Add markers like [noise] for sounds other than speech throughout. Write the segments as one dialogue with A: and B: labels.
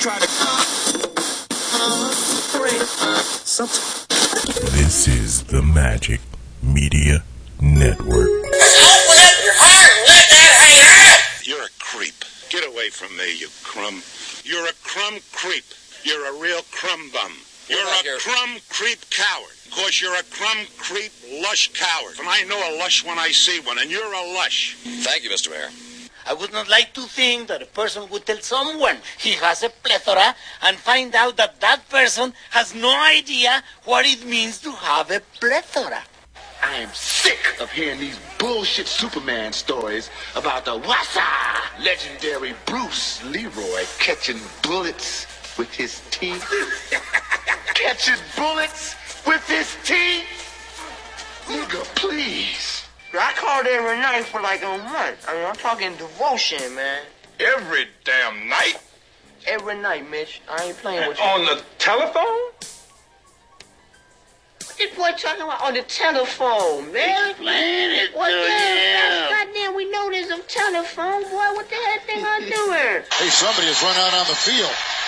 A: try to.
B: This is the Magic Media Network.
C: You're a creep. Get away from me, you crumb. You're a crumb creep. You're a real crumb bum. You're a crumb creep coward. Because you're a crumb creep lush coward. And I know a lush when I see one, and you're a lush.
D: Thank you, Mr. Mayor.
A: I would not like to think that a person would tell someone he has a plethora and find out that that person has no idea what it means to have a plethora.
E: I am sick of hearing these bullshit Superman stories about the Wassa legendary Bruce Leroy catching bullets with his teeth. catching bullets with his teeth? Nigga, please.
F: I called every night for like a month. I mean, I'm talking devotion, man.
G: Every damn night?
F: Every night, Mitch. I ain't playing with you.
G: On the telephone?
F: This boy talking about on the telephone, man.
E: Planet
F: What the hell? Goddamn, we know there's a telephone, boy. What the hell thing I'm doing?
H: Hey, somebody has run out on the field.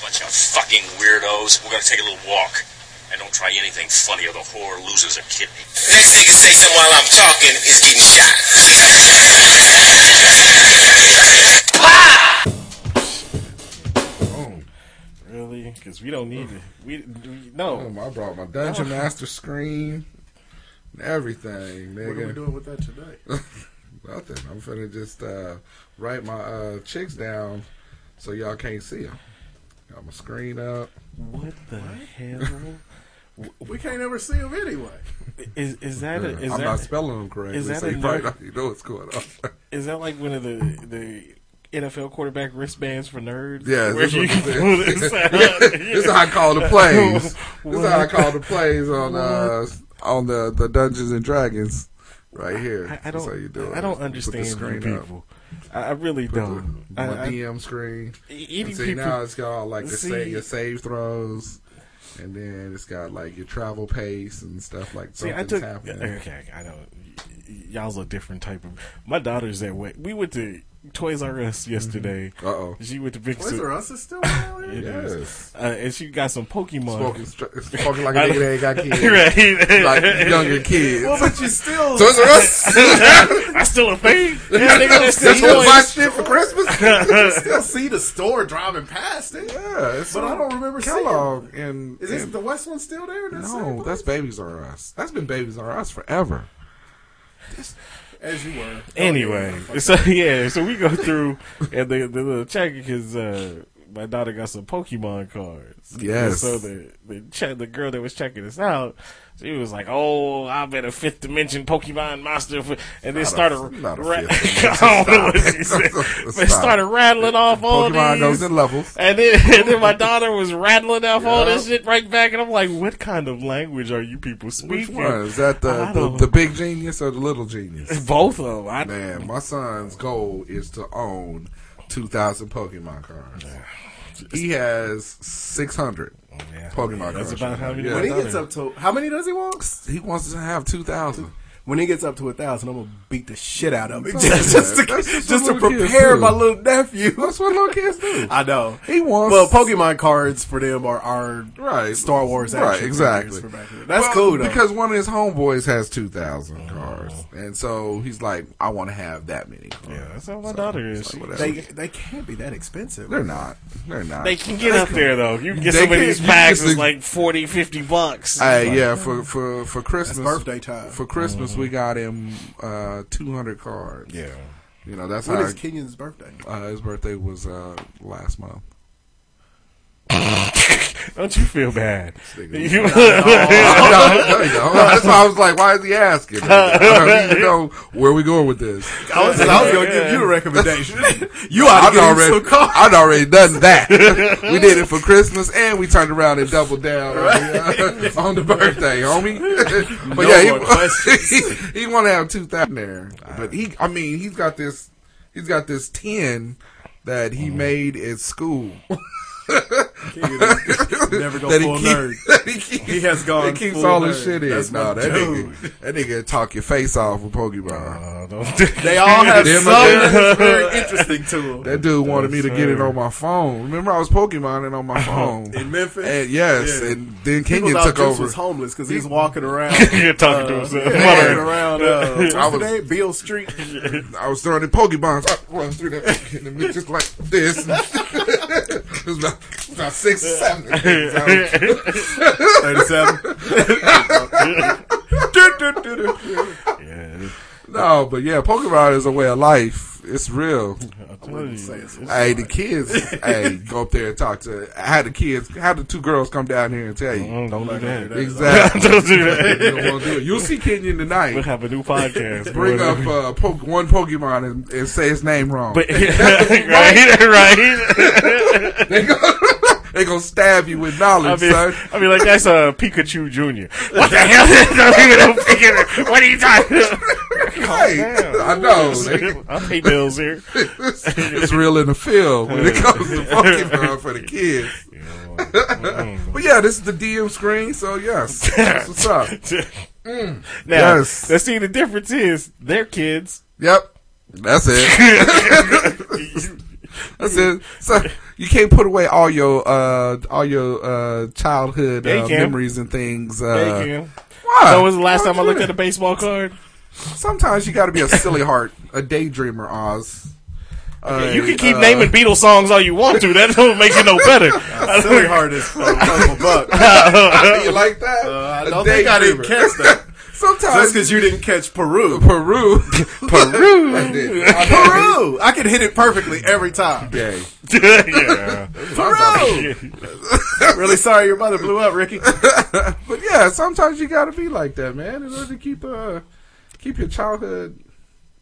D: Bunch of fucking weirdos. We're gonna take a little walk. And don't try anything funny or the whore loses a kidney.
I: Next nigga say something while I'm talking is getting shot.
J: Really? Because we don't need it. We, we no.
K: I brought my Dungeon Master screen, and everything. Nigga.
J: What are we doing with that today?
K: Nothing. I'm finna just uh, write my uh, chicks down so y'all can't see them. Got my screen up.
J: What the hell?
K: we can't ever see them anyway.
J: Is is that a, is
K: I'm
J: that,
K: not spelling them correctly,
J: Is that
K: so
J: a
K: you probably
J: nerd-
K: don't even know what's going
J: [laughs]
K: on.
J: Is that like one of the the NFL quarterback wristbands for nerds?
K: Yeah,
J: Where
K: this
J: you
K: is what
J: can pull
K: I'm saying. [laughs]
J: this out.
K: This is how I call the plays. This is how I
J: What?
K: call the plays on uh,
J: What?
K: on the, the Dungeons and Dragons right here.
J: I, I
K: That's
J: don't.
K: how you do it.
J: I
K: You
J: don't
K: put the
J: understand you
K: screen up.
J: people. I, I really
K: Put the-
J: don't.
K: my
J: I- I-
K: DM screen.
J: Eating
K: And see
J: people-
K: now it's got all like the save,
J: See-
K: your save throws, and then it's got like your travel pace and stuff like.
J: See, I
K: something's
J: took
K: happening.
J: [laughs] okay. I don't. y- Y'all's a different type of. My daughter's that way. We went to Toys R Us yesterday.
K: Uh oh.
J: She went to pick
L: Toys
J: some-
L: R Us is
J: [laughs]
L: still around here?
J: It is.
K: Yes.
J: Uh, and she got some Pokemon.
K: Spoken, str- spoken like a nigga that ain't
J: [laughs]
K: got kids.
J: right.
K: Like younger
J: [laughs]
K: kids.
L: Well, but you still.
K: Toys
L: [laughs]
K: R Us?
J: I still a fan. [laughs] Yeah, nigga, that's the
K: That's what
J: noise.
K: my shit for
L: [laughs]
K: Christmas?
L: you still see the store driving past it.
K: Yeah, it's
L: But I
K: on
L: don't remember seeing
K: Kellogg and,
L: Is this
K: and-
L: the West one still there? in that same
K: no,
L: place?
K: that's Babies R Us. That's been Babies R Us forever.
L: as you were.
J: Anyway, so yeah, so we go through and the the little check because uh, my daughter got some Pokemon cards.
K: Yes.
J: And so the the check the girl that was checking us out, she was like, "Oh, I'm at a fifth dimension Pokemon monster," for, and
K: Not
J: then
K: a-
J: started
K: not a
J: ra-
K: fifth dimension.
J: [laughs] I don't know what
K: Stop
J: she
K: it.
J: said, but [laughs]
K: Stop
J: started
K: it.
J: rattling off all
K: Pokemon
J: these.
K: goes in levels.
J: And then, [laughs] and then my daughter was rattling off all this
K: Yeah.
J: shit right back, and I'm like, "What kind of language are you people
K: Which
J: speaking?"
K: one is that? The,
J: I
K: the
J: don't-
K: the big genius or the little genius?
J: [laughs] Both of them. I,
K: Man, my son's goal is to own 2,000 Pokemon cards. He has 600 Pokemon
J: That's
K: cards.
J: about how many
K: Yeah.
L: When he gets up to how many does he want?
K: He wants to have 2,000.
L: When he gets up to a thousand, I'm gonna beat the shit out of him
K: That's
L: just, [laughs] just to,
K: what little
L: just to
K: kids
L: prepare
K: do.
L: my little nephew.
K: That's what little kids do.
L: [laughs] I know
K: He wants-
L: Well, Pokemon cards for them are our
K: Right.
L: Star Wars action
K: Right,
L: figures
K: exactly.
L: for back then. That's
K: Well,
L: cool though. Mm-hmm.
K: Because one of his homeboys has 2,000 cards. And so he's like, I want to have that many cards.
J: Yeah, that's how my daughter is.
K: It's like,
J: She-
K: whatever.
L: they they can't be that expensive.
K: They're not. They're not.
J: They can get up there though. You can get
K: They
J: some of
K: can-
J: these
K: you can get
J: packs. It's
K: the-
J: like 40,
K: [laughs]
J: 50 bucks.
K: Hey, yeah, for for for Christmas,
L: birthday time.
K: For Christmas, we got him uh, two hundred cards.
J: Mm-hmm. yeah.
K: you know that's
L: When
K: how
L: is Kenyon's birthday?
K: uh, his birthday was uh, last month.
J: Don't you feel bad? You-
K: no,
J: [laughs]
K: no, you don't. [laughs] That's why I was like, why is he asking? I don't even know where we going with this.
B: I was, I was gonna give you a
K: [laughs]
B: recommendation. You
K: I'd
B: ought to get him
K: already,
B: some cards.
K: I'd already done that.
B: [laughs]
K: we did it for Christmas, and we turned around and doubled down on the, uh, on the birthday, homie.
B: [laughs]
K: but
B: No more
K: yeah, [laughs] he, he, want to have two thousand there. But he, I mean, he's got this, he's got this ten that
B: Mm-hmm.
K: he made at school.
B: Never go
K: That he
B: full
K: keep-
B: nerd.
K: [laughs] that he, keeps,
B: He has gone
K: He keeps
B: full
K: all his
B: nerd.
K: shit in.
B: That's my
K: no, that
B: dude.
K: nigga, that nigga talk your face off with Pokemon.
B: [laughs] They all have
K: Them
B: something
K: again.
B: that's very interesting to 'em.
K: That dude wanted me
B: Yes,
K: to get it
B: sir.
K: on my phone. Remember, I was Pokemoning
B: [laughs]
K: on my phone
B: In Memphis?
K: And yes,
B: Yeah.
K: and then
B: People
K: Kenyon
B: thought
K: took
B: Juice
K: over.
B: was homeless because he was walking around.
K: You're talking to
B: uh,
K: himself.
B: yeah,
K: Muttering.
B: walking around. Uh, what's
K: I
B: the
K: was-
B: name? Beale
J: [laughs]
B: Street.
K: I was throwing in Pokemons. I run through that and it just like this. [laughs] it was about, about six or seven. of these. I was-
J: [laughs]
K: [laughs]
B: 37.
K: No, but yeah, Pokemon is a way of life. It's real.
B: wouldn't say it's a
K: Hey, the kids.
J: [laughs]
K: hey, go up there and talk to. How the kids? How the two girls come down here and tell you?
J: Mm, don't do that.
K: Exactly.
J: [laughs] Don't do that.
K: You don't wanna do it. You'll see Kenyon tonight.
J: We'll have a new podcast.
K: Bring
J: boy.
K: up [laughs] uh, po- one Pokemon and, and say his name wrong.
J: But- [laughs] right, [laughs] right.
K: they go, they gonna stab you with knowledge,
J: I mean, [laughs]
K: son.
J: I mean, like that's uh, Pikachu Junior.
K: [laughs]
J: What the hell? [laughs] Don't even know Pikachu. What are you talking?
K: Right. I know.
J: about? I pay bills here.
K: [laughs] it's real in the field when it comes to Pokemon
J: [laughs]
K: for the kids. [laughs] but yeah, this is the DM screen, so yes, that's what's up? Mm.
J: [laughs] Now,
K: yes,
J: let's see. The difference is they're kids.
K: Yep. That's
J: [laughs]
K: it. That's it. So you can't put away all your uh, all your uh, childhood
J: Yeah, you
K: uh,
J: can.
K: memories and things. Uh,
J: Yeah, you can.
K: Why?
J: That was the last
K: Why
J: time I
K: would you
J: looked
K: do
J: at a baseball card.
K: that? Sometimes you got to be a silly heart, a daydreamer, Oz.
J: Yeah,
K: Uh,
J: you can keep
K: uh,
J: naming Beatles songs all you want to. That don't make it
B: [laughs]
J: no better.
B: Silly heart is from Uncle Buck.
K: you like that?
B: Uh-huh. Uh, I
K: A
B: don't think I didn't
K: daydreamer.
B: catch that.
K: [laughs] Sometimes
B: Just because you didn't catch Peru.
K: [laughs] Peru.
B: [laughs]
K: [laughs]
B: Peru.
K: I did.
B: Peru. I could hit it perfectly every time.
K: Gay.
J: yeah.
K: [laughs]
B: Peru. [laughs] really sorry your mother blew up, Ricky.
K: [laughs] But yeah, sometimes you got to be like that, man, in order to keep uh keep your childhood,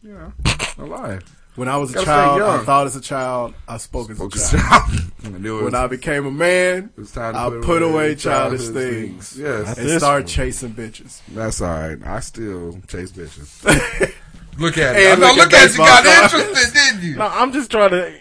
K: you know, alive.
B: When I was a
K: Gotta stay
B: child, I
K: young.
B: thought as a child. I spoke as
K: Spoke
B: a
K: as
B: child.
K: a
B: [laughs]
K: child. I knew it
B: when
K: was-
B: I became a man,
K: was time to
B: I
K: put
B: put,
K: away
B: away childish
K: childhood
B: things.
K: things. Yes.
B: and
K: This
B: start
K: one.
B: chasing bitches.
K: That's all right. I still chase bitches. look at it.
B: And
K: Now,
B: [laughs] look at
K: look at you.
B: baseball
K: Got
B: cards.
K: interested, didn't you?
J: No, I'm just trying to.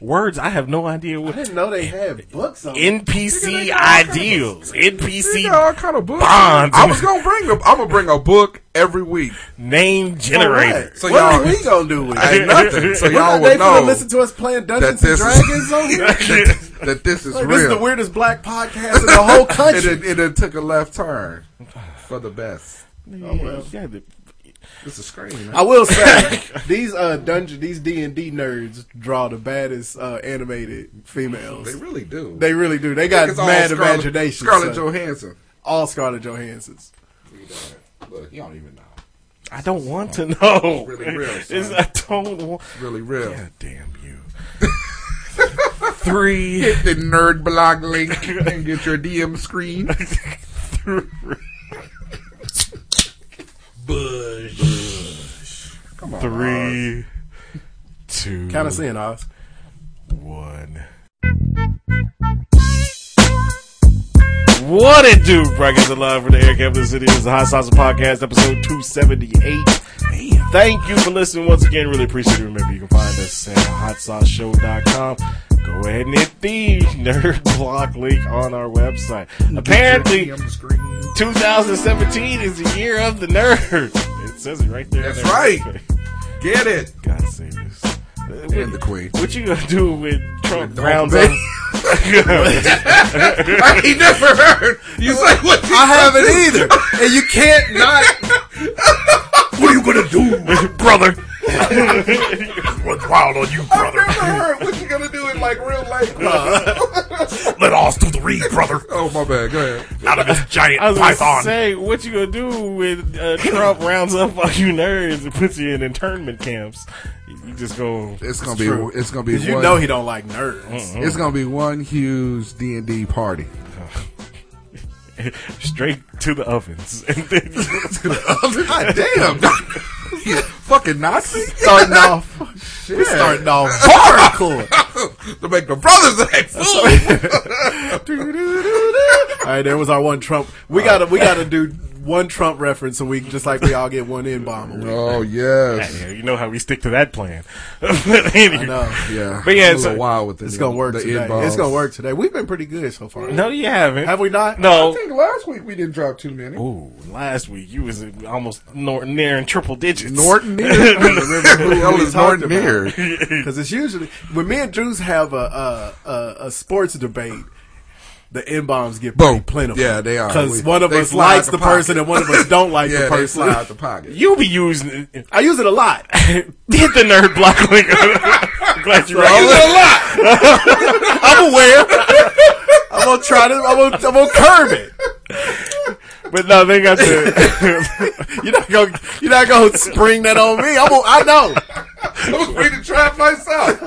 J: Words I have no idea
B: I
J: what
B: didn't know they had books on.
J: NPC ideals,
K: You
J: NPC
K: got all kind of books.
J: bonds.
K: I was gonna bring. A, I'm gonna bring a book every week.
J: name generator.
B: What?
K: So
B: So what
K: y'all-
B: are [laughs] we gonna do with
K: Ain't
B: it?
K: nothing. So
B: We're
K: y'all
B: not
K: would
B: they
K: know
B: gonna listen to us playing Dungeons and
K: this is-
B: Dragons
K: [laughs]
B: on here?
K: that, that this is
B: Like,
K: real.
B: this is the weirdest black podcast
J: Oh,
B: in the whole country.
K: [laughs] and, it, and it took a left turn for the best.
B: Oh, well.
J: Yeah, the-
K: It's a screen.
B: I will
J: [laughs]
B: say these uh dungeon these D and D nerds draw the baddest uh, animated
K: They
B: females.
K: really do.
B: They really do. They
K: I think
B: got
K: it's all
B: mad
K: Scarlett-
B: imagination.
K: Scarlett
B: son.
K: Johansson.
B: all Scarlett Johansson's.
K: Look, you don't even know.
J: I don't want to know.
K: Really real, son.
J: It's- I [laughs] don't want.
K: Really real.
J: God damn
B: [laughs]
J: you. Three.
K: Hit the nerd blog link and get your DM screen. Come on. Oz.
J: Three. Two.
B: Kind of seeing Oz.
J: One. What it do, Brackets Alive from the Air Capital City. This is the Hot Sauce Podcast, episode 278. Thank you for listening once again. Really appreciate it. Remember, you can find us at hotsauceshow.com. Go ahead and hit the nerd [laughs] block link on our website. Apparently,
K: DM screen.
J: 2017 is the year of the nerd. It says it right there.
K: That's right. Get it.
J: God save us.
K: And the
B: [laughs]
K: queen.
J: What you gonna do when Trump
K: Don't
J: rounds
K: be-
J: up?
K: I ain't never heard. You say what?
B: I haven't either, and you
K: [laughs]
B: can't not.
K: What are you gonna do?
J: brother.
M: What's wild on you,
K: I've never heard what you gonna do in like real life.
B: Uh,
M: Let us do the read, brother.
K: [laughs] oh my bad. Go ahead.
M: Out of this giant
J: I was gonna say, what
K: [laughs]
J: you gonna do when uh, Trump rounds up all you nerds and puts you in internment camps? You just go. [laughs]
K: It's gonna be it's gonna be
B: 'Cause you
K: one-
B: know he don't like nerds. Mm-mm.
K: It's gonna be one huge D and D party.
J: straight to the ovens. [laughs] And then to
K: the ovens. [laughs] God damn. [laughs] You fucking Nazi.
B: Starting off.
K: [laughs] Shit.
B: We starting off [laughs] hardcore.
K: to make the brothers act fool.
B: All right, there was our one Trump. We gotta we gotta do one Trump reference a week, just like we all get one in bomb. a week.
K: Oh yes.
J: Yeah, [laughs] you know how we stick to that plan. [laughs] but anyway.
B: know.
K: Yeah.
J: But yeah,
K: I'm a
J: so-
K: little wild with this.
B: It's gonna work
K: The
B: today.
K: inbox.
B: It's gonna work today. We've been pretty good so far.
J: No, you haven't.
B: Have we not?
J: No.
K: I think last week we didn't drop too many.
J: Ooh, last week you was almost nor- near in triple
B: [laughs]
J: digits.
K: Norton near. I don't remember who
B: Who we
K: else is
B: talked
K: Norton
B: about.
K: near.
B: [laughs] Because it's usually when me and Drews have a a, a, a sports debate, the n bombs get pretty
K: Boom.
B: plentiful.
K: Yeah, they are.
B: Because
K: We-
B: one of
K: they
B: us
K: fly out
B: likes
K: the
B: the, person
K: pocket.
B: and one of us don't like
K: [laughs] Yeah,
B: the
K: they
B: person.
K: fly out the pocket.
J: You be using hit
B: I use it a
J: [laughs]
B: lot.
J: the nerd block link. [laughs] I'm glad you
K: a
J: right.
K: lot.
J: [laughs]
B: I'm aware. I'm gonna try to. I'm gonna, I'm gonna curb it.
J: But no, they got the
B: [laughs] You're not gonna. You're not gonna spring that on
K: [laughs]
B: me. I'm. Gonna, I know. [laughs]
K: I'm afraid to trap myself.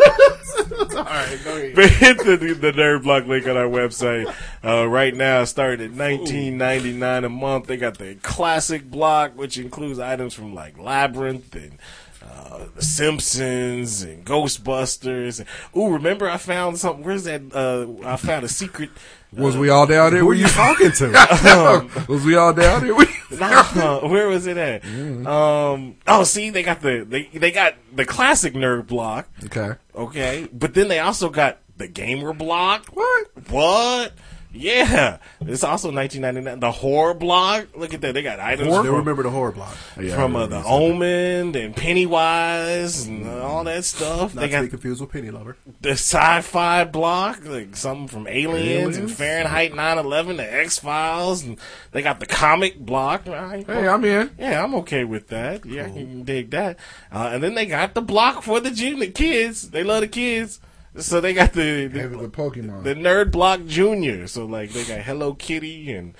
B: All right, go ahead.
J: but hit the, the nerd block link on our website uh, right now. Started at nineteen ninety nine a month. They got the classic block, which includes items from like Labyrinth and. Uh, the Simpsons and Ghostbusters. Ooh, remember I found something. Where's that? Uh, I found a secret.
K: Was we all down there?
B: Who are
K: Were
B: you
K: you?
B: talking [laughs] to?
K: [laughs] Was we all down
B: [laughs]
K: there? We-
J: Nah, uh, where was it at? Um, oh, see, they got the they they got the classic nerd block.
K: Okay.
J: Okay, but then they also got the gamer block.
K: What?
J: What? Yeah, it's also 1999. The horror block. Look at that. They got items
B: Still
J: from,
B: remember the horror block.
K: Yeah,
J: from
K: I
J: uh,
K: remember
J: the
K: this.
J: Omen and Pennywise and
K: Mm.
J: all that stuff.
B: Not
J: they
B: to
J: got
B: be confused with Penny Lover.
J: the sci-fi block, like something from Aliens, and
K: Aliens?
J: Fahrenheit 9/11, the X Files, and they got the comic block. Right?
K: Hey, I'm in.
J: Yeah, I'm okay with that. Yeah, I can dig that. Uh, and then they got the block for the junior kids. They love the kids. So they got the
K: Maybe
J: the,
K: the Pokemon.
J: the nerd block junior. So like they got Hello Kitty and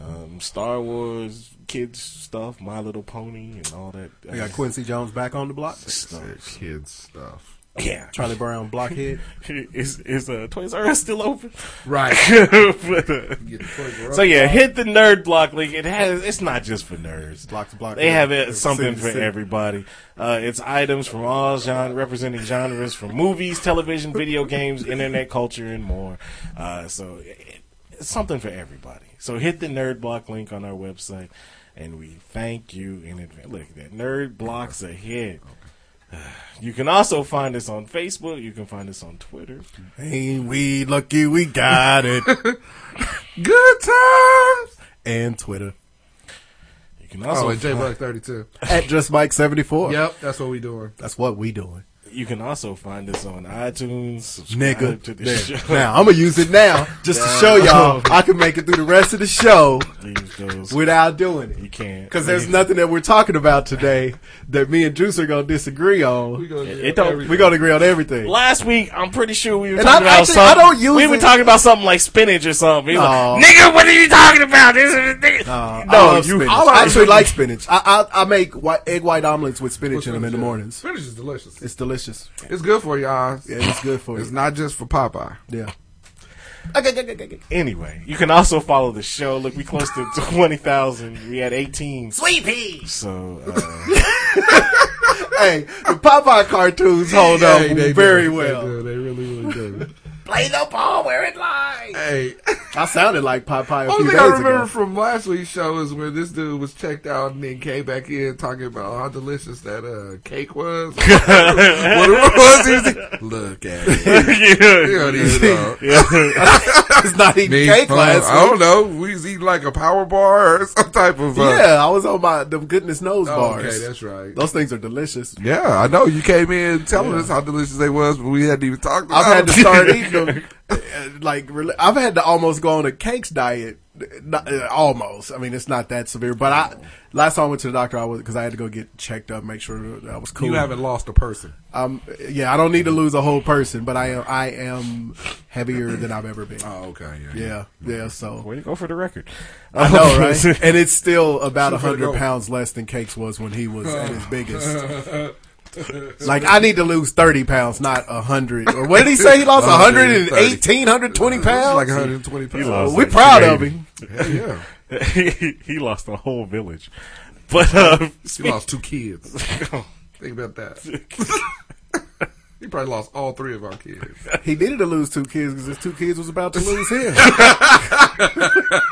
J: um, Star Wars kids stuff, My Little Pony, and all that.
B: We got Quincy Jones back on the block.
J: stuff.
K: Kids stuff.
J: Yeah,
B: Charlie Brown blockhead.
J: [laughs] is is uh, Toys R Us still open?
K: Right.
J: [laughs] But, uh,
K: Get the Toys R Us
J: so yeah,
K: out.
J: hit the nerd block link. It has. It's not just for nerds.
B: Block to block.
J: They have it,
B: City
J: something
B: to
J: for
B: city.
J: everybody. Uh, it's items from all genres, representing genres from movies, television, video games, internet culture, and more. Uh, so it, it's something for everybody. So hit the nerd block link on our website, and we thank you in advance. Look at that nerd blocks ahead. [sighs] You can also find us on Facebook. You can find us on Twitter.
B: Ain't we lucky we got it?
K: Good times.
B: and Twitter
J: You can
K: Oh,
J: also
K: and J Buck 32.
B: at Just Mike seventy four.
K: Yep, that's what we doing.
B: That's what we doing,
J: You can also find us on iTunes. Subscribe
B: nigga.
J: to the
B: There.
J: show.
B: Now I'm gonna use it now just to show y'all I can make it through the rest of the show
J: Leave those.
B: without doing it.
J: you can't
B: Because there's
J: Leave-
B: nothing that we're talking about today that me and Juice are gonna disagree on.
K: gonna
J: It- it don't-
B: We're gonna agree on everything.
J: Last week, I'm pretty sure we were
B: And
J: talking
B: I- I
J: about
B: think-
J: something.
B: I don't use
J: we were
B: it.
J: talking about something like spinach or something. He was
B: No.
J: like, Nigga, what are you talking about? This is this.
B: Uh,
J: No,
B: I love
J: you-
B: spinach.
J: all
B: I
J: I- [laughs]
B: actually like spinach. I I, I make white, egg white omelets with spinach in them in the mornings.
K: Spinach is delicious.
B: It's delicious.
K: It's good for y'all.
B: Yeah, it's good for
K: It's
B: you.
K: not just for Popeye.
B: Yeah.
J: Anyway, you can also follow the show. Look, we close to twenty thousand. We had eighteen.
N: Sweepy!
J: So
N: [laughs]
J: uh,
B: hey, the Popeye cartoons hold
K: Yeah,
B: up
K: they do.
B: Oh, very
K: They
B: well.
K: do. They really, really do.
B: [laughs]
N: Play the ball where it lies!
K: hey,
B: I sounded like Popeye a few
K: only
B: days
K: thing I remember
B: ago.
K: from last week's show is when this dude was checked out and then came back in talking about how delicious that uh,
B: [laughs]
K: cake was. what it was, he was like, look at
B: [laughs]
K: it. You
J: yeah,
K: don't even know.
B: It's not eating
K: Me,
B: cake
K: uh,
B: last
K: I
B: week.
K: don't know. We was eating like a power bar or [laughs] some type of. Uh,
B: Yeah, I was on my them goodness knows
K: Oh,
B: bars.
K: okay, that's right.
B: Those things are delicious.
K: Yeah, I know. You came in telling us how delicious they was, but we hadn't even talked about
B: I've had to
K: it. [laughs]
B: start eating them. uh, Like really- I've had to almost go on a cakes diet. Not, uh, almost. I mean, it's not that severe. But I last time I went to the doctor, I was because I had to go get checked up, make sure that I was cool.
K: You haven't lost a person.
B: Um, yeah, I don't need to lose a whole person, but I am I am heavier than I've ever been.
K: Oh, okay.
B: Yeah, yeah. So
J: way to go for the record.
B: [laughs] I know, [laughs] right? And it's still about
K: Still
B: hundred
K: goal.
B: [laughs] pounds less than Cakes was when he was at his biggest. Like I need to lose thirty pounds, not hundred. Or what did he say? He
K: [laughs]
B: lost 118, 120 pounds.
K: Uh, Like 120 pounds.
B: He lost We're proud of him.
K: Hell [laughs]
J: yeah. he, he lost the whole village. But uh,
K: he lost two kids. [laughs] Oh. Think about that. [laughs] he probably lost all three of our kids.
B: He needed to lose two kids because his two kids was about to lose him.
K: [laughs]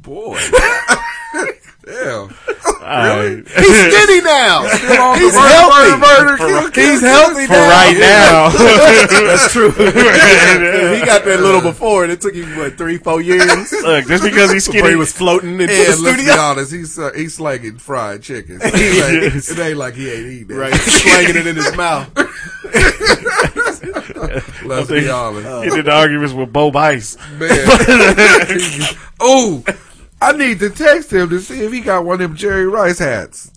K: Boy. [laughs] Damn. [laughs]
J: Really?
B: He's skinny now.
K: He's still on the
B: He's
K: murder,
B: healthy.
K: murder, murder, kill, kill,
B: He's
K: kill.
B: healthy
J: For right now.
B: That's true. he got that little before, and it took him what three, four years.
J: Look, just because [laughs] he's
B: Before
J: skinny-
B: he was floating into
K: And
B: the
K: let's be
B: [laughs] studio.
K: honest, he's uh, he's slanging fried chicken. [laughs] So it, ain't,
J: Yes.
K: it ain't like he ain't eating that.
B: Right, slanging it in his [laughs] mouth.
K: Let's
J: I think
K: be honest,
J: He did the arguments with Bo Ice.
K: man. [laughs] oh, I need to text him to see if he got one of them Jerry Rice hats.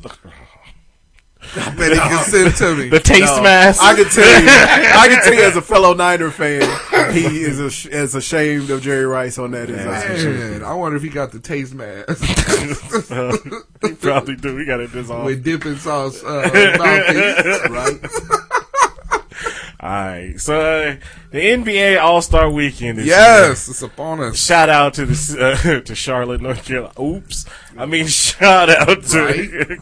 K: I bet he can send it
B: [laughs]
K: to me.
J: The taste
B: No,
J: mask.
B: I can tell you, I can tell you [laughs] as a fellow Niner fan, he is ash- as ashamed of Jerry Rice on that. as I am.
K: Man, I wonder if he got the taste mask
J: he probably do. He got it dissolved.
K: with dipping sauce uh,
B: [laughs]
K: mouthpiece, right?
J: All right. So uh, the NBA All Star Weekend. Is
K: Yes, it's upon us.
J: Shout out to the uh, [laughs] to Charlotte, North Carolina. Oops, I mean [laughs] shout out to
K: Right.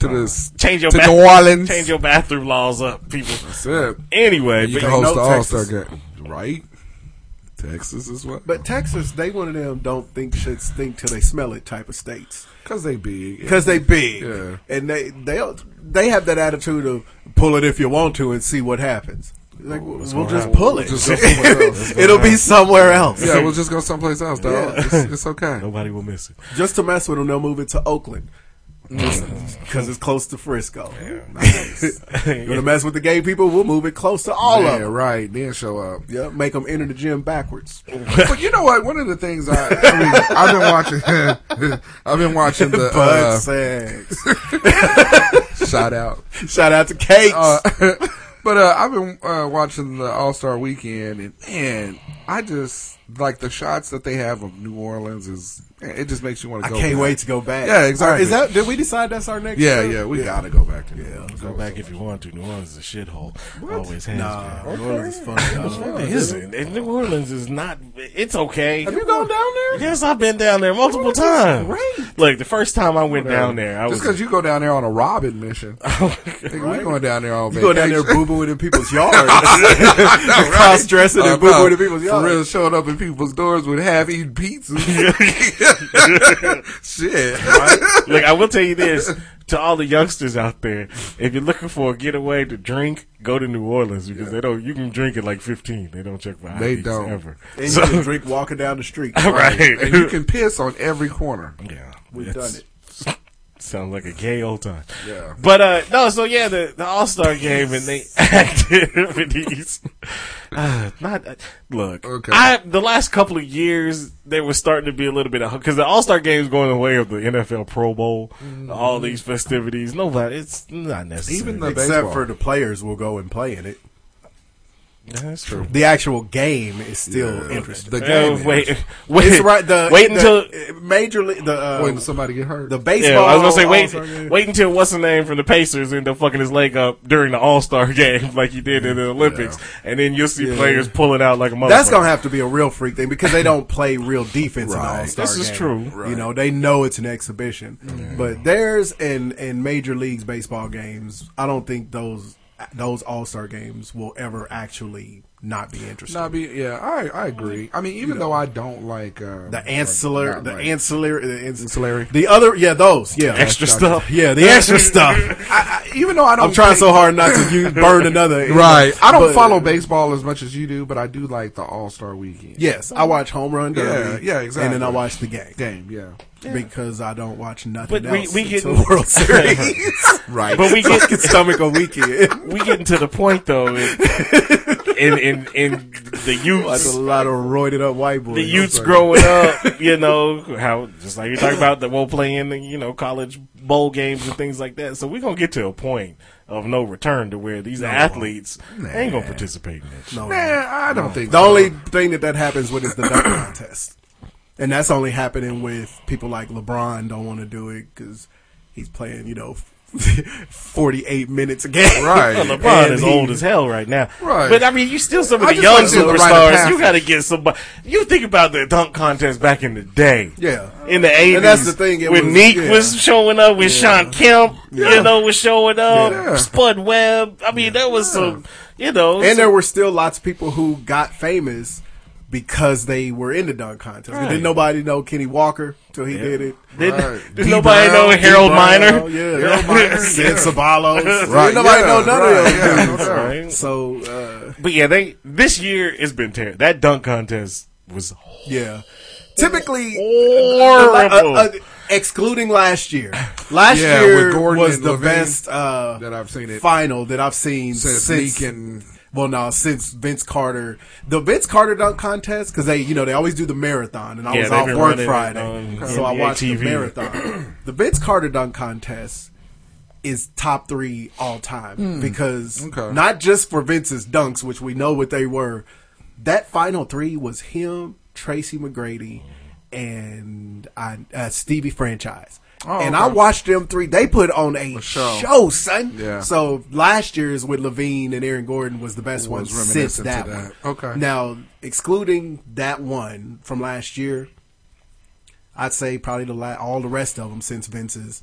K: To this,
J: [laughs] change your
K: To
J: bath-
K: New Orleans.
J: change your bathroom laws up, people.
K: that's it.
J: Anyway,
K: You
J: but
K: can host the All Star
B: Texas.
K: game, right? Texas is what?
B: But Texas, they one of them don't think shit stink till they smell it type of states
K: Because they big.
B: because they big
K: Yeah.
B: and they they they have that attitude of pull it if you want to and see what happens. Like we'll we'll just pull it.
K: [laughs] Just go
B: [laughs]
K: somewhere else.
B: It'll be somewhere else.
K: Yeah, we'll just go someplace else, dog. It's, it's okay.
J: nobody will miss it.
B: Just to mess with them, they'll move it to Oakland
J: Mm.
B: because it's close to Frisco. you want to mess with the gay people? We'll move it close to all of
K: Yeah,
B: them.
K: right. Then show up.
B: Yeah, make them enter the gym backwards.
K: [laughs] But you know what? One of the things I, I mean, I've been watching, [laughs] I've been watching the
B: Butt
K: uh,
B: sex.
K: [laughs] shout out.
B: Shout out to Cakes.
K: Uh, [laughs] but uh, I've been uh, watching the All Star Weekend, and man, I just like the shots that they have of New Orleans is it just makes you want
B: I
K: to go.
B: can't
K: back.
B: wait to go back.
K: Yeah, exactly.
B: Is that? Did we decide that's our next?
K: Yeah,
B: show?
K: yeah, we gotta go back to yeah.
J: Go back if you want to. New Orleans is a shithole. Always has
B: Nah,
J: been.
B: New Orleans is funny. dog.
J: It isn't. And New Orleans is not. It's okay.
B: Have you gone down there?
J: Yes, I've been down there multiple times. Look, the first time I went down there, I
K: Just
J: was [laughs]
K: because you go down there on a Robin mission, Nigga, we going down there all
B: You go down there boo booing in people's
K: [laughs]
B: yards, [laughs] cross dressing
K: Uh,
B: and boo
K: no,
B: booing in people's
K: For real,
B: yards.
K: showing up in people's doors with half eaten
B: [laughs]
K: pizza. Shit.
J: [laughs] Look, I will tell you this to all the youngsters out there: if you're looking for a getaway to drink, go to New Orleans because they don't. You can drink at like 15. They don't check for IDs
K: They don't.
J: ever.
B: And
J: So-
B: you can drink walking down the street.
J: right?
K: And you can piss on every corner.
J: yeah,
B: We've
J: that's-
B: done it.
J: [laughs] Sounds like a gay old time.
K: Yeah.
J: But uh no, so yeah, the, the All Star game and they [laughs] activities. Uh, [sighs] not uh, look.
K: Okay.
J: I the last couple of years they were starting to be a little bit because the All Star game is going the way of the NFL Pro Bowl. All these festivities. Nobody. It's not necessary.
K: Mm. Even the
B: Except
K: baseball.
B: for the players will go and play in it.
J: Yeah, that's true.
B: The actual game is still interesting.
K: The game.
J: Uh,
K: is-
J: wait, [laughs] wait,
B: it's right. The
J: wait
B: the,
J: until
B: uh, major league. The uh,
K: Wait until somebody get hurt.
B: the
J: Yeah,
B: baseball.
J: I was gonna say
B: All-Star game.
J: wait, wait until what's the name from the Pacers end up fucking his leg up during the All Star [laughs] game like he did in the Olympics, and then you'll see players pulling out like a motherfucker.
B: That's gonna have to be a real freak thing because they don't play real defense in
K: Right.
B: an All Star.
J: This is true.
B: You know they know it's an exhibition, but theirs and and major leagues baseball games. I don't think those those All Star games will ever actually not be interesting.
K: Not be, yeah, I, I agree. I mean, even though I don't like uh,
B: the ancillary,
K: not
B: the
K: like-
B: ancillary, the ans-
K: Ancillary.
B: the other, yeah, those, yeah,
J: extra stuff.
B: yeah, the
J: [laughs]
B: extra stuff.
K: I, I, even though I don't,
B: I'm trying
K: think-
B: so hard not to use, burn another.
K: [laughs] Right, I don't
B: But-
K: follow baseball as much as you do, but I do like the All Star Weekend
B: Yes, I watch home run derby.
K: yeah,
B: And then I
K: exactly.
B: watch the game.
K: game. Yeah,
B: because I don't watch nothing
J: But we-
B: else
J: we [laughs]
B: until
J: getting-
B: World Series.
K: [laughs] right.
J: But we
B: so I can
J: get
B: stomach a weekend.
J: [laughs] we getting to the point though, in in in, in the
B: That's a
J: youths.
B: lot of roided up white boys.
J: The youths
B: I'm sorry.
J: growing
B: [laughs]
J: up, you know, how just like you talk about the won't play in the you know college bowl games and things like that. So we're gonna get to a point of no return to where these athletes ain't gonna participate in it.
B: No,
K: Nah, I don't think
B: the
K: so.
B: only thing that that happens with is the [clears throat] dunk contest, and that's only happening with people like LeBron. Don't want to do it because he's playing, you know,
J: 48 minutes a game.
B: Right. [laughs] LeBron
J: And
B: is
J: he-
B: old as hell right now.
J: Right.
B: But I mean, you still some of
J: I
B: the
J: just
B: young
J: wanna see the rite of
B: superstars. You
J: passage.
B: got to get somebody. You think about the dunk contest back in the day.
J: Yeah.
B: In the 80s.
J: And that's the thing, it
B: when
J: was-
B: Neek
J: yeah.
B: was showing up, when Sean Kemp, you know, was showing up,
J: Yeah.
B: Spud Webb. I mean, there was some, you know.
J: And
B: some-
J: there were still lots of people who got famous because they were in the dunk contest. And
B: Right.
J: then nobody know Kenny Walker till he did it.
B: Did- [laughs]
J: Right.
B: did
J: D.
B: nobody
J: Brown,
B: know
J: D.
B: Harold
J: Brown,
B: Miner?
J: Yeah,
B: Harold Miner, [laughs]
J: Harold Miner,
B: yeah.
J: Sid Sabalos.
B: Right,
J: Right, nobody
B: yeah,
J: know none of
B: right, yeah, [laughs]
J: them. dudes.
B: that's right.
J: So, uh,
B: But yeah, they this year has been terrible. That dunk contest was
J: yeah, typically
B: horrible.
J: uh, uh, excluding last year. Last
K: Yeah,
J: year
K: with Gordon
J: was
K: and
J: the
K: Levine
J: best uh,
K: that I've seen it.
J: final that I've seen
K: Since
J: since,
K: Meek and-
J: well, no, since Vince Carter, the Vince Carter dunk contest because they, you know, they always do the marathon, and I
B: Yeah,
J: was
B: they've
J: off
B: been
J: work
B: running um, it
J: Friday,
B: on
J: so I
B: NBA
J: watched
B: TV.
J: the marathon. [clears throat] the Vince Carter dunk contest is top three all time
K: Hmm.
J: because
K: Okay.
J: not just for Vince's dunks, which we know what they were. That final three was him, Tracy McGrady, and I, uh, Stevie Franchise.
K: Oh,
J: and
K: okay.
J: I watched them three. They put on a,
K: show.
J: show. son.
K: Yeah.
J: So last year's with Levine and Aaron Gordon was the best one
K: Was
J: since
K: reminiscent to
J: that,
K: that.
J: one.
K: Okay.
J: Now excluding that one from last year, I'd say probably the la- all the rest of them since Vince's.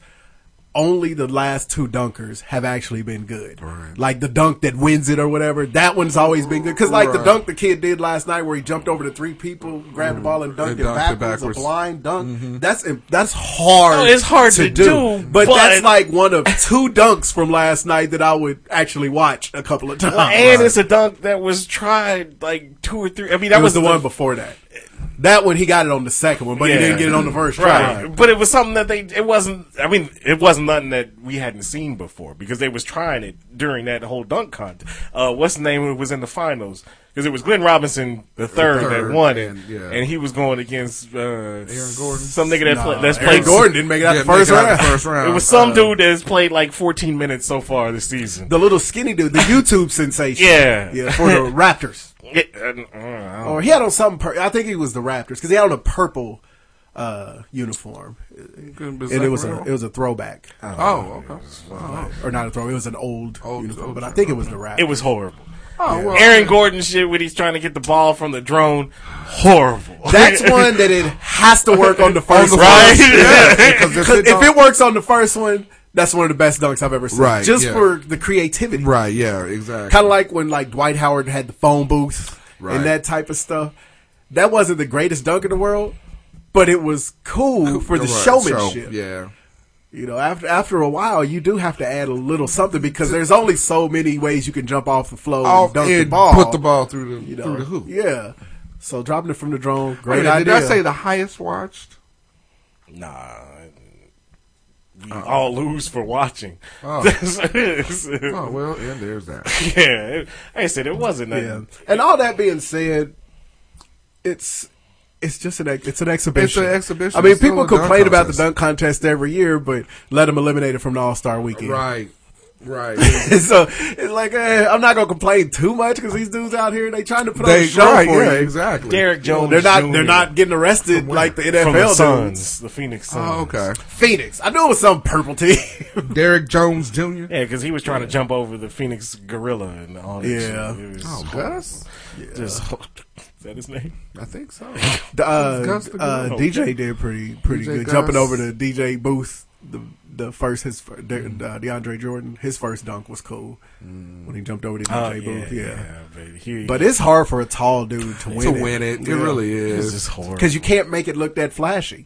J: Only the last two dunkers have actually been good. Like the dunk that wins it or whatever, that one's always been good. Because like the
K: Right. Mm-hmm.
J: dunk the kid did last night, where he jumped over the three people, grabbed the ball, and dunked,
K: And
J: it,
K: dunked it
J: backwards,
K: backwards. Mm-hmm.
J: A blind dunk. That's that's hard.
B: Oh, it's hard to do,
J: but,
B: but-
J: that's like one of two dunks from last night that I would actually watch a couple of times.
B: Well, and it's a dunk that was tried like two or three. I mean, that
J: It was the one
B: before.
J: before that. That one he got it on the second one, but
B: Yeah.
J: he didn't get it on the first
B: right.
J: try.
B: But it was something that they it wasn't. I mean, it wasn't nothing that we hadn't seen before because they was trying it during that whole dunk contest. Uh, what's the name? It was in the finals because it was Glenn Robinson the third,
K: third,
B: that won it,
K: and- yeah.
B: and he was going against uh, Aaron
K: Gordon?
B: some nigga that
K: Nah,
B: played. That's
K: Aaron
B: played
K: Gordon didn't make it out the Didn't make first it out the round. first round.
B: It was some
K: Uh,
B: dude that's played like 14 minutes so far this season.
J: The little skinny dude, the YouTube sensation.
B: Yeah.
J: yeah,
B: [laughs]
J: for the Raptors.
B: Yeah, uh, uh,
J: Or he had on something. Pur- I think he was the Raptors because he had on a purple uh, uniform, and
K: be
J: it was
K: Zach
J: a
K: Randolph.
J: it was a throwback. I don't know.
K: Oh, okay. Oh.
J: or not a throw. It was an old, uniform, but I think it was the Raptors.
B: It was horrible.
K: Oh, well,
B: Aaron Gordon shit when he's trying to get the ball from the drone, horrible.
J: [laughs] That's one that it has to work on the first
B: [laughs]
J: one.
B: Right?
J: Yeah.
B: Because if
J: 'Cause
B: it
J: if it works on the first one, that's one of the best dunks I've ever seen.
K: Right,
J: Just
K: yeah.
J: for the creativity.
K: Right, yeah, exactly.
J: Kind of like when like Dwight Howard had the phone booth
K: Right.
J: and that type of stuff. That wasn't the greatest dunk in the world, but it was cool, for the
K: Right, so,
J: showmanship.
K: yeah.
J: You know, after after a while, you do have to add a little something because there's only so many ways you can jump off the flow
K: Off
J: and dunk the
K: and
J: ball.
K: put the ball through the- through the hoop.
J: Yeah. So dropping it from the drone,
K: Wait a
J: great
K: minute,
J: idea.
K: Did I say the highest watched?
B: Nah. We all lose for watching. [laughs]
K: Oh. oh well, and there's that.
B: yeah. it- Like I said, it wasn't nothing.
J: Yeah. And all that being said, it's it's just an ex- it's an exhibition.
K: It's an exhibition.
J: I mean,
K: It's still
J: people
K: a dunk
J: complain about the
K: contest.
J: dunk contest every year, but let them eliminate it from the All Star Weekend.
K: Right, right.
J: [laughs] so it's like eh, I'm not gonna complain too much because these dudes out here they trying to put on
K: They-
J: a show
K: right,
J: for
K: yeah,
J: you.
K: exactly.
B: Derrick
J: You know,
B: Jones
J: They're not.
B: Jr..
J: They're not getting arrested like the NFL
B: From the
J: dudes.
B: Suns, the Phoenix Suns.
K: Oh, okay.
J: Phoenix. I knew it was some purple team.
K: Derrick Jones Jr.
B: Yeah, because he was trying to jump over the Phoenix Gorilla and all that
J: Yeah.
B: shit. It was
K: Oh,
B: horrible.
K: Gus?
B: Just, hor- [laughs] is that his name?
K: I think so.
J: The, uh,
K: Gus the
J: uh,
K: Gorilla.
J: DJ did pretty pretty
K: DJ
J: good jumping
K: Gus.
J: over to DJ Booth. The the first his fir- De- uh, DeAndre Jordan his first dunk was cool when he jumped over to
B: Oh,
J: DJ Booth. Yeah,
B: baby. Here you
J: but
B: go.
J: it's hard for a tall dude to win
K: to win it. It really is.
B: This is horrible.
J: because you can't make it look that flashy.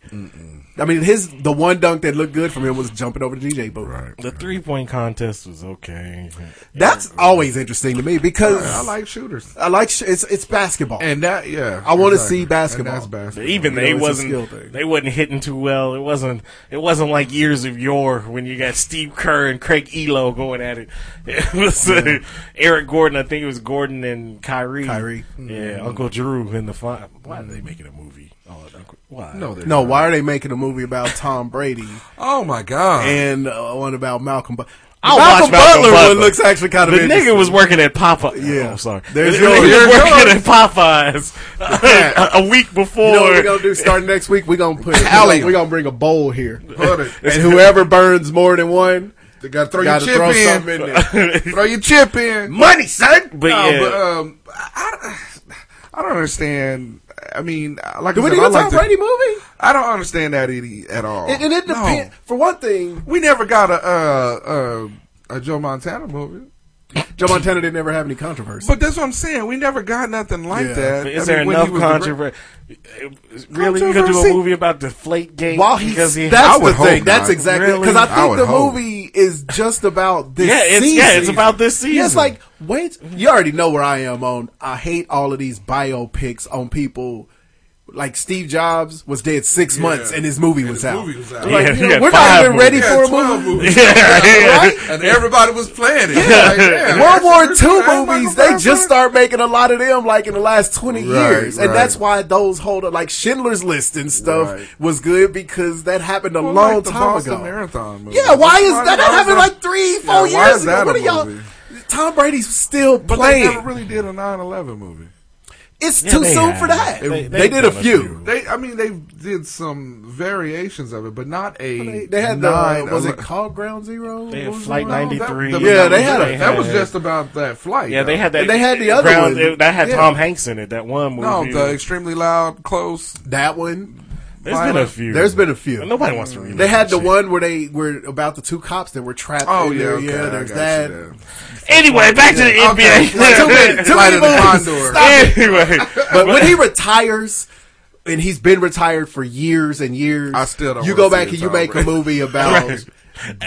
J: I mean, his the one dunk that looked good from him was jumping over to DJ Booth.
B: The three point contest was okay.
J: That's always interesting to me because
K: I like shooters.
J: I like sh- it's it's basketball.
K: And that, yeah.
J: I want to
K: exactly.
J: see
K: And
J: basketball.
K: that's basketball.
B: Even
J: You know,
B: they
J: it's a skill
B: wasn't
J: thing.
B: they wasn't hitting too well. It wasn't it wasn't like years of yore when you got Steve Kerr and Craig Elo going at it. [laughs] It was uh, Eric Gordon. I think it was Gordon and Kyrie.
J: Kyrie.
K: Mm-hmm.
B: yeah, Uncle Drew in the final. Why are they making a movie? Oh, Uncle, why?
K: No, they're
J: No,
K: not.
J: why are they making a movie about Tom Brady
K: Oh my God.
J: and uh, one about Malcolm? But
B: I'll
J: Malcolm,
B: watch Malcolm
J: Butler,
B: Butler.
J: one looks actually kind of
B: the nigga was working at Popeye. Yeah,
J: Yeah.
B: I'm sorry.
J: There's
B: the
J: your-
B: nigga
J: there's
B: was
J: your-
B: working at
J: [laughs]
B: Popeyes a, a week before.
J: You know what we're gonna do? Starting next week, we're gonna put
K: Alley 'em.
J: we're gonna bring a bowl here,
K: Put it.
J: and whoever burns more than one
K: They gotta throw
J: Gotta
K: your chip
J: throw
K: in.
J: something in there.
K: [laughs] throw your chip in.
J: Money, son!
K: But
J: But
K: no,
J: uh, yeah.
K: but um, I, I don't understand. I mean, like
J: Do
K: I
J: we
K: said,
J: need
K: I
J: a
K: like
J: Tom
K: to-
J: Brady movie?
K: I don't understand that any at all.
J: And, and it
K: No.
J: depends. For one thing,
K: We never got a uh, uh, a Joe Montana movie.
J: Joe Montana didn't ever have any controversy.
K: But that's what I'm saying. We never got nothing like
J: Yeah.
K: that.
B: Is
K: I
B: there
K: mean, when he
B: enough
K: was the great-
B: controversy? Really, you could do a
K: Controversy?
B: movie about deflate game
J: While he's,
B: because he
J: that's
B: I would
J: the
B: hope
J: thing.
B: not.
J: That's exactly because I
B: Really?
J: think
B: would
J: the
B: hope.
J: movie is just about this.
B: Yeah, it's-
J: season.
B: yeah, it's about this
J: Yeah, it's
B: season.
J: like wait, you already know where I am on. I hate all of these biopics on people. Like Steve Jobs was dead six months and his movie was out.
K: movie was out.
J: I'm like,
K: Yeah,
J: you
K: he
J: know,
K: had
J: we're
K: five
J: not even ready
K: movies.
J: for
K: He had
J: a
K: 12
B: [laughs]
J: movie.
K: movies.
J: right?
K: And everybody was playing it. Like, man,
J: [laughs] World War II movies, they just start making a lot of them like in the last 20
K: Right,
J: years. And
K: right.
J: that's why those hold up, like Schindler's List and stuff
K: Right.
J: was good because that happened a
K: Well,
J: long
K: like the
J: time
K: Boston
J: ago.
K: Marathon movie.
J: Yeah, why
K: That's
J: is
K: why-
J: that?
K: why
J: That
K: is
J: happened
K: that-
J: like three,
K: Yeah,
J: four
K: why
J: years
K: is that
J: ago. What
K: a
J: are y'all?
K: movie?
J: Tom Brady's still
K: But
J: playing.
K: they never really did a 9/11 movie.
J: it's too soon for that. They, did a few.
K: They, I mean, they did some variations of it, but not a.
J: They, they had the, uh,
K: nine.
J: was it called Ground Zero? What was it
B: Flight
J: called?
K: No, that-
B: 93.
K: that-
J: Yeah,
K: that
J: they
K: was-
J: had a-
K: That was
B: had-
K: just about that flight.
B: Yeah, they
K: though.
B: had that.
J: And they had the other
B: ground-
J: one.
B: that had
K: Yeah.
B: Tom Hanks in it. That one movie.
K: No, Oh, the extremely loud, close.
J: That one.
B: There's been a few.
J: There's been a few.
B: Nobody wants to read.
J: They had the one where they were about the two cops that were trapped.
K: Oh
J: in
K: yeah,
J: there.
K: okay,
J: yeah.
K: I
J: There's
K: got
J: that.
K: you there.
B: Anyway, back to the
K: Yeah, okay,
B: NBA.
K: flight-
B: [laughs]
J: Too many- too
K: flight
J: many
K: of the
J: movies.
K: Condor.
J: Stop it.
B: anyway,
J: But when he retires, and he's been retired for years and years,
K: I still don't
J: You
K: wanna
J: go back
K: see
J: and
K: it,
J: you
K: Tom
J: make a
K: Brady.
B: [laughs]
J: movie about
B: Right.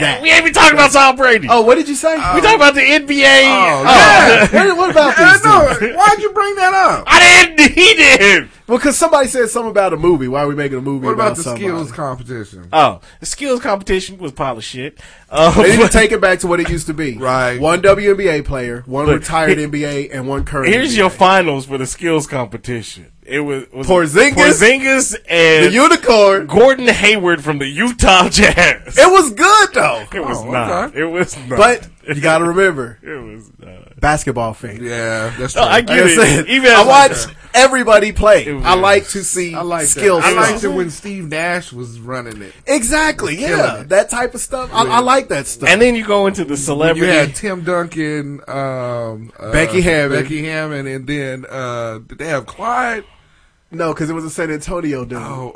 J: that.
B: we ain't been talking about Tom Brady.
J: Oh, what did you say?
B: we talking about the NBA.
K: Oh,
J: [laughs]
B: [laughs]
J: Oh, what, what about
K: I
J: these? dudes?
K: know. Why'd you bring that
J: [laughs]
K: up?
B: I didn't. He did.
J: Well, because somebody said something about a movie. Why are we making a movie
K: What about the
J: somebody? Uh,
K: skills competition?
B: Oh, the skills competition was pile of shit. Uh,
J: They need to
B: but
J: take it back to what it used to be.
K: Right.
J: One WNBA player, one
B: Look,
J: retired
B: he-
J: NBA, and one current.
B: here's
J: NBA.
B: your finals for the skills competition. It was, was
J: Porzingis?
B: Porzingis and
J: the unicorn.
B: Gordon Hayward from the Utah [laughs] Jazz.
J: It was good though.
B: It was
K: Oh,
B: not.
K: okay.
B: It was not. [laughs]
J: But you got to remember,
B: it was not.
J: basketball fan.
K: Yeah, that's true.
B: No, I
J: Like
B: get
J: I
B: it.
J: said,
B: Even
J: I
B: as-
J: watch everybody play.
B: It
J: I
B: was-
J: like to see
K: I like
J: skills.
K: That. I liked
J: stuff.
K: it when Steve Nash was running it.
J: exactly.
K: Killing
J: Yeah,
K: it.
J: that type of stuff. I, I like that stuff.
B: And then you go into the
K: You
B: celebrity.
K: had Tim Duncan, um, uh,
J: Becky Hammond.
K: Becky Hammond, and then uh, did they have Clyde?
J: no, because it was a San Antonio dude.
K: Oh,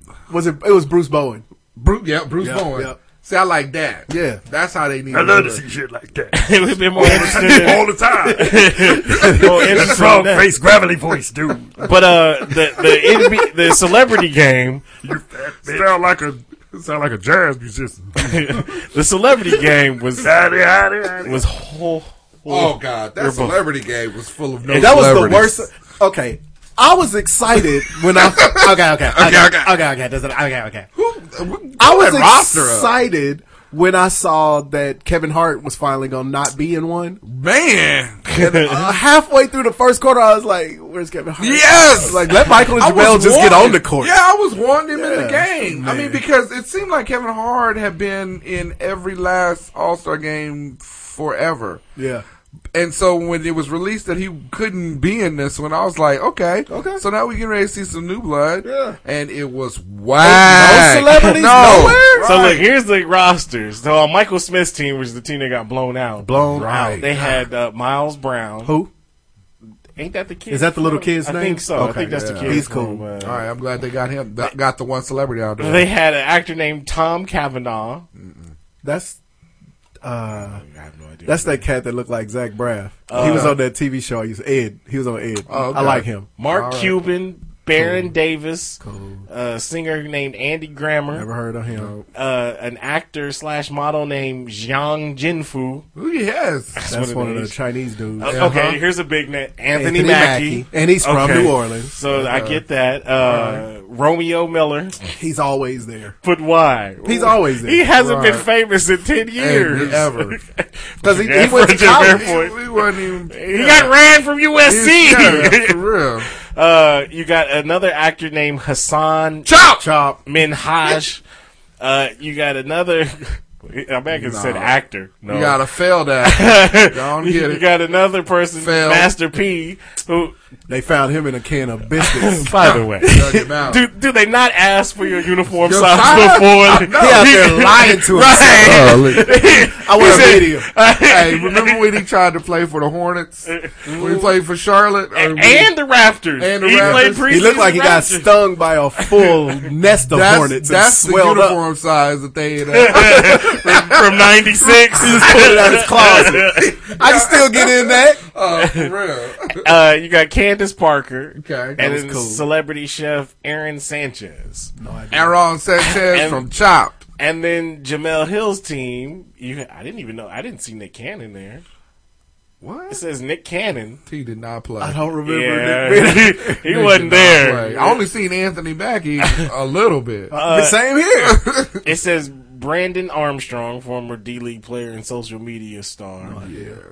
K: um,
J: Was it? It was Bruce Bowen.
K: Bruce, yeah, Bruce
J: Yeah,
K: Bowen.
J: yeah.
K: See, I like that.
J: Yeah.
K: that's how they need.
O: I
K: to
O: love
K: do
O: to
K: it.
O: see shit like [laughs] that.
B: it would have been more interesting. than-
O: All the [laughs] time.
B: more
O: That
B: interesting
O: strong
B: than that.
O: face, gravelly voice, dude.
B: But uh, the the NBA, the celebrity game,
O: You fat bitch. sound like a sound like a jazz musician.
B: [laughs] the celebrity game was
O: Howdy, howdy, howdy.
B: was whole. [laughs]
K: Oh God, that celebrity game was full of no.
J: that was the
K: celebrities.
J: worst. Okay, I was excited when I. [laughs] okay, okay, okay, okay, okay, okay. does it- okay, okay.
K: Who-
J: I
K: who
J: was
K: that roster up?
J: excited when I saw that Kevin Hart was finally gonna not be in one.
K: Man,
J: Uh, halfway through the first quarter, I was like, "Where's Kevin Hart?"
K: yes,
J: Like let Michael and
K: I was
J: Jamel just get
K: warning-
J: on the court.
K: Yeah, I was warning him in the
J: Yeah,
K: game. I
J: man.
K: mean, because it seemed like Kevin Hart had been in every last All Star game forever.
J: Yeah.
K: And so when it was released that he couldn't be in this one, I was like, okay,
J: Okay.
K: So now we getting ready to see some new blood.
J: Yeah.
K: And it was wow.
J: celebrities, nowhere?
B: So look, here's the rosters. So on Michael Smith's team, which is the team that got blown out,
J: Blown
K: Right.
J: out.
B: they had uh, Miles Brown.
J: Who?
B: Ain't that the kid?
J: Is that the little kid's
B: I
J: name?
B: think so. I
J: Okay,
B: think that's the
J: yeah.
B: kid.
J: He's
B: from,
J: cool.
B: uh,
K: All right, I'm glad they got him. That got the one celebrity out there.
B: They had an actor named Tom Cavanaugh.
J: That's uh,
B: I have no idea.
J: that's that Uh-huh. cat that looked like Zach Braff. he was on that TV show. I used Ed. He was on Ed.
K: Oh, okay.
J: I like him.
B: Mark
K: All right.
B: Cuban, Baron Davis,
J: Cool.
B: a singer named Andy Grammer,
J: Never heard of him.
B: uh, an actor slash model named Zhang Jinfu.
K: Ooh, yes.
J: That's
B: what it
J: one of the
B: is.
J: Chinese dudes. Uh-huh.
B: Uh, Okay, [laughs] here's a big name, Anthony,
J: Anthony
B: Mackie.
J: Mackie. And he's from
B: Okay.
J: New Orleans. Uh-huh.
B: So I get that. Uh, Romeo Miller,
J: He's always there.
B: but why?
J: He's always there.
B: He hasn't been
K: Right.
B: famous in ten years. [laughs]
K: ever.
J: Because he, he
B: That's
J: went to
B: what you're there
J: college.
B: for. Boy.
K: We wasn't even.
B: He got ran from [laughs]
K: Yeah,
B: USC.
K: for real.
B: uh, you got another actor named Hassan
K: Chop.
J: Chop.
B: Minhaj. Uh, you got another. [laughs] I back and said
K: Nah.
B: actor. No,
K: You
B: [laughs]
K: gotta fail that. Don't
B: You
K: get it.
B: got another person,
K: Fail.
B: Master P, who
J: They found him in a can of biscuits.
B: By
J: [laughs]
B: the way,
J: Dug him
K: [laughs]
J: out.
B: do, do they not ask for your uniform
J: Your
B: size
J: size?
B: before?
J: He
B: [laughs]
J: out [laughs] there lying to
B: Right.
J: I
B: He
J: was
B: said-
J: video.
K: hey, remember when he tried to play for the Hornets? When he played for Charlotte? And,
B: and the Raptors.
K: And the
B: He played
K: Raptors.
B: preseason
J: He looked like he got stung by a full nest of
K: that's,
J: hornets.
K: That's
J: and
K: the
J: swelled up.
K: uniform size that they had.
J: [laughs]
K: Uh,
B: from, from 96.
K: [laughs]
J: He [laughs] just pulled it out his closet. I can still get in that.
K: oh, for real.
B: Uh, you got Candace Parker
K: Okay. That
B: and
K: was
B: then
K: cool.
B: celebrity chef Aaron Sanchez.
K: Aaron Sanchez
B: And-
K: from Chopped.
B: And then Jamel Hill's team. You, I didn't even know. I didn't see Nick Cannon there. It
K: What?
B: says Nick Cannon.
K: He did not play.
J: I don't remember.
B: Yeah, [laughs] he, he wasn't there.
K: I only seen Anthony Mackie a little [laughs] bit.
J: The same here.
K: uh,
B: It says Brandon Armstrong, former D League player and social media star.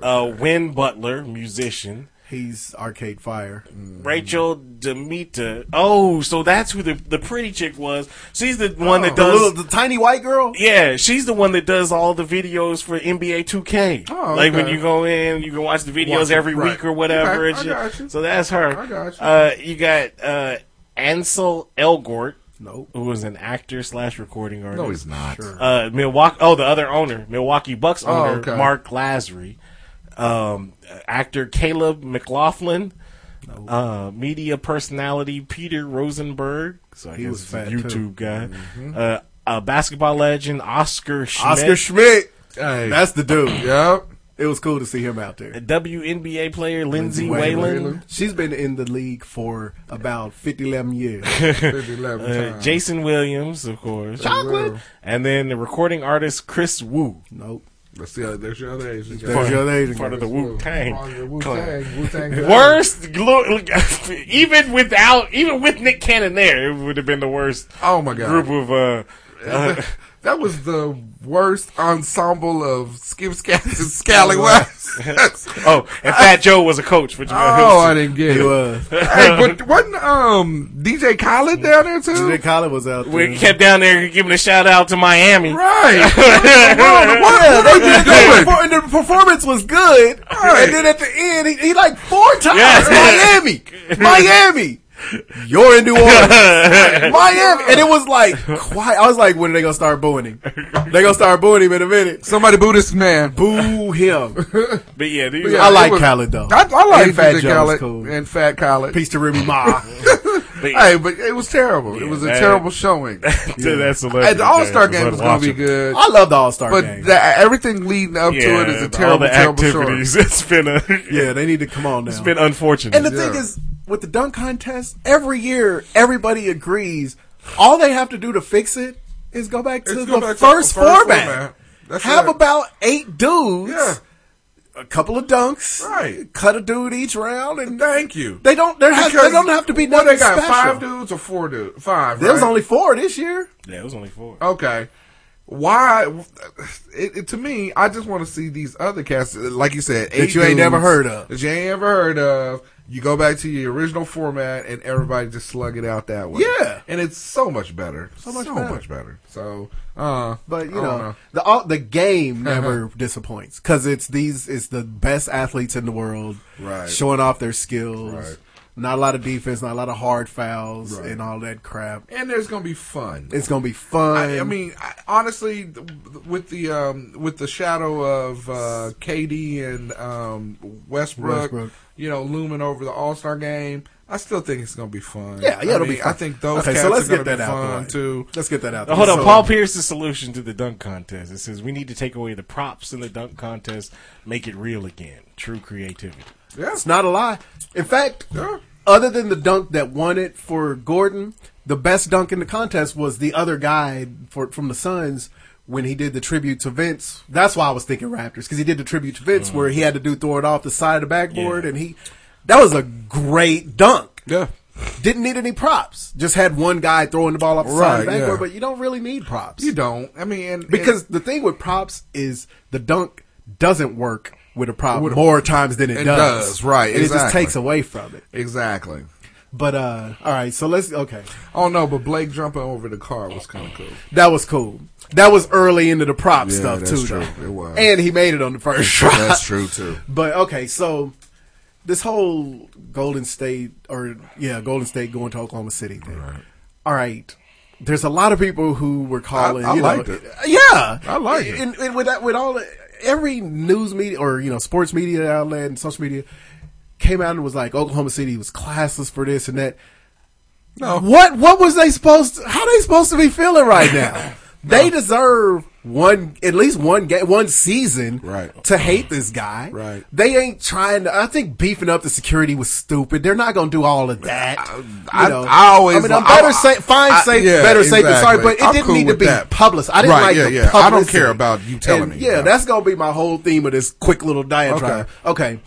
B: uh, Wynn Butler, musician.
J: He's Arcade Fire.
B: Rachel Demita. Oh, so that's who the the pretty chick was. She's the
K: Oh,
B: one that
J: The
B: does.
J: little, the tiny white girl.
B: yeah, she's the one that does all the videos for NBA 2K.
K: Oh,
B: Like when
K: okay.
B: you go in, you can watch the videos
K: Watch it,
B: every
K: right.
B: week or whatever.
K: Okay,
B: and
K: I
B: shit.
K: got you.
B: So that's her.
K: I got you.
B: Uh, you got uh, Ansel Elgort,
J: Nope.
B: who was an actor slash recording artist.
K: No, he's not.
B: uh, Milwaukee. Oh, the other owner, Milwaukee Bucks
J: Oh,
B: owner,
K: okay.
B: Mark Lazary, um, actor Caleb McLaughlin, uh, media personality Peter Rosenberg. So I
J: He
B: guess
J: was
B: it's
J: fat,
B: a
J: too. Mm-hmm.
B: YouTube guy. Uh, a basketball legend Oscar Schmidt.
J: Oscar Schmidt.
K: Hey.
J: That's the dude.
K: Yep.
J: It was cool to see him out there.
B: WNBA player Lindsey
J: Whalen.
B: Whalen,
J: She's been in the league for about 50 lemon years.
K: 11
B: uh,
K: times.
B: Jason Williams, of course,
K: Chocolate.
B: and then the recording artist Chris Wu,
J: nope.
K: [laughs] Let's see. uh, There's your other Asian guy.
J: There's your other Asian
B: part of
J: girl.
B: the Wu Tang.
K: Wu-Tang. [laughs] Wu-Tang.
B: worst glo- [laughs] even without even with Nick Cannon there it would have been the worst
K: Oh, my God.
B: group of uh,
K: [laughs]
B: uh
K: That was the worst ensemble of skip [laughs] scat and scallywags.
B: oh and Fat Joe was a coach which
K: [laughs] oh, I didn't get
J: He
K: it.
J: was.
K: hey, but wasn't um DJ Khaled down there too?
J: Nick Collin was out there.
B: we kept down there giving a shout out to Miami
K: Right. [laughs] what, what are you
J: Yeah, the,
K: doing?
J: perfor- and the performance was good,
K: Right.
J: and then at the end, he, he like four times
B: Yes.
J: Miami, Miami. You're in
K: [laughs]
J: New Orleans, Miami, and it was like quiet. I was like, when are they gonna start booing him? They gonna start booing him in a minute.
K: Somebody boo this man.
J: Boo him.
B: but yeah, these
K: Yeah,
J: I
K: it
J: like
K: was-
J: Khaled though.
K: I, I like
J: And Fat
K: DJ
J: Joe
K: Khaled
J: was cool.
K: and Fat Khaled.
J: Peace to Remy
K: [laughs]
J: Ma.
B: but yeah,
K: Hey, but it was terrible. it was a
B: that-
K: terrible
J: [laughs]
B: [laughs]
K: showing.
B: to that celebrity
K: And the All Star
B: game
K: game was going to be good.
J: I love the All Star
K: But
J: game.
K: the, everything leading up
B: yeah,
K: to it is a
B: all
K: terrible,
B: the
K: terrible show.
B: activities [laughs] it's been a
J: yeah, they need to come on now.
B: it's been unfortunate
J: And the
K: Yeah.
J: thing is, with the dunk contest, every year everybody agrees. All they have to do to fix it is go back to
K: It's
J: the
K: go back to
J: first,
K: the first
J: format.
K: format. That's
J: have
K: right.
J: about eight dudes,
K: Yeah.
J: a couple of dunks,
K: Right.
J: cut a dude each round, and
K: Thank you.
J: they don't. There has, they
K: Because
J: don't have to be
K: what
J: nothing
K: they got
J: special.
K: five dudes or four dudes? Five.
J: There was
K: right?
J: only four this year.
B: yeah it was only four
K: okay. Why? It, it, to me, I just want to see these other casts, like you said, eight
J: you ain't
K: dudes
J: never heard of.
K: that you ain't ever heard of. You go back to your original format, and everybody just slug it out that way.
J: Yeah.
K: and it's so much better, so much,
J: much
K: so
J: better.
K: much better. So, uh,
J: But you
K: I
J: know,
K: don't
J: the all,
K: [laughs]
J: the game never disappoints because it's these it's the best athletes in the world,
K: Right.
J: Showing off their skills.
K: Right.
J: Not a lot of defense, not a lot of hard fouls,
K: Right.
J: and all that crap.
K: and there's gonna be fun.
J: It's gonna be fun.
K: I, I mean, I, honestly, th- with the um, with the shadow of uh, KD and um, Westbrook,
J: Westbrook.
K: you know, looming over the All Star game, I still think it's gonna be fun.
J: yeah, yeah,
K: I
J: it'll
K: mean,
J: be. Fun.
K: I think those
J: Okay,
K: cats
J: so let's
K: are gonna
J: get that
K: be
J: out the
K: fun
J: way.
K: too.
J: Let's get that out.
B: Now, Oh, Hold
J: there.
B: on,
J: So-
B: Paul Pierce's solution to the dunk contest. It says we need to take away the props in the dunk contest, make it real again. True creativity.
K: Yeah,
J: It's not a lie. In fact,
K: Yeah.
J: other than the dunk that won it for Gordon, the best dunk in the contest was the other guy for, from the Suns when he did the tribute to Vince. That's why I was thinking Raptors because he did the tribute to Vince where he had to do throw it off the side of the backboard,
B: Yeah.
J: and he that was a great dunk.
K: yeah.
J: Didn't need any props. Just had one guy throwing the ball off the side of the
K: Right,
J: backboard,
K: yeah.
J: but you don't really need props
K: You don't. I mean, and,
J: because the thing with props is the dunk doesn't work with a prop more times than it,
K: It
J: does.
K: does, right,
J: And it just
K: exactly.
J: takes away from it.
K: and- exactly.
J: But uh all right, so let's okay.
K: Oh no, but Blake jumping over the car was kind
J: [laughs]
K: of cool.
J: That was cool. That was early into the prop
K: Yeah,
J: stuff
K: that's
J: too.
K: true.
J: though.
K: It was.
J: And he made it on the first try.
K: true too.
J: But okay, so this whole Golden State or yeah, Golden State going to Oklahoma City thing. All right. There's a lot of people who were calling.
K: I
J: you
K: liked
J: know,
K: it.
J: Yeah,
K: I liked it.
J: And, and with that, with all the- every news media or you know sports media outlet and social media came out and was like Oklahoma City was classless for this and that. No, what what was they supposed? To, how they supposed to be feeling right
K: [laughs]
J: now? They deserve one at least one game, one season right. to hate this guy. Right. They ain't trying to. I think beefing up the security was stupid. They're not going to do all of that.
K: I-
J: you know.
K: I always-
J: I mean, I'm
K: I-
J: better
K: I-
J: safe. Fine,
K: I-
J: safe.
K: yeah,
J: better safe than sorry.
K: exactly.
J: But it
K: I'm
J: didn't
K: cool
J: need to
K: with
J: be
K: that.
J: published. I didn't
K: Right,
J: like
K: yeah,
J: the
K: yeah. I don't
J: publicity.
K: care about you telling
J: And
K: me.
J: Yeah, that's going to be my whole theme of this quick little diatribe. Okay.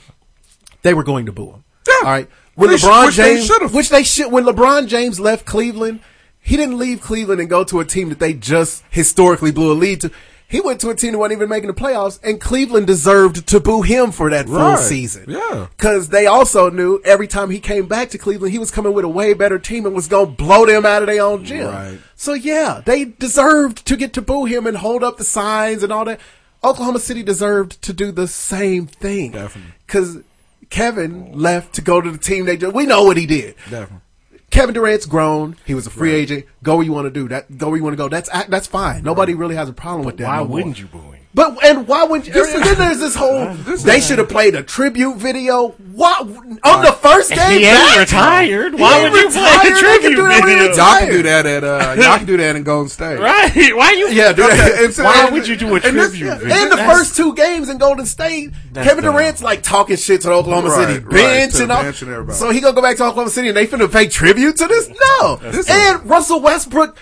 J: They were going to boo him. All right. When
K: They sh-
J: LeBron
K: which they
J: James, which they should, when LeBron James left Cleveland, he didn't leave Cleveland and go to a team that they just historically blew a lead to. He went to a team that wasn't even making the playoffs, and Cleveland deserved to boo him for that full
K: Right.
J: season.
K: Yeah.
J: Because they also knew every time he came back to Cleveland, he was coming with a way better team and was going to blow them out of their own gym.
K: Right.
J: So, yeah, they deserved to get to boo him and hold up the signs and all that. Oklahoma City deserved to do the same thing. Definitely. Because Kevin left to go to the team they did. We know what he did.
K: Definitely.
J: Kevin Durant's grown. He was a free agent. Go where you want to do that. Go where you want to go. That's that's fine. Nobody really has a problem with that.
B: Why
J: no more.
B: wouldn't you boo him?
J: But and why would you?
B: This
J: and
B: is-
J: then there's this whole.
B: [laughs] This
J: they
B: is-
J: should have played a tribute video. Why on the first
B: He
J: day?
B: ain't
J: back?
B: retired.
J: He
B: Why
J: ain't
B: would you play a
J: retired. They can
B: tribute
J: do that when he
B: video?
J: retired.
K: Y'all can do that at uh, y'all can do that in Golden
B: [laughs]
K: State,
B: Right? Why you?
J: Yeah, [laughs] uh, do that.
K: And so-
B: Why would you do a
K: and this-
B: tribute?
K: yeah,
J: In the first two games in Golden State,
B: That's
J: Kevin
B: dumb.
J: Durant's like talking shit to the Oklahoma
K: Right,
J: City
K: right,
J: bench
K: to
J: and
K: the
J: all.
K: bench and everybody.
J: so he gonna go back to Oklahoma City and they finna pay tribute to this? No.
K: That's
J: and Russell Westbrook,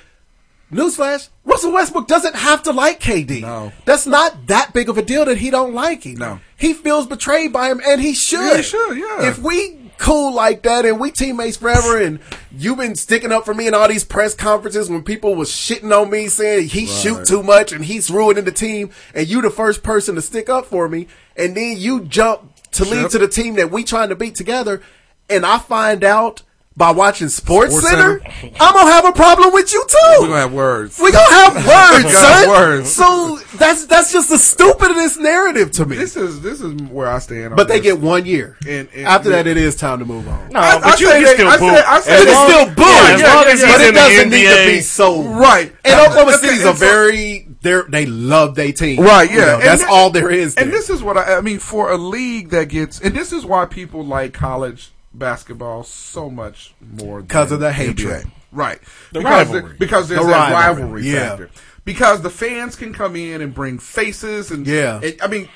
J: newsflash, Russell Westbrook doesn't have to like KD. No. That's not that big of a deal that he don't like him. No. He feels betrayed by him and he should.
K: he should, yeah.
J: If we cool like that and we teammates forever and you've been sticking up for me in all these press conferences when people was shitting on me saying he shoot too much and he's ruining the team and you the first person to stick up for me and then you jump to lead
K: Yep.
J: to the team that we trying to beat together and I find out by watching Sports,
K: Sports
J: Center,
K: Center.
J: I'm gonna have a problem with you too.
K: We're gonna have words.
J: We gonna have words,
K: [laughs] We gonna have
J: son.
K: words.
J: So that's that's just the stupidest narrative to me.
K: This is this is where I stand. on
J: but they
K: this.
J: get one year.
K: And- and-
J: After that, it is time to move on.
B: No,
K: I-
B: but
K: I
B: you
K: say
B: can
K: they-
B: still
K: I
B: boo.
K: say- I say
B: As
J: But it's
B: long-
J: still booing.
B: Yeah, as long as
J: but
B: he's
J: it
B: in the
J: doesn't need to
B: NBA.
J: be sold.
K: Right.
J: And
K: Uh,
J: Oklahoma
K: okay,
J: City's
K: and
J: a
K: so-
J: very they're, they love their team.
K: Right, yeah.
J: You know,
K: And
J: that's
K: thi-
J: all there is.
K: And
J: there.
K: this is what I, I mean for a league that gets, and this is why people like college basketball so much more than
J: 'Cause of the
K: NBA.
J: hatred.
K: right?
B: The
K: because
B: rivalry.
K: the- because there's
J: The
K: that
J: rivalry,
K: rivalry,
J: yeah.
K: factor. Because the fans can come in and bring faces, and
J: Yeah.
K: and- I mean,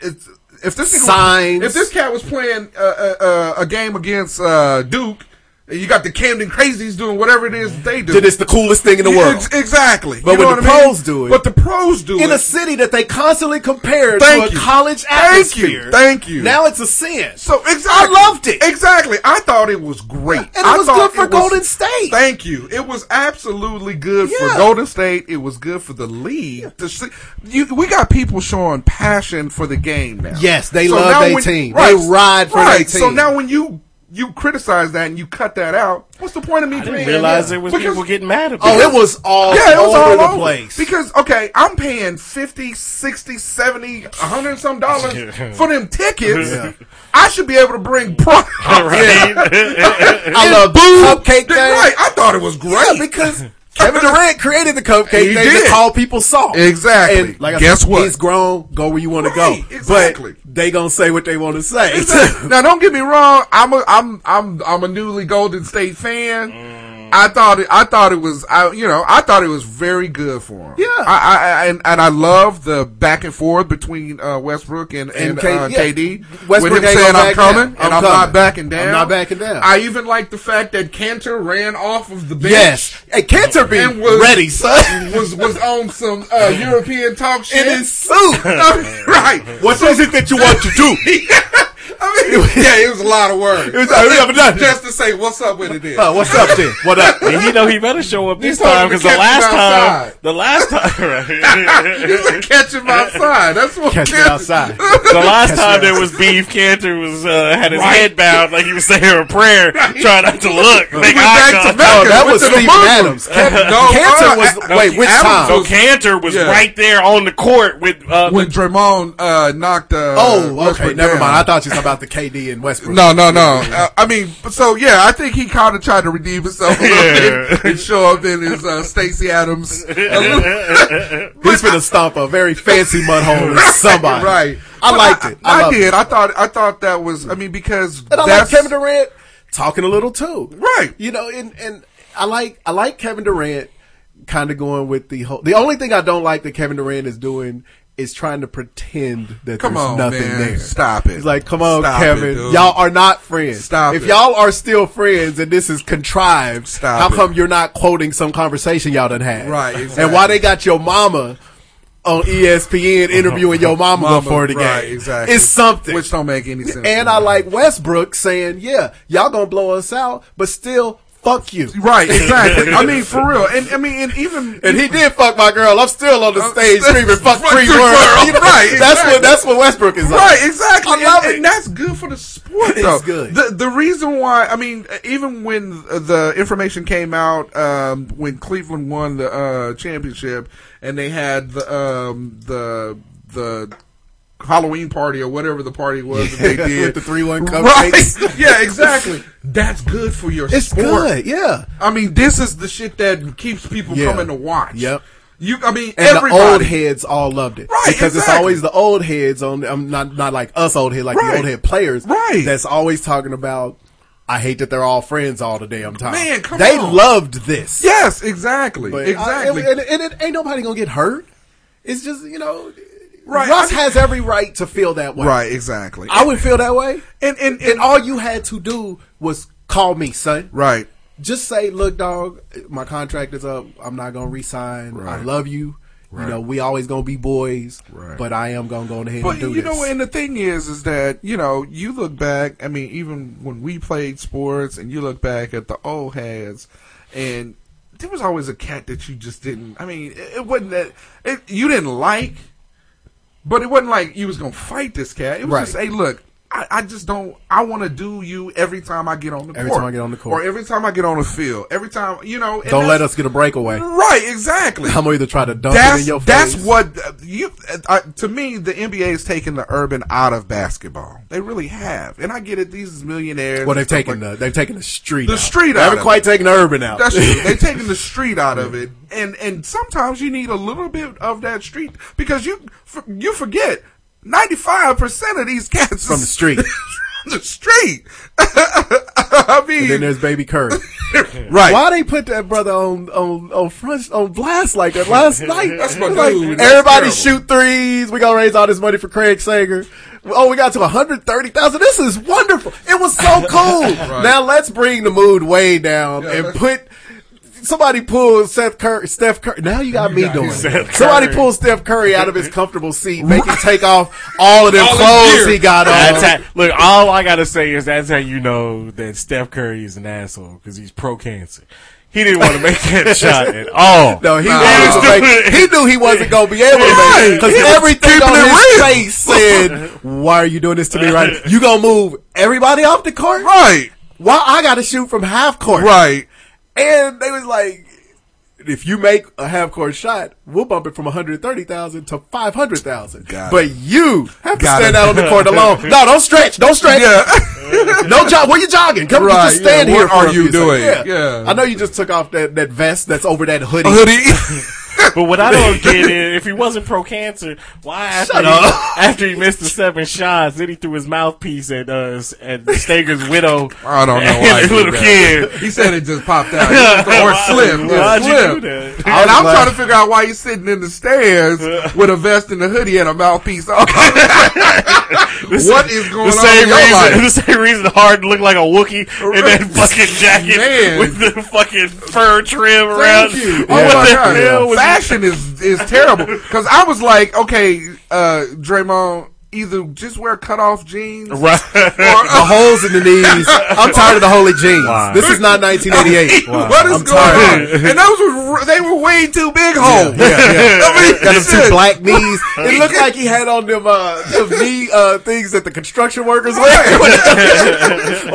K: it's, if this nigga-
J: Signs.
K: if this cat was playing uh, uh, uh, a game against uh, Duke. and You got the Camden Crazies doing whatever it is they do.
J: Then it's the coolest thing in the
K: Yeah,
J: world.
K: ex- exactly.
J: But
K: You know
J: when the
K: what I mean?
J: pros do it-
K: But the pros do it.
J: in a city that they constantly compare
K: Thank
J: to a
K: you.
J: college
K: Thank you.
J: atmosphere.
K: Thank you.
J: Now it's a sin.
K: So exactly,
J: I loved it.
K: Exactly, I thought it was great.
J: And it
K: I
J: was
K: thought
J: good for
K: it was-
J: Golden State.
K: Thank you. It was absolutely good
J: Yeah.
K: for Golden State. It was good for the league. To see, you, we got people showing passion for the game now.
J: Yes, they love
K: now
J: their team. They ride for their
K: right. So
J: team.
K: now when you you criticize that and you cut that out, what's the point of me?
B: I didn't
K: paying-
B: realize there was
K: Because-
B: people getting mad about
J: Oh,
B: [laughs]
J: it was all
K: yeah, it was
J: over
K: all
J: the
K: over
J: place.
K: Because, okay, I'm paying 50, 60, 70, 100 and some dollars
B: Yeah.
K: for them tickets.
J: Yeah.
K: I should be able to bring [laughs] product.
B: Right?
J: I love cupcake thing.
K: Right. I thought it was great.
J: Yeah, because [laughs] Kevin Durant created the cupcake
K: He
J: thing that
K: did.
J: all people saw.
K: Exactly.
J: And like I
K: Guess
J: said,
K: what?
J: He's grown. Go where you want
K: Right,
J: to go.
K: exactly.
J: But they gonna say what they want to say. [laughs]
K: Exactly. [laughs] now don't get me wrong. I'm a I'm I'm I'm a newly Golden State fan.
J: Mm.
K: I thought it. I thought it was. I you know. I thought it was very good for him.
J: Yeah.
K: I, I, I and, and I love the back and forth between uh, Westbrook and and,
J: And K-
K: uh,
J: yeah.
K: KD.
J: Westbrook
K: with him
J: ain't
K: saying
J: gonna
K: I'm
J: back
K: coming
J: down.
K: and
J: I'm
K: I'm
J: coming.
K: not backing down.
J: I'm not backing down.
K: I even like the fact that Cantor ran off of the bench.
J: yes. Hey, Cantor be
K: And was- [laughs]
J: ready, son.
K: Was was on some uh, European talk shit.
J: In
K: [laughs]
J: his suit.
K: right.
J: what is it that you want to do?
K: I mean, yeah, it was a lot of words.
J: was like, we haven't done it.
K: just to say what's up with it is. [laughs]
J: Uh, what's up, then? What up?
B: And you know he better show up this
K: told
B: time
K: him to
B: because the
K: catch him
B: last time,
K: outside.
B: the last time, [laughs] right?
J: [laughs]
K: It's like catch him outside. That's what
J: Catch me
K: catch- [laughs]
J: outside.
B: the last time there was beef, Cantor was uh, had his head bound like he was saying a prayer, trying not to look. Make
K: went
B: eye
K: back to
B: contact.
K: Mecca.
J: Oh, that
K: Went
J: was
K: to the
J: Stephen
K: Muslims.
J: Adams.
K: Kept- no,
J: Cantor
K: uh,
J: was
K: uh,
J: wait. Which
K: Adams
J: time?
B: So Cantor was
K: Yeah.
B: right there on the court with uh,
K: when Draymond uh, knocked uh,
J: Oh,
K: Westbrook
J: okay. Never
K: down.
J: mind. I thought you was talking about out to KD and Westbrook.
K: Oh, No, no, no. Uh, I mean, so yeah, I think he kind of tried to redeem himself a
J: [laughs]
K: little bit and show up in his uh, Stacy Adams. a little-
J: He's finna stomp a very fancy mud hole in
K: [laughs]
J: somebody.
K: right.
J: I
K: But
J: liked it. I,
K: I,
J: loved
K: did.
J: It.
K: I thought. I thought that was. I mean, because
J: And I like
K: that's
J: Kevin Durant talking a little too.
K: Right.
J: You know, and, and I like I like Kevin Durant kind of going with the whole. The only thing I don't like that Kevin Durant is doing is trying to pretend that
K: Come
J: there's
K: on,
J: nothing
K: man.
J: there.
K: Stop it.
J: He's like, come on,
K: Stop it,
J: Kevin.
K: dude.
J: y'all are not friends.
K: Stop
J: If
K: it.
J: y'all are still friends and this is contrived,
K: Stop
J: how
K: it.
J: come you're not quoting some conversation y'all done had?
K: Right,
J: And why they got your mama on E ESPN interviewing your mama,
K: Mama,
J: before the
K: right,
J: game?
K: exactly.
J: It's something.
K: which don't make any sense.
J: And I like Westbrook saying, yeah, y'all gonna blow us out, but still, fuck you.
K: Right, exactly. I mean, for real. And I mean, and even
J: And he did fuck my girl. I'm still on the stage screaming, fuck
K: Fuck
J: free
K: free
J: world.
K: world.
J: [laughs] You know,
K: Right,
J: That's
K: exactly.
J: what, that's what Westbrook is like.
K: Right, exactly.
J: I love
K: and,
J: it.
K: and that's good for the sport,
J: It's
K: though.
J: good.
K: The the reason why, I mean, even when the information came out, um, when Cleveland won the uh, championship, and they had the um, the the Halloween party or whatever the party was that they
J: [laughs]
K: did
J: With the 3-1
K: Right. [laughs]
J: cupcakes.
K: yeah, exactly. That's good for your
J: It's
K: sport.
J: good, yeah.
K: I mean, this is the shit that keeps people
J: Yeah.
K: coming to watch.
J: Yep.
K: You, I mean,
J: And
K: everybody.
J: the old heads all loved it.
K: Right,
J: Because it's
K: exactly.
J: always the old heads on, I'm not, not like us old head, like
K: Right.
J: the old head players.
K: Right.
J: That's always talking about, I hate that they're all friends all the damn time.
K: Man, come
J: They
K: on.
J: loved this.
K: Yes, exactly.
J: But uh, I-
K: exactly.
J: and, and- and it ain't nobody gonna get hurt. It's just you know,
K: Right,
J: Russ
K: I mean-
J: has every right to feel that way.
K: right, exactly.
J: I would feel that way.
K: And and,
J: And all you had to do was call me, son.
K: right.
J: Just say, look, dog, my contract is up. I'm not gonna resign. I
K: Right.
J: love you. You know, we always gonna be boys.
K: Right.
J: But I am gonna go ahead
K: But
J: and do
K: you
J: this.
K: know, and the thing is, is that you know, you look back. I mean, even when we played sports, and you look back at the old heads, and there was always a cat that you just didn't. I mean, it, it wasn't that it, you didn't like, but it wasn't like you was gonna fight this cat. It was
J: Right.
K: just, hey, look. I, I just don't. I want to do you every time I get on the
J: Every
K: court.
J: time I get on the court.
K: or every time I get on the field, every time you know. and
J: Don't let
K: that's-
J: us get a breakaway.
K: Right, exactly.
J: I'm gonna either try to dunk it
K: that's
J: in your face.
K: that's what uh, you uh, I, to me the NBA is taking the urban out of basketball. They really have, and I get it. These millionaires.
J: Well, they've
K: and stuff
J: taken
K: like-
J: the they've taken the street.
K: The
J: out.
K: street
J: They
K: out
J: haven't
K: of
J: quite taken the urban
K: [laughs]
J: out.
K: That's true.
J: [laughs]
K: They're taking the street out of it, and and sometimes you need a little bit of that street because you f- you forget ninety five percent of these cats
J: From the
K: is-
J: street.
K: [laughs] from the street. [laughs] I
J: And then
K: mean,
J: there's Baby Curry.
K: right?
J: Why they put that brother on on on front on blast like that last night?
K: That's my
J: It's like,
K: dude. That's
J: everybody
K: terrible.
J: shoot threes. We gonna raise all this money for Craig Sager. Oh, we got to one hundred thirty thousand. This is wonderful. It was so cool. Now let's bring the mood way down and put. Somebody pull Seth Curry, Steph Curry. Now you got me doing. it.
B: Seth
J: Somebody
B: Curry.
J: pull Steph Curry out of his comfortable seat, make him take off all of them
B: All his
J: clothes
B: gear.
J: he got on.
B: That's how, look, all I gotta say is that's how you know that Steph Curry is an asshole because he's pro cancer. He didn't want to make that shot at all.
J: No, he
K: Nah. [laughs]
J: wanted
B: [laughs]
J: to make, he knew he wasn't gonna be able to make
B: Right.
J: because
B: He was
J: everything
B: keeping
J: on
B: it
J: his
B: real.
J: face said, "Why are you doing this to me? Right? You gonna move everybody off the court?
K: Right,
J: Why I gotta shoot from half court?
K: right.
J: And they was like, if you make a half court shot, we'll bump it from 130,000 to 500,000.
K: Got
J: But you have to
K: Got it.
J: stand out on the court
K: [laughs]
J: alone. No, don't stretch. Don't stretch. [laughs] no jog. Where you jogging? Come
K: Right,
J: just stand
K: yeah,
J: here.
K: what
J: for
K: are
J: a
K: you
J: few seconds.
K: doing? Yeah.
J: I know you just took off that, that vest that's over that hoodie.
K: [laughs] Hoodie.
B: But what I don't get is if he wasn't pro cancer, why after
J: Shut
B: he,
J: up.
B: after he missed the seven shots, then he threw his mouthpiece at uh, at Stager's widow.
K: I
B: [laughs]
K: don't know
B: and
K: why.
B: his
K: he
B: little
K: did
B: kid.
K: that. He said it just
B: [laughs]
K: popped out. or slipped.
B: Why'd
K: It
B: you
K: slipped.
B: do that?
K: And I'm
J: glad-
K: trying to figure out why he's sitting in
B: [laughs]
K: the stairs with a vest and a hoodie and a mouthpiece on. [laughs] Oh what is going
B: The
K: on in
B: same
K: your
B: reason, the
K: life?
B: same reason Harden looked like a Wookiee in that fucking jacket
K: Man.
B: with the fucking fur trim around.
K: Thank you.
B: What
K: oh my
B: the
K: God.
B: hell was
K: Fashion is is terrible. Because I was like, okay, uh, Draymond, either just wear cut off jeans
B: Right.
K: or
J: The holes in the knees. I'm tired of the holy jeans. This is not 1988.
K: [laughs] what is
J: I'm
K: going
J: tired.
K: on? And those were they were way too big holes. [laughs] I mean,
J: Got them two
K: shit.
J: black knees. It looked like he had on them uh, them knee uh, things that the construction workers wear,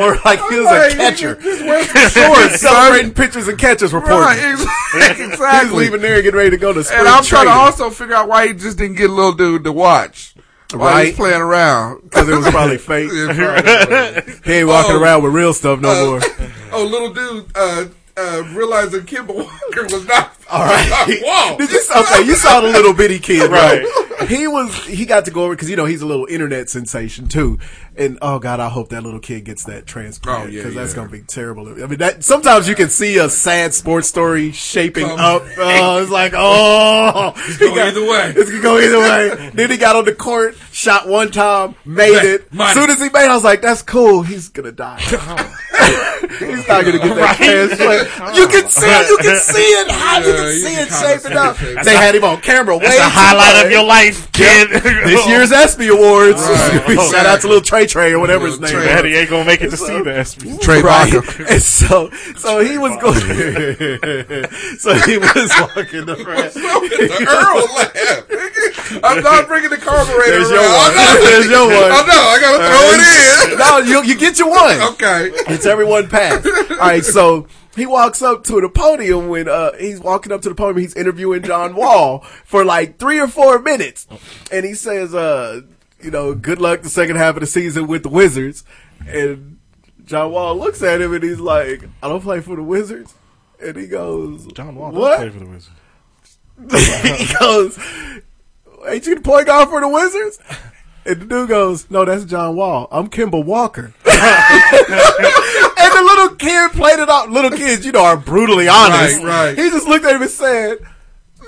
J: [laughs] or like he was
K: Like,
J: a catcher.
K: Just
J: [laughs]
K: wear some
J: Shorts,
K: shorts, son.
J: celebrating pitchers and catches reporting.
K: Right, ex- [laughs]
J: He's
K: exactly.
J: leaving there and getting ready to go to spring
K: And I'm trying
J: training.
K: to also figure out why he just didn't get little dude to watch. While he's playing around.
J: [laughs] because it was
K: [laughs]
J: probably fake.
K: It's probably fake.
J: he ain't walking
K: Oh.
J: around with real stuff no
K: Uh,
J: more.
K: Oh, little dude uh, uh, realizing Kimball Walker was
J: [laughs]
K: not. All right. [laughs] Whoa.
J: Did you okay? You saw the little bitty kid, right? He was he got to go over because you know he's a little internet sensation too, and oh god, I hope that little kid gets that transplant
K: Oh, yeah,
J: because that's
K: yeah.
J: gonna be terrible. I mean, that sometimes you can see a sad sports story shaping
K: Come.
J: up. Oh, it's like oh,
K: It's going either way.
J: It's gonna go either way. then he got on the court, shot one time, made
K: Made-
J: it.
K: made
J: As soon as he made, it, I was like, that's cool. He's
B: [laughs]
J: gonna die.
B: Uh-huh.
J: He's not gonna get that transplant. You can see it. You can see it. How you can see it shaping up. They had him on camera. Way
B: That's the
J: too
B: highlight
J: much.
B: of your life, kid. [laughs]
J: This year's ESPY Awards.
B: Right.
J: [laughs] Shout out to little Trey Trey or whatever his name.
B: Trey.
J: is.
B: Daddy ain't gonna make it to see the ESPYs. Trey Baca.
J: And so, so he was going. [laughs] so he was walking around.
K: the Earl laugh. I'm not bringing the carburetor
J: There's
K: around.
J: your one.
K: I know.
J: There's your
K: [laughs]
J: one.
K: I know. I gotta throw it in. [laughs]
J: [laughs] No, you you get your one.
K: Okay.
J: It's everyone pass. All right, so he walks up to the podium when uh he's walking up to the podium. He's interviewing John Wall for like three or four minutes, and he says, "Uh, you know, good luck the second half of the season with the Wizards." And John Wall looks at him and he's like, "I don't play for the Wizards," and he goes, "John Wall,
P: does
J: what?"
P: play for the Wizards.
J: [laughs] he goes, "Ain't you the point guard for the Wizards?" And the dude goes, "No, that's John Wall. I'm Kimball Walker." [laughs] and the little kid played it off. Little kids, you know, are brutally honest.
K: Right, right.
J: He just looked at him and said, "Man,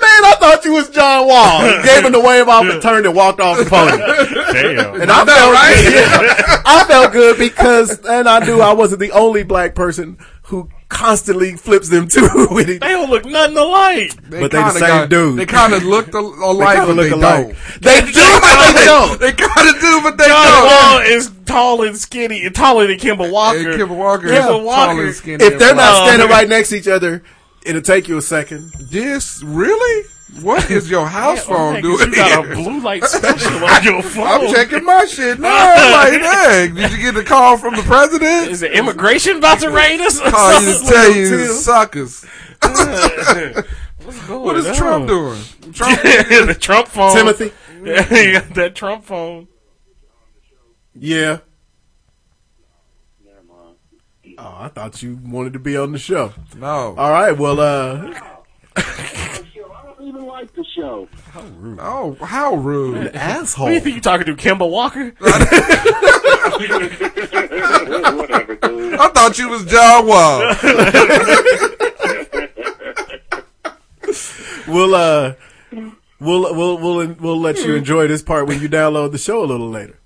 J: I thought you was John Wall." Gave him the wave off and turned and walked off the podium.
B: Damn.
J: And I felt right? I felt good [laughs] because, and I knew I wasn't the only black person who constantly flips them [laughs] too when he
B: They don't look nothing alike.
J: but they the same dude.
K: They
J: [laughs]
K: kind of look al- alike,
J: kinda
K: but
J: look
K: they
J: alike. [laughs]
K: don't.
J: They do, but [laughs] they don't.
K: [laughs] They kind of do, but they
B: John
K: don't.
B: Wall is tall and skinny, and taller than Kimber Walker.
K: And Kimber Walker
B: Kimber
K: is tall
B: Walker.
K: and skinny.
J: If they're
B: Uh,
J: not standing right next to each other, it'll take you a second.
K: This really? What is your house phone
B: nigga,
K: doing?
B: Oh, you got
K: here? [laughs]
B: a blue light special on your
K: I'm
J: Oh.
B: phone.
K: checking my shit now. I'm like, dang, did you get the call from the president?
B: Is the immigration about to raid us? or [laughs]
K: Call you to
B: something?
K: tell you
J: [laughs]
K: suckers. [laughs]
B: What's going
K: What is
B: on?
K: Trump doing? Trump
B: the Trump [laughs] phone.
K: Oh.
J: Timothy?
B: [laughs] Yeah, you got that Trump phone.
J: Yeah. Oh, I thought you wanted to be on the show.
K: No.
J: All right, well, uh,
Q: even like the show.
K: Oh, how rude.
B: Who you
J: asshole.
B: think you talking to, Kimba Walker?
Q: Whatever, dude.
K: [laughs] I thought you was John Wall.
J: [laughs] We'll, uh, we'll, we'll, we'll, we'll let
K: Hmm.
J: you enjoy this part when you download the show a little later.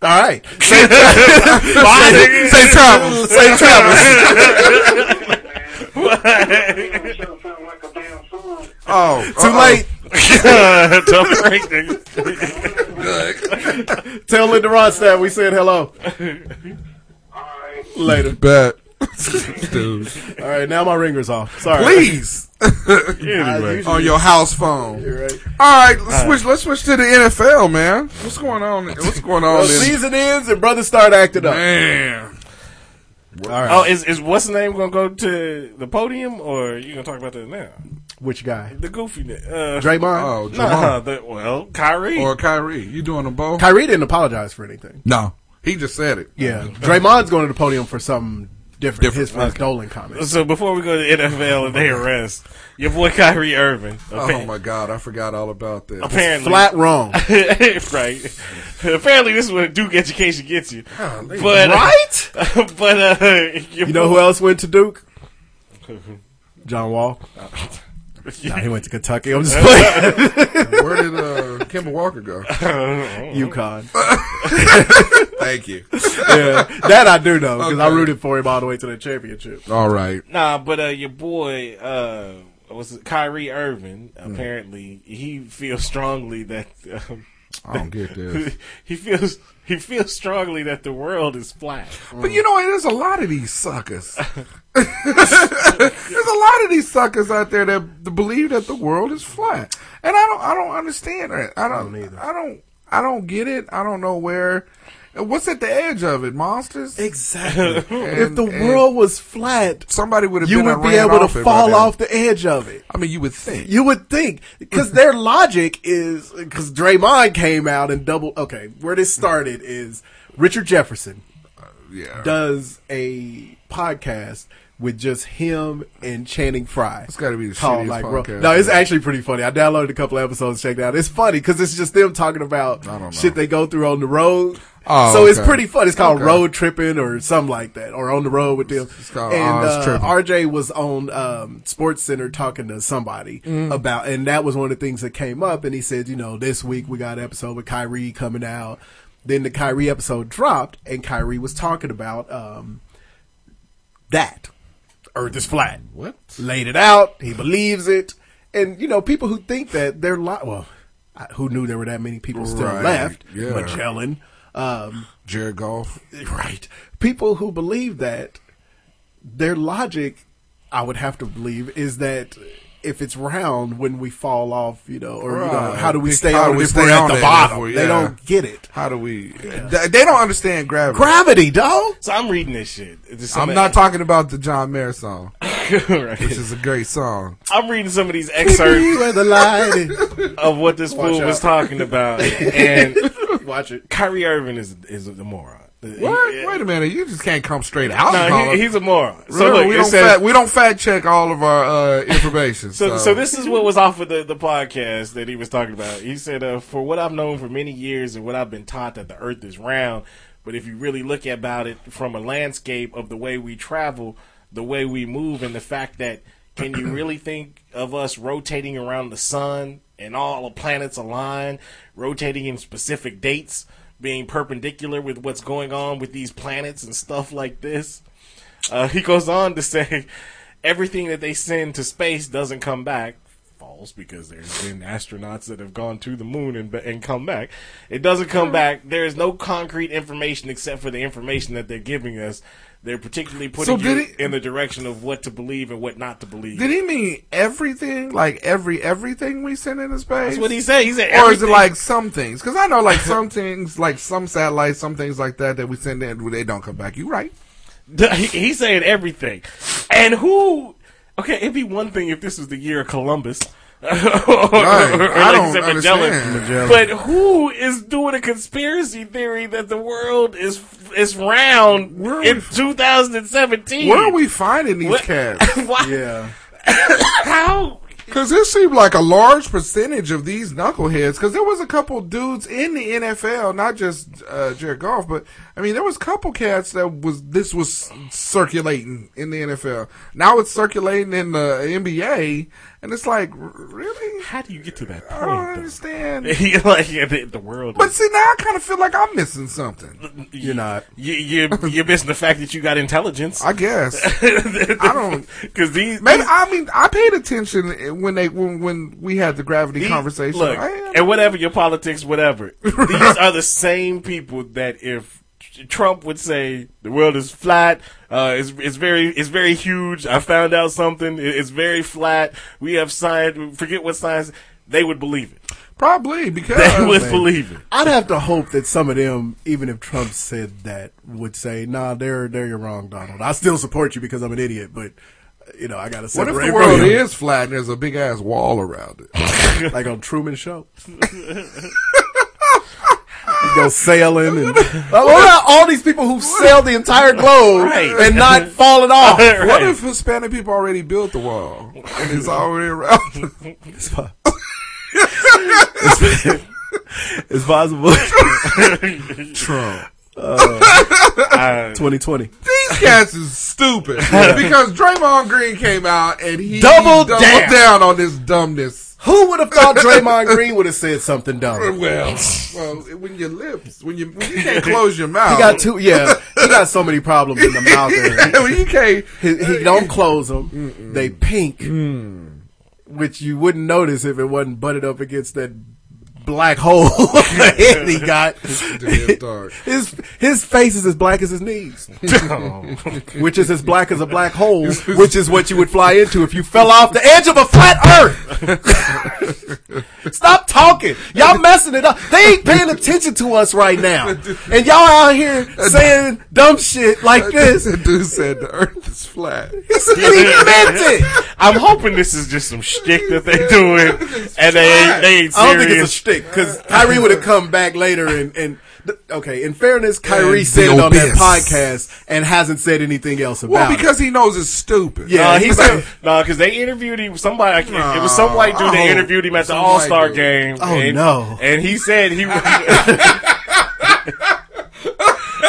J: All right. Safe,
B: Bye,
K: [laughs]
B: nigga. [laughs]
J: safe travels. Safe travels.
K: Oh,
J: Too
K: uh-oh.
J: late.
B: Don't break, nigga.
J: Tell Linda Ronstadt we said hello. Later.
K: [laughs] Bet. Dude.
J: All right, now my ringer's off.
K: [laughs]
J: Sorry.
K: Please.
B: Anyway.
K: On your house phone.
J: You're right.
K: All right, let's switch. Let's switch to the NFL, man. What's going on? What's going on?
J: Well,
K: in-
J: season ends and brothers start acting up.
K: man,
J: All right.
B: [laughs] Oh, is is what's the name gonna go to the podium, or you gonna talk about that now?
J: Which guy?
B: The goofiness. Uh, [laughs]
J: Draymond?
K: oh,
B: Nah,
K: Jamal
B: the, well, Kyrie.
K: or Kyrie, you doing them both?
J: Kyrie didn't apologize for anything.
K: no, he just said it.
J: Yeah. Draymond's going to the podium for something different. His for his Dolan comments.
B: so before we go to NFL and they arrest your boy Kyrie Irving.
K: Oh my God, I forgot all about that.
J: [laughs]
B: apparently,
J: Flat wrong.
B: [laughs] right. Apparently, this is what Duke education gets you. but uh,
J: right?
B: [laughs] but uh,
J: You know who else went to Duke? John Wall.
B: [laughs]
J: Nah, he went to Kentucky. I'm just playing.
K: Where did uh, Kimber Walker go?
J: UConn.
K: Thank you.
J: Yeah. That I do know because I
K: Okay.
J: rooted for him all the way to the championship.
K: All right,
B: Nah, but uh, your boy uh, was it Kyrie Irving.
J: Hmm.
B: Apparently, he feels strongly that um, [laughs]
K: I don't get this.
B: he feels he feels strongly that the world is flat.
K: But you know, there's a lot of these suckers. there's a lot of these suckers out there that believe that the world is flat, and I don't, I don't understand that. I don't, I don't, I don't, get it. I don't know where. What's at the edge of it? Monsters?
J: Exactly. if the world was flat,
K: somebody would have
J: you
K: been
J: would
K: a
J: be
K: ran
J: able
K: off it
J: to
K: by
J: fall
K: now.
J: off the edge of it.
K: I mean, you would think.
J: You would think because their logic is because Draymond came out and double. Okay, where this started is Richard Jefferson
K: yeah.
J: does a podcast with just him and Channing Frye. It's
K: got to be the shittiest podcast.
J: No, it's actually pretty funny. I downloaded a couple episodes, checked it out. It's funny because it's just them talking about shit they go through on the road.
K: Oh,
J: so it's
K: okay.
J: pretty fun. It's called
K: Okay.
J: road tripping or something like that, or on the road with them.
K: called
J: and
K: Oz
J: uh,
K: Tripping.
J: RJ was on um, Sports Center talking to somebody
K: Mm.
J: about, and that was one of the things that came up. And he said, you know, this week we got an episode with Kyrie coming out. Then the Kyrie episode dropped, and Kyrie was talking about um, that Earth is flat.
K: What?
J: Laid it out. He believes it. And you know, people who think that they're li- well, I- who knew there were that many people still
K: Right,
J: left?
K: yeah.
J: Magellan, um,
K: Jared Goff,
J: [laughs] right? People who believe that their logic, I would have to believe, is that if it's round, when we fall off, you know, or you know,
K: Right.
J: how do we
K: Pick-
J: stay
K: how
J: on
K: do we
J: if
K: stay
J: we're at
K: on
J: the
K: it
J: bottom?
K: if we-
J: They
K: yeah.
J: don't get it.
K: How do we? Th- They don't understand gravity. [laughs]
J: Gravity, dog.
B: So I'm reading this shit. There's some-
K: I'm
B: [laughs]
K: not talking about the John Mayer song,
B: Right. [laughs]
K: which is a great song.
B: I'm reading some of these
J: Be
B: excerpts
J: where the light is.
B: of what this
J: Watch
B: fool was
J: out.
B: talking
J: [laughs]
B: about, and
J: watch it.
B: Kyrie Irving is is a moron.
K: What? Wait a minute! You just can't come straight out.
B: No,
K: and call
B: he-
K: it-
B: he's a moron. So
K: Remember,
B: look,
K: we
B: it
K: don't
B: says-
K: fact, we don't fact check all of
B: [laughs]
K: our uh, information.
B: So,
K: so,
B: so this is what was off of the, the podcast that he was talking about. He said, uh, "For what I've known for many years and what I've been taught that the Earth is round, but if you really look about it from a landscape of the way we travel, the way we move, and the fact that can you really think of us rotating around the sun and all the planets aligned, rotating in specific dates, being perpendicular with what's going on with these planets and stuff like this?" Uh, he goes on to say, everything that they send to space doesn't come back. False, because there's been astronauts that have gone to the moon and and come back. It doesn't
K: Hmm.
B: come back. There is no concrete information except for the information that they're giving us. They're particularly putting
K: So
B: you
K: did
B: in the direction of what to believe and what not to believe.
K: did he mean everything? Like every everything we send into space?
B: That's what he said. He said
K: or is it
B: everything.
K: like some things? Because I
B: [laughs]
K: know like some things, like some satellites, some things like that that we send in, they don't come back. You right?
B: He- He's saying everything. And who? Okay, it'd be one thing if this was the year of Columbus. [laughs] or,
K: I don't understand. Magellan.
B: But who is doing a conspiracy theory that the world is is round
K: Where are
B: in
K: we-
B: 2017?
K: Where are we finding these
B: What- [laughs]
K: cats?
B: Why-
J: [laughs] Yeah.
B: How?
K: Because it seemed like a large percentage of these knuckleheads. Because there was a couple dudes in the NFL, not just uh, Jared Goff, but I mean there was a couple cats that was this was circulating in the NFL. Now it's circulating in the NBA, and it's like r- really,
B: how do you get to that point?
K: I don't
B: [laughs]
K: understand.
B: He- like yeah, the, the world.
K: but see, now I kind of feel like I'm missing something.
B: you're
J: not.
B: You, you you're missing the fact that you got intelligence. [laughs]
K: I guess I don't.
B: Because these
K: Maybe I mean I paid attention when they when when we had the gravity
B: These-
K: conversation.
B: Look,
K: I am-
B: and whatever your politics,
J: [laughs]
B: whatever. These are the same people that if Tr- Trump would say the world is flat, uh, it's, it's very it's very huge. I found out something. It- It's very flat. We have science. Forget what science. They would believe it. [laughs]
K: probably because
B: They
J: Oh,
B: would believe it.
J: I'd have to hope that some of them, even if Trump said that, would say, "Nah, they're they're you're wrong, Donald. I still support you because I'm an idiot, but you know I gotta
K: What
J: separate."
K: if the
J: from
K: world
J: you."
K: is flat and there's a big ass wall around it?
J: like on Truman Show? [laughs] You go sailing and what about all these people who sail the entire globe
B: Right.
J: and not falling off?
B: Right.
K: What if Hispanic people already built the wall and it's already around?
J: It's po- it's, it's possible.
K: Trump.
J: [laughs] Twenty twenty.
K: [laughs] These cats is
J: [laughs]
K: stupid because Draymond Green came out and he
J: Doubled
K: doubled
J: down.
K: down on this dumbness.
J: Who would have thought Draymond Green would have said
K: [laughs]
J: something dumb?
K: Well, well, when your lips, when you when you can't close your mouth,
J: [laughs] He got
K: [laughs]
J: two. Yeah, he got so many problems in the mouth. area. [laughs]
K: when you can't.
J: He, he don't close them. They pink, which you wouldn't notice if it wasn't butted up against that black hole [laughs] head he got. [laughs]
K: Damn dark.
J: His his face is as black as his knees, which is as black as a black hole, which is what you would fly into if you fell off the edge of a flat Earth. [laughs] Stop talking. Y'all messing it up. They ain't paying attention to us right now. And y'all out here saying dumb shit like this.
K: [laughs] The dude said the earth is flat.
J: He said- and he meant it.
B: [laughs] I'm hoping this is just some shtick that they doing,
J: [laughs]
B: and they ain't, they ain't serious.
J: I don't think it's a shtick because Kyrie would have come back later and and th- okay. In fairness, Kyrie
K: And
J: said it on that
K: Obis.
J: podcast and hasn't said anything else about
K: Well,
J: it.
K: because he knows it's stupid. Uh,
J: Yeah,
B: Nah, he
J: he's
B: said no because they interviewed him. Somebody, I can't, it was some white dude.
J: oh,
B: they interviewed him at the
J: some
B: All Star
J: white dude.
B: game.
J: Oh,
B: and,
J: no.
B: And he said [laughs]
J: [laughs]
B: he. was-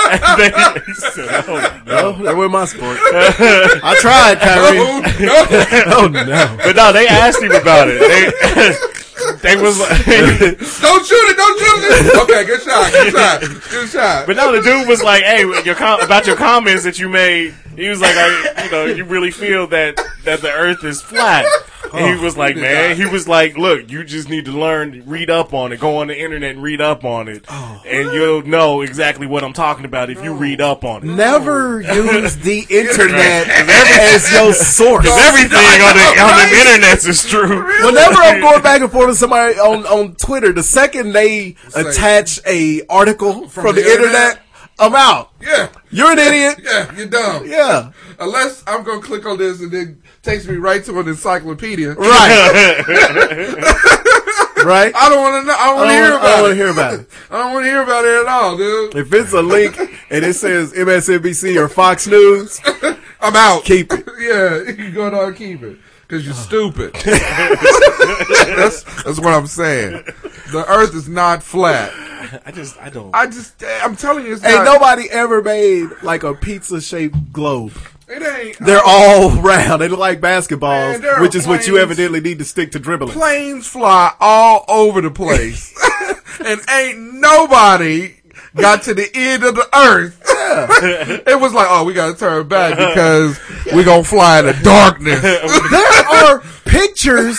B: And they- he said, oh,
J: no, that wasn't
B: [laughs]
J: my sport. I tried, Kyrie.
B: Oh no! But no, they asked him about it. [laughs] They, they was like, [laughs]
K: Don't shoot it! Don't shoot
J: [laughs]
K: it! Okay, good shot. Good shot. Good shot.
B: but no, the dude was like, "Hey, your com- about your comments that you made." He was like, I, "You know, you really feel that that the Earth is flat."
K: Oh,
B: And he was like, "Man," he was like, "Look, you just need to learn, read up on it, go on the internet and read up on it,
K: Oh.
B: and you'll know exactly what I'm talking about if you read up on
K: Mm.
B: it."
J: Never use the internet as your source.
B: Because everything on the on the internet is true.
J: [laughs] Whenever I'm going back and forth with somebody on, on Twitter, the second they
K: like-
J: attach a article from, the,
K: the
J: internet,
K: internet?
J: I'm out.
K: Yeah.
J: You're an idiot.
K: Yeah, you're dumb.
J: Yeah.
K: Unless I'm gonna click on this and it takes me right to an encyclopedia.
J: Right. right?
K: I don't want to know. I don't want to hear
J: I don't
K: about
J: want to
K: it.
J: hear about it.
K: [laughs] I don't want to hear about it at all, dude.
J: If it's a link and it says MSNBC or Fox News,
K: I'm out.
J: Keep it.
K: Yeah, [laughs] you can go down and keep it because you're
J: [laughs]
K: stupid. that's that's what I'm saying. The Earth is not flat.
B: I just I don't.
K: I just I'm telling you, it's
J: Ain't
K: not,
J: nobody ever made like a pizza shaped globe.
K: It ain't.
J: They're all round. They look like basketballs,
K: Man, there are
J: which is what you
K: planes.
J: evidently need to stick to dribbling.
K: planes fly all over the place, [laughs] and ain't nobody got to the end of the earth. [laughs] it was like, oh, we got to turn back
J: Uh-huh.
K: because we gonna fly in the darkness.
J: [laughs] [laughs] there are pictures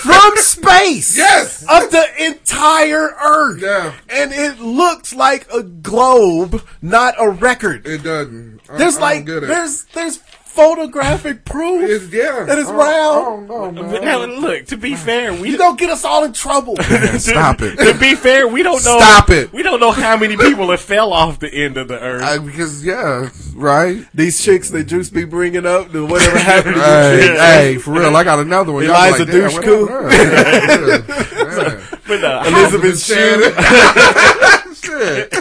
J: from space
K: Yes.
J: of the entire earth
K: Yeah.
J: and it looks like a globe not a record
K: It doesn't. I-
J: there's
K: I don't
J: like
K: get it.
J: there's there's photographic proof
K: It's- yeah.
J: that it's
K: I don't-
J: round
K: I don't know,
B: But
K: man.
B: now, look. To be fair, we
J: you don't get us all in trouble
K: Stop
J: [laughs]
B: [laughs]
K: it.
B: to be fair, we don't know.
K: Stop it.
B: We don't know how many people have fell off the end of the earth.
K: I, because yeah, right.
J: these chicks that juice be bringing up the whatever happened to
K: Hey,
J: you
K: hey, for real, I got another one. Y'all be
J: Eliza
K: "Damn, what
J: Dushku."
K: happened
J: [laughs]
K: to her?" Yeah,
B: but uh,
J: chicks. elizabeth shue
K: yeah.
J: [laughs]
K: Shit.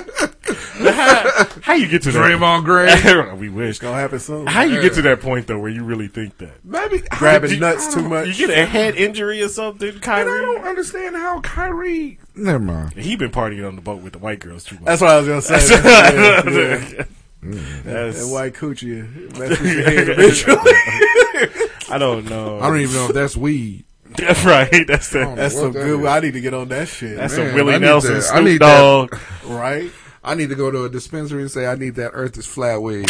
B: how, how you get to [laughs]
K: Draymond Green.
B: that? we wish.
J: gonna happen soon
B: How you get to that point though, where you really think that
K: Maybe I-
J: grabbing
K: you-
J: nuts too
B: you
J: much
B: get a head injury or something,
K: And I
B: Kyrie?
K: don't understand how Kyrie. Never mind.
B: He been partying on the boat with the white girls too much.
J: that's what Mm. i was gonna say
B: [laughs]
J: Yeah, yeah.
B: That's-
J: That white coochie messes with your head eventually.
B: I don't know.
K: I don't even know if that's [laughs] weed.
B: That's [laughs] right. That's the,
J: That's
K: What
J: some
K: that
J: good.
K: is.
J: I need to get on that shit,
B: that's
K: Man,
B: a Willie
K: I need
B: Nelson,
K: that. I
B: Snoop
K: need that.
B: Dogg.
J: right?
K: I need to go to a dispensary and say I need that Earth is flat [laughs] weed.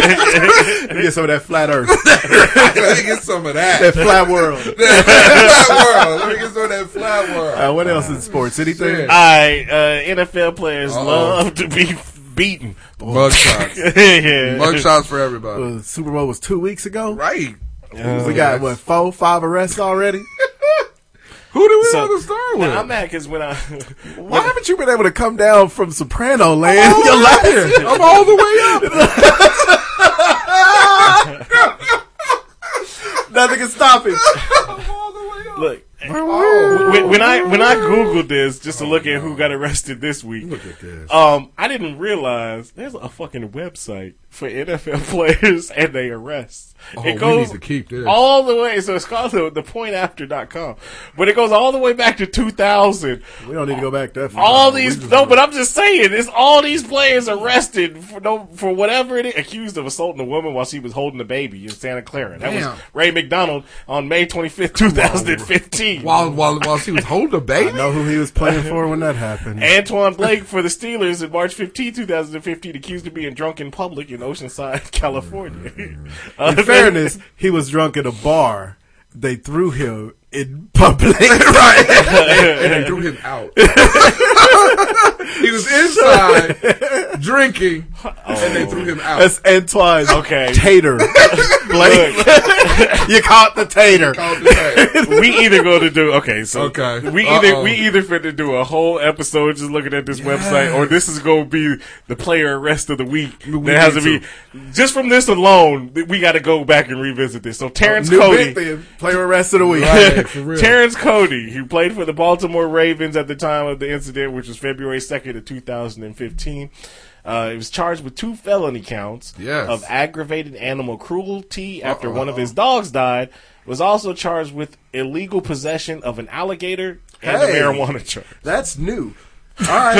J: Let me Get some of that flat Earth,
K: Let me get some of
J: that
K: that.
J: flat world.
K: [laughs] that flat world. Let me get some of that flat world. [laughs]
J: Uh, what else in sports? Anything?
K: shit.
B: I uh, NFL players
K: Uh-oh.
B: love to be beaten. [laughs]
K: Mug shots.
B: yeah.
K: Mug shots for everybody.
J: Uh, Super Bowl was two weeks ago.
K: Right.
J: we got what four, five arrests already.
K: Who do we
B: So-
K: want to start with?
B: Now, I'm mad because when I [laughs]
J: Why haven't you been able to come down from Soprano
B: Oh,
J: land?
K: all
J: Your
K: the way
J: last-
K: up. I'm all the way up.
B: [laughs]
J: Nothing can stop it.
K: I'm all the way up.
B: look
K: Oh.
B: when, when I when I googled this just to look at who got arrested this week,
K: Look at this.
B: um, I didn't realize there's a fucking website for NFL [laughs] players and they arrest.
K: Oh,
B: it
K: we
B: goes
K: need to keep this.
B: all the way. So it's called the, the pointafter.com, but it goes all the way back to 2000.
J: We don't need to go back that far.
B: All
J: We
B: these
J: just-
B: no, but I'm just saying it's all these players arrested for no for whatever it is accused of assaulting a woman while she was holding a baby in Santa Clara. That
K: Damn.
B: was Ray McDonald on May 25th, 2015.
K: While while while she was holding a
J: I
K: baby.
J: know
K: [laughs]
J: who he was playing for when that happened.
B: Antoine Blake for the Steelers in March 15, 2015, accused of being drunk in public in Oceanside, [laughs] California.
J: in fairness, he was drunk at a bar. They threw him in [laughs] public.
K: right. and they threw him [laughs] out. he was inside drinking, and they threw him out.
J: That's
K: [laughs]
J: Antoine's
B: okay.
J: [laughs] tater. Blake. you caught the tater.
B: we either going to do okay. So
K: Okay.
B: we either
K: Uh-oh.
B: we either fit to do a whole episode just looking at this website, or this is going to be the player arrest of the week
K: We
B: that has to
K: need
B: be just from this alone. th- We got to go back and revisit this. So
K: Uh,
B: Terrence
J: New
B: Cody.
J: big thing. Player rest of the
B: [laughs]
J: week. [laughs]
B: Terrence Cody, who played for the Baltimore Ravens at the time of the incident, which was February 2nd of 2015. Uh, he was charged with two felony counts
K: Yes.
B: of aggravated animal cruelty after one of his dogs died. Was also charged with illegal possession of an alligator and a
J: Hey.
B: marijuana
J: [laughs]
B: charge.
K: [laughs]
J: That's new. All right.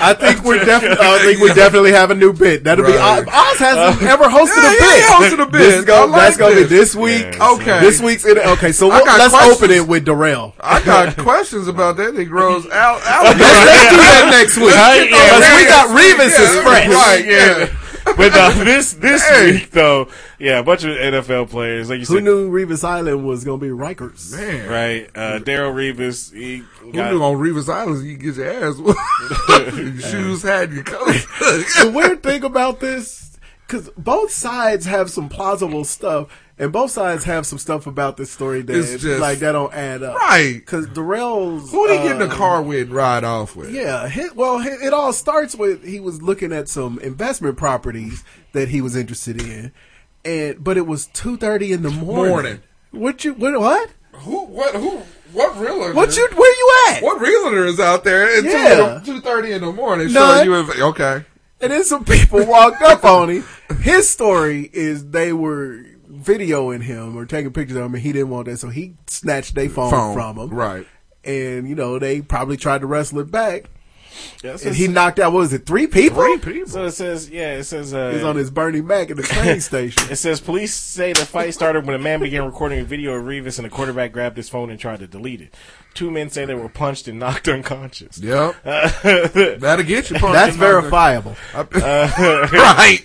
J: I think we definitely. I think we definitely have a new bit. That'll
K: Right. Uh,
J: be Oz hasn't ever hosted
K: Yeah,
J: a
K: yeah,
J: bit.
K: he hosted a bit.
J: This is
K: I
J: gonna,
K: like
J: that's gonna
K: this.
J: be this week.
K: Yeah, Okay.
J: This week's in. Okay, so
K: I
J: what,
K: got
J: let's
K: questions.
J: open it with Darrell.
K: I got questions about that. It [laughs] grows out.
J: Let's, let's do that
K: [laughs]
J: next week. Because we got Revis is fresh.
K: Right, yeah.
B: [laughs] But uh, this this week though, yeah, a bunch of NFL players, like you
J: Who
B: said,
J: knew Revis Island was gonna be Rikers? Man.
B: right? Uh, Daryl Revis, he
K: You
B: got
K: knew on Revis Island you get your ass whooped. [laughs] your shoes had your coat.
J: the weird thing about this, because both sides have some plausible stuff, and both sides have some stuff about this story that
K: It's just-
J: like that don't add up,
K: [laughs] Right.
J: Because Darrell's
K: Who did he
J: uh,
K: get in the car with and ride off with?
J: Yeah, he, well, he, it all starts with he was looking at some investment properties that he was interested in, and but it was two thirty in the morning.
K: Morning.
J: What you what? What,
K: Who? What? Who? What realtor?
J: what you? Where you at?
K: What realtor is out there at
J: Yeah.
K: two thirty in the morning? Showing
J: None.
K: you if, okay.
J: And then some people walked up
K: [laughs]
J: on him. His story is they were videoing him or taking pictures of him, and he didn't want that, so he snatched their phone,
K: Phone,
J: from him.
K: right.
J: And you know they probably tried to wrestle it back,
B: Yes,
J: and
B: it's-
J: he knocked out what was it three people? Three people.
B: So it says, yeah, it says uh,
J: He's on his Bernie Mac at
K: [laughs]
J: the train station.
B: It says police say the fight started when a man began recording a video of Revis and the quarterback grabbed his phone and tried to delete it. Two men say they were punched and knocked [laughs] unconscious.
K: Yep. That'll get you. punched
J: That's
K: in the-
J: verifiable.
K: right.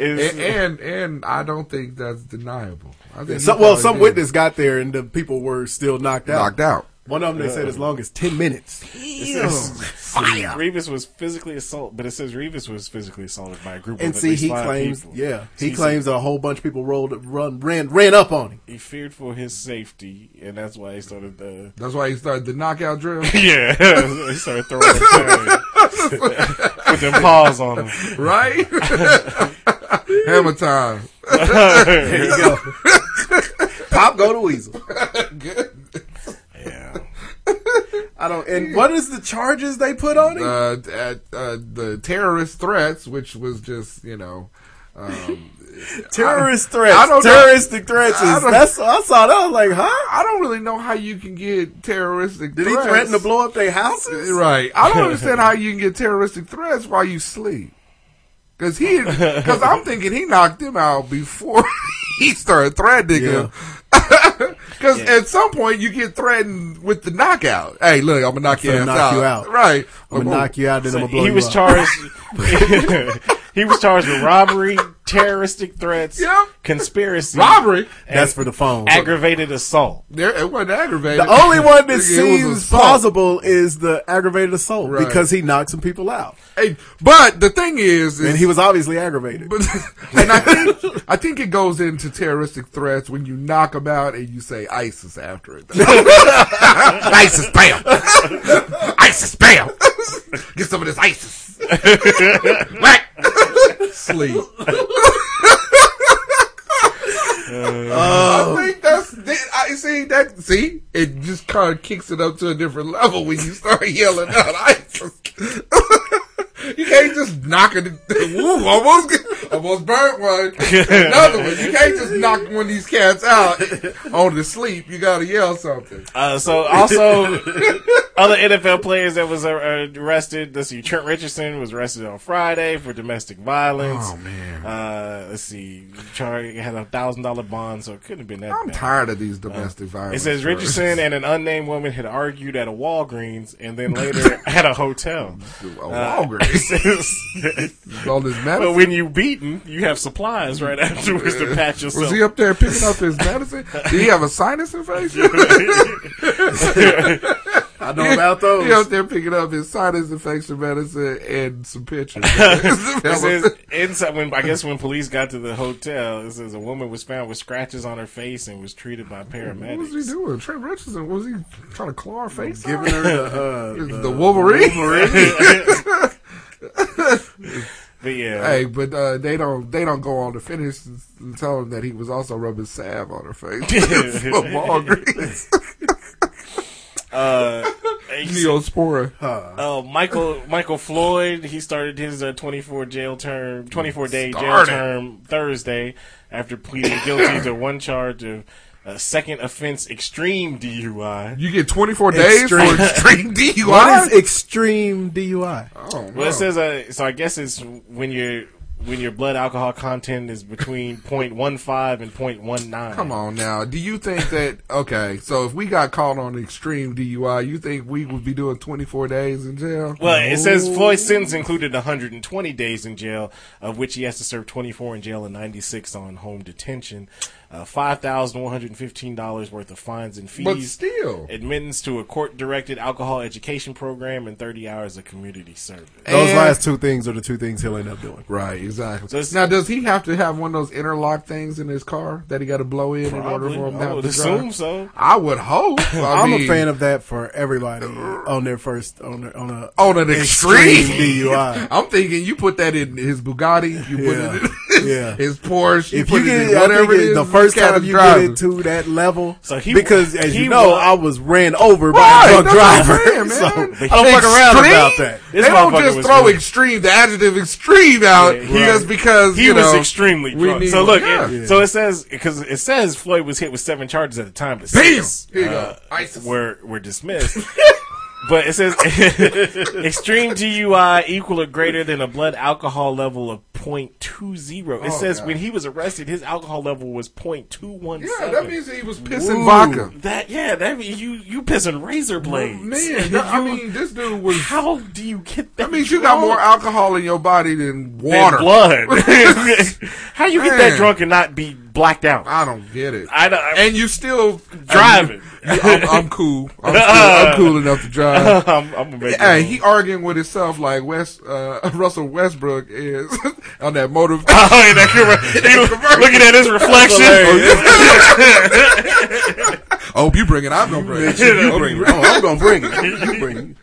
K: and,
B: Is-
K: and and I don't think that's deniable. I think
J: Some,
K: he
J: well,
K: probably
J: some
K: did.
J: witness got there, and the people were still knocked out.
K: knocked out.
J: One of them they said as long as ten minutes.
B: [laughs] It says- Revis was physically assaulted, but it says Revis was physically assaulted by a group
J: [laughs] And
B: of at
J: see,
B: least
J: he
B: five
J: claims,
B: people.
J: yeah, he
B: He
J: claims a whole bunch of people rolled, run, ran, ran up on him.
B: He feared for his safety, and that's why he started. Uh,
K: That's why he started the knockout
B: [laughs]
K: drill.
B: yeah, [laughs] he started
J: [laughs]
B: throwing [laughs] a tag. with them paws on him.
J: [laughs]
K: right? Hammer time.
J: There you go. Pop, go to Weasel.
B: Yeah.
J: I don't. And what is the charges they put on him?
K: Uh, at, uh, the terrorist threats, which was just you know, um,
J: Terrorist threats.
K: I don't know.
J: Terroristic threats.
K: I
J: Is,
K: don't-
J: that's. I saw that. I was like, huh?
K: I don't really know how you can get terroristic.
J: Did he
K: threats. Uh,
J: threaten to blow up their houses?
K: Right. I don't understand how you can get terroristic threats while you sleep. Cause he, cause I'm
J: [laughs]
K: thinking he knocked him out before [laughs] he started threatening him. Cause at some point you get threatened with the knockout. Hey, look, I'm gonna knock your
J: gonna
K: ass
J: knock
K: out.
J: you out.
K: Right. Oh,
J: I'm gonna knock you out. Then I'm gonna blow
B: he
J: you
B: was
J: up.
B: charged.
K: [laughs]
B: he was charged [laughs] with robbery, terroristic threats,
K: Yeah.
B: conspiracy,
K: Robbery.
J: That's for the phone.
B: aggravated assault.
K: There, it wasn't aggravated.
J: The only one
K: It
J: that
K: was
J: seems
K: assault.
J: plausible is the aggravated assault
K: Right.
J: because he knocked some people out,
K: Hey, but the thing is, is
J: and he was obviously aggravated.
K: [laughs] But and I think I think it goes into terroristic threats when you knock them out and you say ISIS after it. [laughs] ISIS, bam! [laughs] ISIS, bam! Get some of this ISIS. what? Sleep. [laughs] I think that's that- I see that see it just kind of kicks it up to a different level when you start [laughs] yelling out ISIS. [laughs] you can't just knock it. [laughs] Ooh, almost get- almost burnt one. Another one. You can't just knock one of these cats out on the sleep. You gotta yell something.
B: Uh, so also, Other NFL players that was uh, arrested. Let's see, Trent Richardson was arrested on Friday for domestic violence.
K: Oh man.
B: Uh, let's see, Charlie had a thousand dollar bond, so it couldn't have been that.
K: I'm
B: bad.
K: tired of these domestic
B: It
K: violence.
B: says
K: stories.
B: Richardson and an unnamed woman had argued at a Walgreens and
K: [laughs]
B: then later at a hotel. A
J: uh, [laughs]
K: Walgreens? [laughs] all this medicine.
B: But when you beaten, you have supplies right [laughs] afterwards to patch yourself.
K: Was he up there picking up his medicine? Did he have a sinus infection?
B: [laughs]
J: I know about those.
K: [laughs] He up there picking up his sinus infection medicine and some
J: [laughs]
K: pictures. [laughs]
B: It says inside when I guess when police got to the hotel, it says a woman was found with scratches on her face and was treated by
K: What was
B: paramedics.
K: he doing? Trent Richardson, was he trying to claw her face?
J: Giving
K: out?
J: her the,
K: [laughs]
J: uh,
K: the,
J: the
K: Wolverine.
J: Wolverine.
B: But yeah.
K: Hey, but uh, they don't they don't go on to finish and tell him that he was also rubbing salve on her face from
J: [laughs]
K: Walgreens.
B: Uh,
K: Neospora.
B: Uh, Michael Michael Floyd he started his uh, 24 jail term 24 day jail
K: Started.
B: term Thursday after pleading guilty to one charge of uh, second offense extreme DUI.
K: You get 24 days for extreme DUI.
J: What is extreme DUI?
K: Oh,
B: Well, it says uh, so. I guess it's when your when your blood alcohol content is between [laughs] 0.15 and 0.19.
K: Come on now. Do you think that okay? So if we got caught on extreme DUI, you think we would be doing 24 days in jail?
B: Well, it says Floyd's sentence included 120 days in jail, of which he has to serve 24 in jail and 96 on home detention, uh, $5,115 worth of fines and fees.
K: But still.
B: Admittance to a court directed alcohol education program and 30 hours of community service.
J: Those last two things are the two things he'll end up doing.
K: Right, exactly.
B: So it's-
K: now, does he have to have one of those interlock things in his car that he got to blow in in order
B: Probably.
K: for him to
B: I
K: have
B: would
K: to
B: assume
K: drive?
B: so.
K: I would hope. I
J: I'm a
K: mean,
J: fan of that for everybody on their first on their, on a
K: on an extreme,
J: DUI.
K: I'm thinking you put that in his Bugatti,
J: [laughs]
K: you put it in his,
J: Yeah.
K: his Porsche, you
J: if
K: put
J: you
K: it
J: get
K: in
J: I think
K: whatever it
J: it-
K: is.
J: the first
K: kind
J: time
K: of
J: you
K: driving.
J: get it to that level,
B: So he-
J: because as
B: he
J: you know,
B: wa-
J: I was ran over by
K: Right,
J: a drunk
K: that's what
J: driver.
K: I'm
J: [laughs] so
K: saying, man.
J: I don't fuck around
K: Extreme?
J: about that.
B: This
K: they don't
B: motherfucker
K: just
B: was
K: throw
B: drunk.
K: extreme, the adjective extreme out just because
B: he
K: you
B: was
K: know,
B: extremely
K: we
B: drunk.
K: need-
B: So look,
K: yeah.
B: it, so it says because it says Floyd was hit with seven charges at the time, but
K: Bam!
B: six
K: Here you go.
B: uh,
K: ISIS.
B: were were
K: [laughs]
B: dismissed. but it says [laughs] extreme DUI equal or greater than a blood alcohol level of 0.20. It
K: Oh,
B: says
K: God.
B: when he was arrested, his alcohol level was 0.217.
K: yeah, that means he was pissing
J: Woo.
K: vodka.
B: That- yeah, that mean you you pissing razor blades.
K: Man, that- I mean, this dude was.
B: How do you get that?
K: That means you got
B: drunk?
K: more alcohol in your body than
B: than
K: water.
B: blood.
K: [laughs]
B: [laughs] How you get that
K: Man.
B: drunk and not be blacked out?
K: I don't get it.
B: I don't.
K: and you still
B: Driving.
K: I mean, you- I'm, I'm cool. I'm cool.
J: [laughs]
K: I'm cool enough to
B: [laughs]
K: drive.
B: I'm, I'm gonna make
K: Hey,
B: it.
K: he arguing with himself like West uh, [laughs] Russell Westbrook is [laughs] on that motor.
B: [laughs]
J: [laughs]
B: Oh, and that
K: [laughs]
B: camera- he was looking at his reflection.
K: oh, you bring it. I'm gonna bring it.
J: you bring it. Oh, I'm gonna [laughs] bring it. You bring it.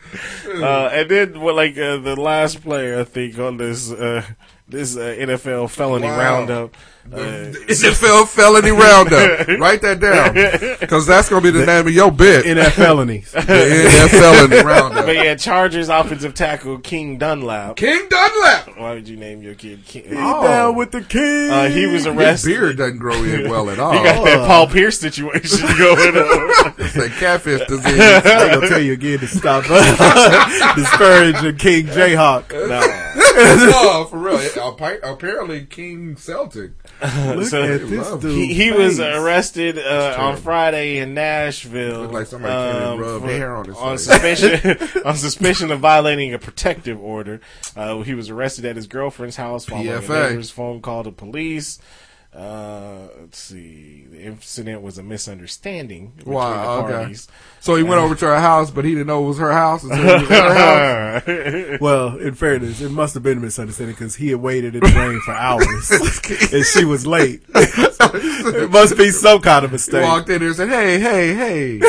B: [laughs] uh, and then, well, like uh, the last player, I think on this uh, this uh, NFL felony
K: Wow.
B: roundup. Uh,
K: NFL felony
B: [laughs]
K: roundup. Write that down because that's gonna be the, name of your bit. [laughs]
J: In that felony.
K: the NFL felony
B: [laughs]
K: roundup.
B: but yeah, Chargers offensive tackle King Dunlap.
K: King Dunlap.
B: Why would you name your kid King?
K: Oh.
J: Down with the king.
B: Uh, he
J: [laughs]
B: was
K: His
B: arrested.
K: beard Oh. doesn't grow in well
B: [laughs]
K: at all.
B: He [laughs] got that Paul Pierce situation [laughs] going
K: [laughs]
B: on.
K: it's a
B: [laughs]
K: catfish disease.
J: I'm gonna tell you again to stop uh, [laughs] disparaging King Jayhawk.
K: no, for real. It- appa- Apparently, King Celtic.
J: Look
B: [laughs] So-
J: at this dude.
B: he, he was
J: [laughs]
B: arrested uh, on Friday in Nashville. um,
K: Looked like somebody came and rubbed hair on his face. [laughs]
B: suspicion [laughs] on suspicion of violating a protective order. Uh, he was arrested at his girlfriend's house following
K: PFA.
B: a neighbor's phone call to police. Uh, let's see. The incident was a misunderstanding between
K: Wow.
B: the
K: Okay. [laughs]
B: parties.
K: So he went over to her house, but he didn't know it was her house. And so it was her house.
B: [laughs]
J: Well, in fairness, it must have been a misunderstanding because he had waited in the rain for
B: [laughs]
J: hours and she was
K: [laughs]
J: late. [laughs] it must be some kind of
K: He
J: mistake.
K: walked in there and said, "Hey, hey, hey."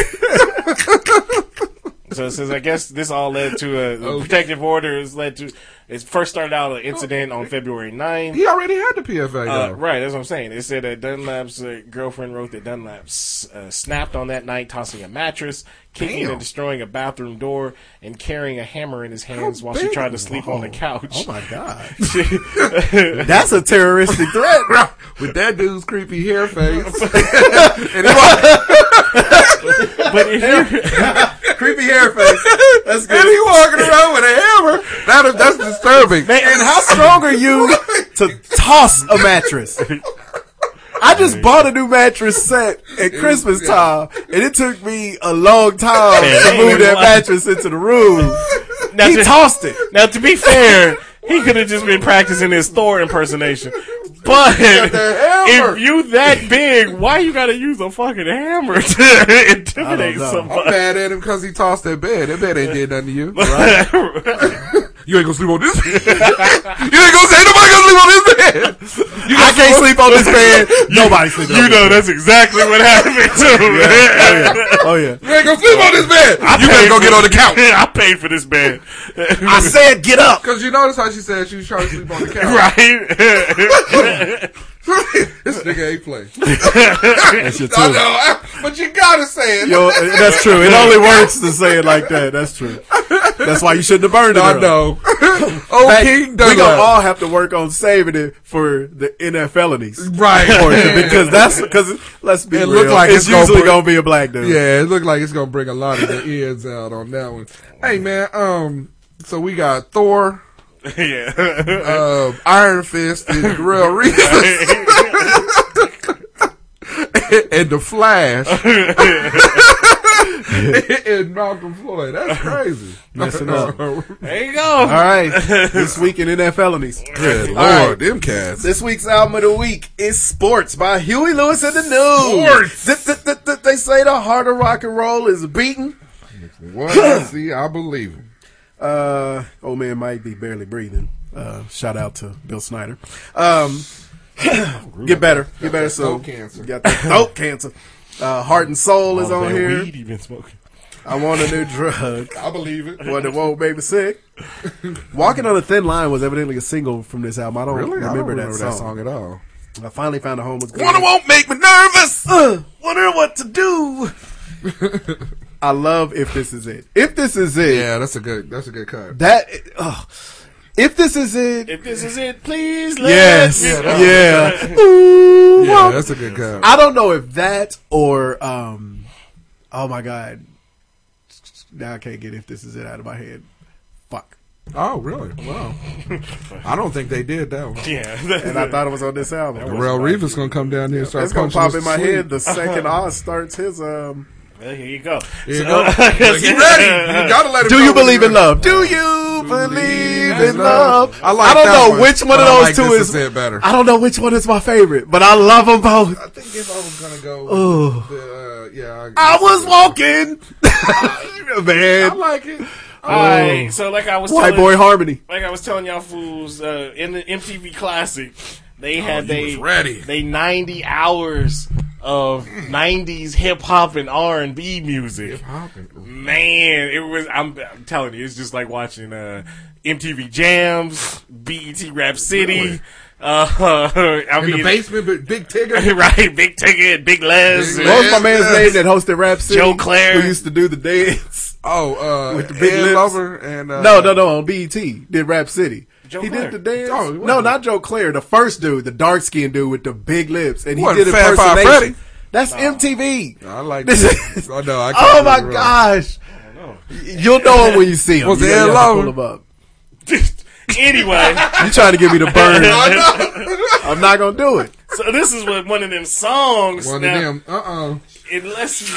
B: So it says, I guess this all led to a the protective order. Is led to it first started out an incident on February 9th.
K: He already had the PFA
B: Uh,
K: though.
B: right, that's what I'm saying. They said that Dunlap's uh, girlfriend wrote that Dunlap s- uh, snapped on that night, tossing a mattress, kicking
K: Damn.
B: and destroying a bathroom door, and carrying a hammer in his hands while she
K: big-
B: tried to sleep on the couch.
J: Oh my god, [laughs] that's a terroristic
B: [laughs]
J: threat.
K: With that dude's creepy hair face. and he walked,
B: but if you [laughs]
K: creepy hair face. That's good. And he walking around with a hammer. That, that's disturbing.
J: and how strong
K: [laughs]
J: are you to toss a mattress? I just bought a new mattress set at Christmas time, and it took me a long time
B: Yeah,
J: to
B: ain't
J: move
B: even
J: that
B: lying.
J: mattress into the room.
B: Now
J: he
B: to-
J: tossed it.
B: Now, to be fair, he could have just been practicing his Thor impersonation. But if you that big, why you gotta use a fucking hammer [laughs] to intimidate
K: I'm
B: somebody?
K: mad at him because he tossed that bed. That bed ain't did nothing to you.
R: you ain't gonna sleep on this. you
J: [laughs]
R: ain't
K: gonna say nobody gonna sleep on this bed. You
J: I can't sleep on this bed.
K: [laughs]
J: Nobody sleep on
B: You
J: this
B: know
J: bed.
B: that's exactly what happened too.
J: Oh yeah.
K: You ain't gonna sleep on this bed. you better go get on the
B: [laughs]
K: couch.
B: I paid for this bed. I [laughs]
J: said get [laughs] up.
K: Because you notice how she said she was trying to sleep on the couch. [laughs]
B: Right.
K: this nigga ain't playing.
J: [laughs] That's your
K: I
J: two.
K: know, but you gotta say it. [laughs]
J: Yo, that's true. It only works to say it like that. That's true. That's why you shouldn't have burned it.
K: I [laughs]
J: early.
K: know. Oh,
J: Hey,
K: King
J: we gonna
K: Douglas.
J: all have to work on saving it for the NFLities,
K: Right.
J: portion, because that's because let's be
K: It
J: real.
K: look like
J: it's,
K: it's gonna
J: usually
K: bring-
J: gonna be a black dude.
K: Yeah, it looked like it's gonna bring a lot of the ears out on that one. Hey man, um, so we got Thor,
B: [laughs] yeah.
K: uh, Iron Fist, and Real Reeves, [laughs] and the Flash, [laughs] and Malcolm Floyd. That's crazy.
J: Messing up.
B: There you go.
J: All right, this week in NFLities.
K: Good
J: All right.
K: lord, them cats.
J: This week's album of the week is Sports by Huey Lewis and the News. Th- th- th- th- They say the heart of rock and roll is beaten.
K: What I [laughs] see, I believe him.
J: Uh, old man might be barely breathing. Uh, shout out to Bill Snyder. Um, [coughs] get better, get better. So
K: Throat cancer.
J: got that throat cancer. Uh, heart and soul is on here.
B: Weed he been smoking.
J: I want a new drug.
K: I believe it.
J: One that won't make me sick. Walking on a Thin Line was evidently a single from this album. I don't
K: Really?
J: remember,
K: I don't remember
J: that,
K: that,
J: song.
K: song at all.
J: I finally found a home. Was good.
K: Water won't make me nervous.
J: Uh, wonder what to do. I love if this is it. If this is it,
K: Yeah, that's a good. That's a good cut.
J: that. Oh, if this is it,
B: If this is it, please let
J: Yes.
B: me-
J: Yeah. Ooh,
K: Yeah,
J: well,
K: that's a good cut.
J: I don't know if that or um oh my god. Now I can't get if this is it out of my head. Fuck.
K: Oh, really? Wow. [laughs] I don't think they did that one.
B: Yeah. [laughs]
J: And I thought it was on this album.
K: Darrell Reeves is gonna come down here and start
J: It's gonna
K: punching
J: pop
K: us
J: in my
K: to sleep.
J: head
K: [laughs]
J: the second Oz starts his um
B: Well, here you go.
K: Here you
B: So-
J: [laughs]
K: go. Get ready. You gotta let him
J: Do
K: know
J: you
K: when
J: believe
K: you're
J: in
K: ready.
J: love? Do you believe in
K: in
J: love?
K: love? I like
J: don't
K: that
J: know
K: one,
J: which one
K: but
J: of
K: I
J: those
K: like
J: two
K: This Is
J: is
K: It better.
J: I don't know which one is my favorite, but I love them both.
K: I think if I was gonna go,
J: Oh.
K: the, uh, yeah,
J: I was
K: [laughs]
J: walking, [laughs] man.
K: I like it.
B: All right. So, like I was
J: White
B: telling,
J: boy harmony.
B: like I was telling y'all fools uh, in the MTV Classic, they had they
K: Oh, was ready.
B: they ninety hours of nineties hip hop and R and B music. Man, it was. I'm, I'm telling you, it's just like watching uh, MTV Jams, BET Rap City. Uh, [laughs] I
K: In the
B: mean,
K: basement, but Big Tigger.
J: [laughs]
B: right? Big Ticket, Big Les,
K: Big
B: and
J: What was my
K: Yes,
J: man's
K: yes.
J: name that hosted Rap City?
B: Joe Claire.
J: Who used to do the dance.
K: Oh, uh,
J: With the big
K: Ed
J: lips.
K: Lover and [laughs] uh,
J: No, no, no, on BET. Did Rap City.
B: Joe
J: he
B: Claire.
J: did the dance.
K: Oh, it wasn't-
J: no, not Joe Claire. The first dude, the dark skinned dude with the big lips. And he
K: Wasn't
J: did
K: Fab Five
J: impersonation.
K: Freddy.
J: That's MTV.
K: I like
J: This
K: this.
J: is-
K: I know. I
J: oh
K: can't
J: my
K: remember.
J: gosh. You'll know him when you see him.
K: Was
J: you
K: it
J: gotta
K: Ed
J: have to
K: Lover?
J: pull him up.
K: [laughs]
B: anyway.
J: You trying to give me the burn.
B: [laughs]
K: I know.
J: I'm not going to do it.
B: so this is what one of them songs.
K: One
B: now,
K: of them. Uh uh
B: Unless you,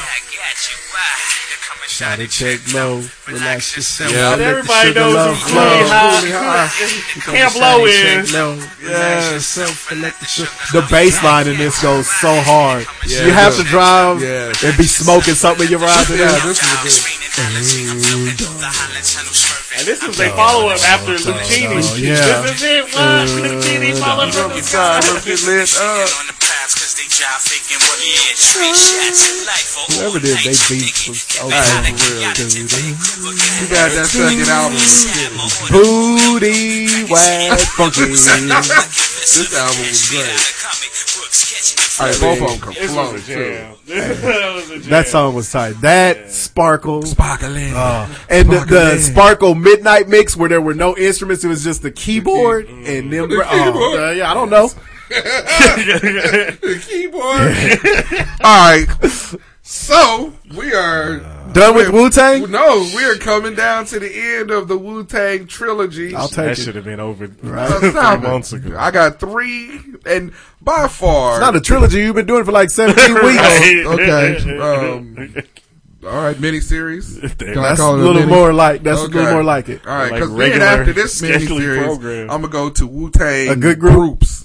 D: Shot it, check,
J: No.
D: relax yourself.
B: but everybody
J: sugar
B: knows
J: love
B: who
J: flow.
B: Cooley
K: Cooley
B: High,
K: High.
B: Camp Low is.
J: No.
D: Relax yourself and let the sugar
J: The bass line in this goes so hard.
K: Yeah,
J: you have
K: it
J: to
K: does.
J: drive
K: Yes.
J: and be smoking something in your eyes.
K: [laughs]
J: and
K: Yeah,
J: that.
K: this is a good.
B: And this is a follow up after Lucchini.
J: yeah.
B: This is it. What? [laughs] Lucchini followed from the
K: Time
B: side.
K: to get lit up.
J: Whoever did they beats was oh,
K: Hey,
J: for
K: for
J: real,
K: real,
J: dude.
K: You got that second album. [laughs]
J: Booty wag funky.
K: This album was great. All right, both of them
B: This
K: can flow
B: was a
K: too.
B: jam. That was a jam.
J: That song was tight. That sparkle. Uh,
K: Sparkling.
J: and the, the
K: Sparkling.
J: Sparkle Midnight mix where there were no instruments, it was just the keyboard and
K: Mm.
J: them.
K: keyboard.
J: Oh, uh, yeah, I don't know. [laughs]
K: the keyboard. All right. So we are
J: Done with Wu Tang?
K: No, we are coming down to the end of the Wu Tang trilogy.
B: I'll take That it. should have been over
K: No,
B: three
K: stop it.
B: months ago.
K: I got three, and by far,
J: It's not a trilogy. You've been doing it for like 17
K: [laughs]
J: weeks.
B: [laughs]
K: Right.
J: [laughs]
K: Okay. Um, all right, miniseries. Can I
J: That's
K: call it
J: a little
K: mini?
J: more like- that's a little more like it.
K: All right,
J: Like
K: because then
J: regular
K: after this
J: scheduled
K: miniseries,
J: program.
K: I'm gonna go to Wu Tang.
J: A good group?
K: groups.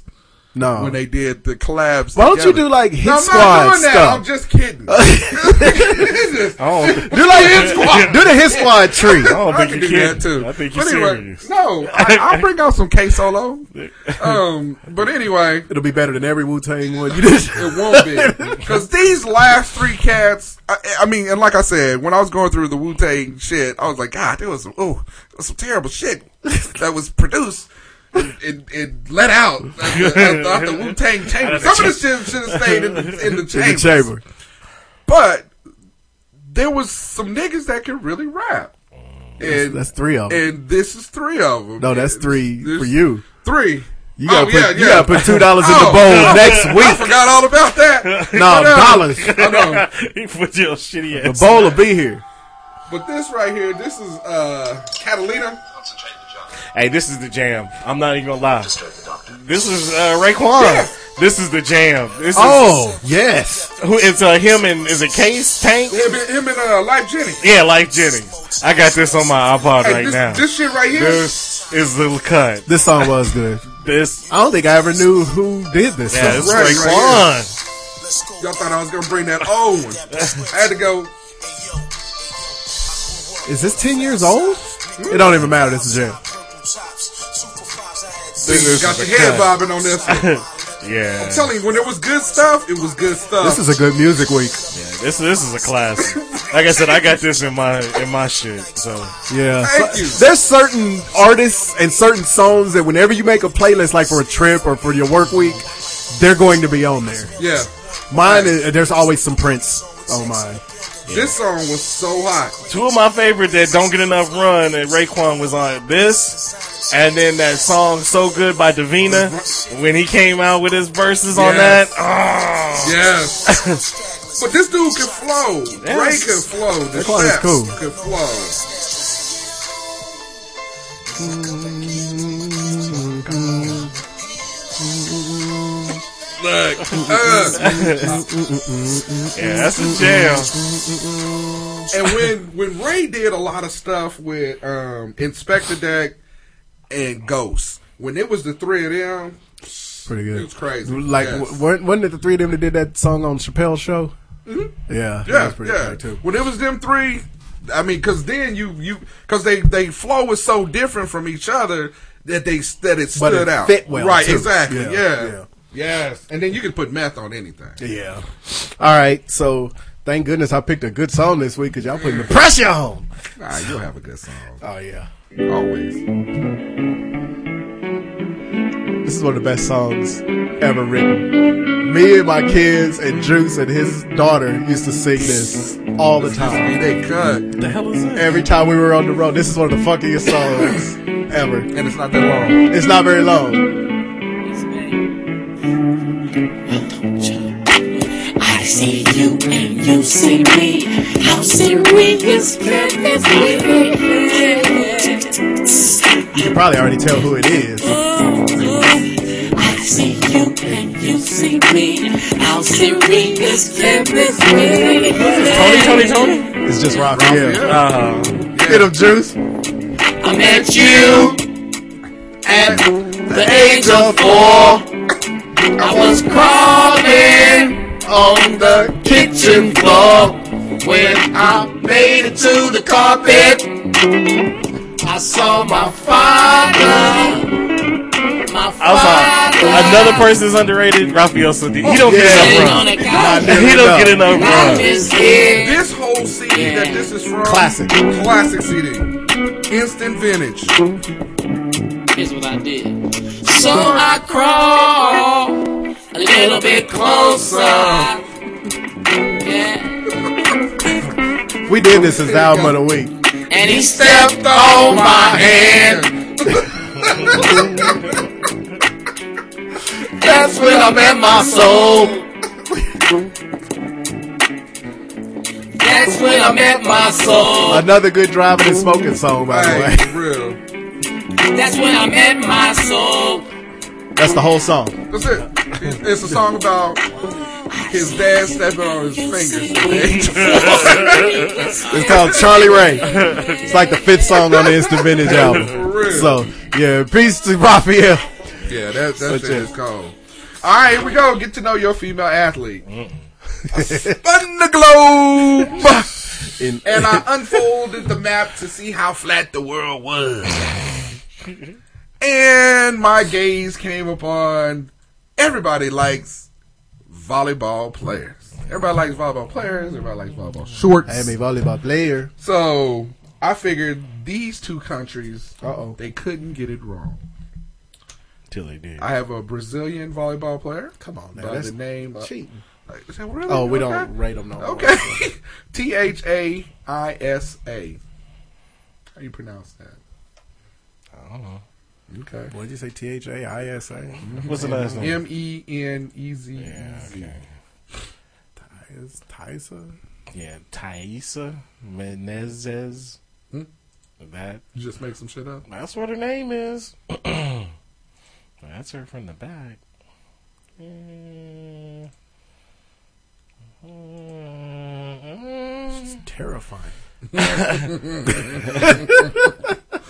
J: No.
K: when they did the collabs.
J: Why don't you
K: together.
J: do, like, Hit
K: no, I'm
J: Squad
K: not doing that.
J: stuff?
K: I'm just
J: [laughs]
K: kidding. [laughs]
J: Do like do the hit squad tree.
K: I don't think you can do that too.
B: I think
K: but
B: you're
K: anyway,
B: serious.
K: no, I, I'll bring out some K Solo. Um, but anyway,
J: it'll be better than every Wu Tang one you did.
K: It won't be [laughs] because these last three cats. I, I mean, and like I said, when I was going through the Wu Tang shit, I was like, God, there was some, oh, some terrible shit that was produced. and and- and let out after, after,
J: [laughs]
K: after Wu Tang chamber.
B: Out of the
K: Some of this
B: cha-
K: shit should have stayed in, in the
J: In the
K: chamber.
J: chamber.
K: But there was some niggas that could really rap. And
J: that's three of 'em.
K: And this is three of them.
J: No, that's three
K: There's
J: for you.
K: Three.
J: You gotta put- you gotta put $2 in the
K: Oh,
J: bowl
K: [laughs] no.
J: next
K: I [laughs]
J: week.
K: forgot all about
J: [laughs]
K: that.
J: No, dollars.
K: I know.
B: [laughs] he put your shitty
J: The
B: ass.
J: bowl will be here.
K: But this right here, this is uh Catalina.
B: Hey, this is the jam. I'm not even gonna lie. This is uh, Raekwon. This is the jam. This
J: Oh,
B: is,
J: yes.
B: Who it's uh, him and is it Case Tank?
K: Him, and- him and uh, Life Jenny.
B: Yeah, Life Jennings. I got this on my iPod
K: Hey,
B: right
K: this,
B: now.
K: this shit right here.
B: This is the cut.
J: This song was good.
B: This
J: I don't think I ever knew who did this.
B: Yeah,
J: song.
B: this is
K: Right,
B: Raekwon.
K: right Y'all thought I was gonna bring that old one. I had to go.
J: Is this ten years old? It don't even matter. This is jam.
B: This
K: got
B: is
K: your
B: the
K: head
B: cut.
K: bobbing on this. one.
B: Yeah.
K: I'm telling you, when it was good stuff, it was good stuff.
J: This is a good music week.
B: Yeah, this this is a classic. Like I said, I got this in my in my shit. So
J: Yeah.
B: Thank
J: So- There's certain artists and certain songs that whenever you make a playlist, like for a trip or for your work week, they're going to be on there.
K: Yeah.
J: Mine is, there's always some Prince on mine.
K: This song was so hot.
B: Two of my favorites that don't get enough run and Raekwon was on this, and then that song "So Good" by Davina when he came out with his verses on that.
K: Yes.
B: Oh, [laughs]
K: Yes. but this dude can flow. Ray
B: Yes.
K: can flow. The
B: That one is
K: chef
B: cool.
K: can flow. Look. Uh.
B: Yeah, that's a jam.
K: And when when Ray did a lot of stuff with um, Inspector Deck and Ghost, when it was the three of them,
J: Pretty good.
K: It was crazy.
J: Like,
K: Yes.
J: w- weren't- wasn't it the three of them that did that song on Chappelle's show?
K: Mhm.
J: Mm-hmm. Yeah. that
K: yeah,
J: was pretty
K: yeah.
J: good, too.
K: When it was them three, I mean, because then you you because they they flow was so different from each other that they that it stood
J: But it
K: out.
J: fit well,
K: right?
J: too.
K: Exactly.
J: Yeah,
K: Yeah.
J: yeah.
K: Yes. And then you can put meth on anything.
J: Yeah. All right. So thank goodness I picked a good song this week because y'all putting the pressure on.
K: Nah, you'll have a good song.
J: Oh yeah.
K: Always.
J: This is one of the best songs ever written. Me and my kids and Juice and his daughter used to sing this all the time.
K: They cut.
B: The hell is that?
J: Every time we were on the road, this is one of the funkiest songs ever.
K: And it's not that long.
J: It's not very long.
S: I see you and you see me. How serious can this be?
J: You can probably already tell who it is.
S: I see you and you see me. How serious can this be?
B: Tony, Tony, Tony.
J: It's just Robbie. Yeah.
B: Uh,
J: Hit him, Juice.
S: I met you at the age of four. I was crawling on the kitchen floor when I made it to the carpet. I saw my father. My
B: I was
S: father.
B: on- another person is underrated. Raphael Sadiq. He don't
S: Yeah.
B: get enough
S: On the
B: run.
S: couch.
B: He don't get enough
S: I
B: run.
S: just hear
K: Uh, This whole CD that this is from,
J: Classic.
K: classic CD, instant vintage.
S: Here's what I did. So I crawl a little bit closer. Yeah.
J: We did this as the album of the week.
S: And he stepped on my hand. That's when I met my soul. That's when I met my soul.
J: Another good driving and smoking song, by the way.
S: That's when I met my soul.
J: That's the whole song.
K: That's it. It's a song about his dad stepping on his fingers. [laughs]
J: It's called Charlie Ray. It's like the fifth song on the Instant Vintage album. So, yeah, peace to Raphael.
K: Yeah, that,
J: So,
K: that shit is cold. All right, here we go. Get to know your female athlete. I spun the [laughs] globe,
J: In-
K: and I unfolded the map to see how flat the world was. and my gaze came upon everybody likes volleyball players. Everybody likes volleyball players. Everybody likes volleyball shorts.
J: I am a volleyball player.
K: So I figured these two countries, uh-oh, they couldn't get it wrong.
B: Till they did.
K: I have a Brazilian volleyball player. Come on,
J: now,
K: by
J: that's
K: the name of-
J: cheating.
K: Like, is that really?
J: Oh, we
K: Okay.
J: don't rate them no more.
K: Okay, [laughs] T H A I S A. How you pronounce that?
B: I don't know.
K: Okay.
J: What did you say? T H A I S A.
B: What's the last name?
K: M E N E Z. Yeah.
J: Tysa.
B: Yeah, Thaisa Menezes. That
K: You just make some shit up.
B: that's what her name is. that's her from the back. She's
J: terrifying.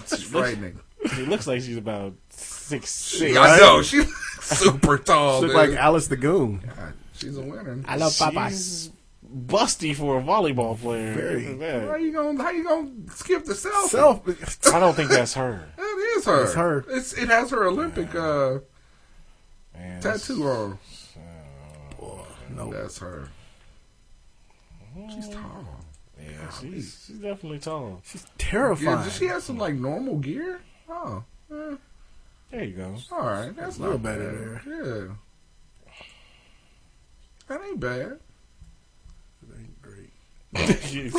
B: She's
K: frightening.
B: She looks like she's about six six.
K: I know she looks super tall.
J: She
K: dude.
J: look like Alice the Goon.
K: She's a winner.
J: I love Popeye.
B: She's busty for a volleyball player.
J: Very.
B: Look at
K: How
B: that.
K: you gonna How you gonna skip the selfie?
J: Self.
B: I don't think that's her.
K: That is her.
J: It's her.
K: It's, it has her Olympic uh,
B: Man, that's-
K: tattoo on.
J: No.
K: That's her. She's tall.
B: Yeah, she's, she's definitely tall.
J: She's
K: Yeah,
J: terrifying.
K: does she have some like normal gear? Oh, eh,
B: There you go.
K: all right. That's
J: A little
K: not
J: better
K: bad. Yeah, that ain't bad.
J: ain't great.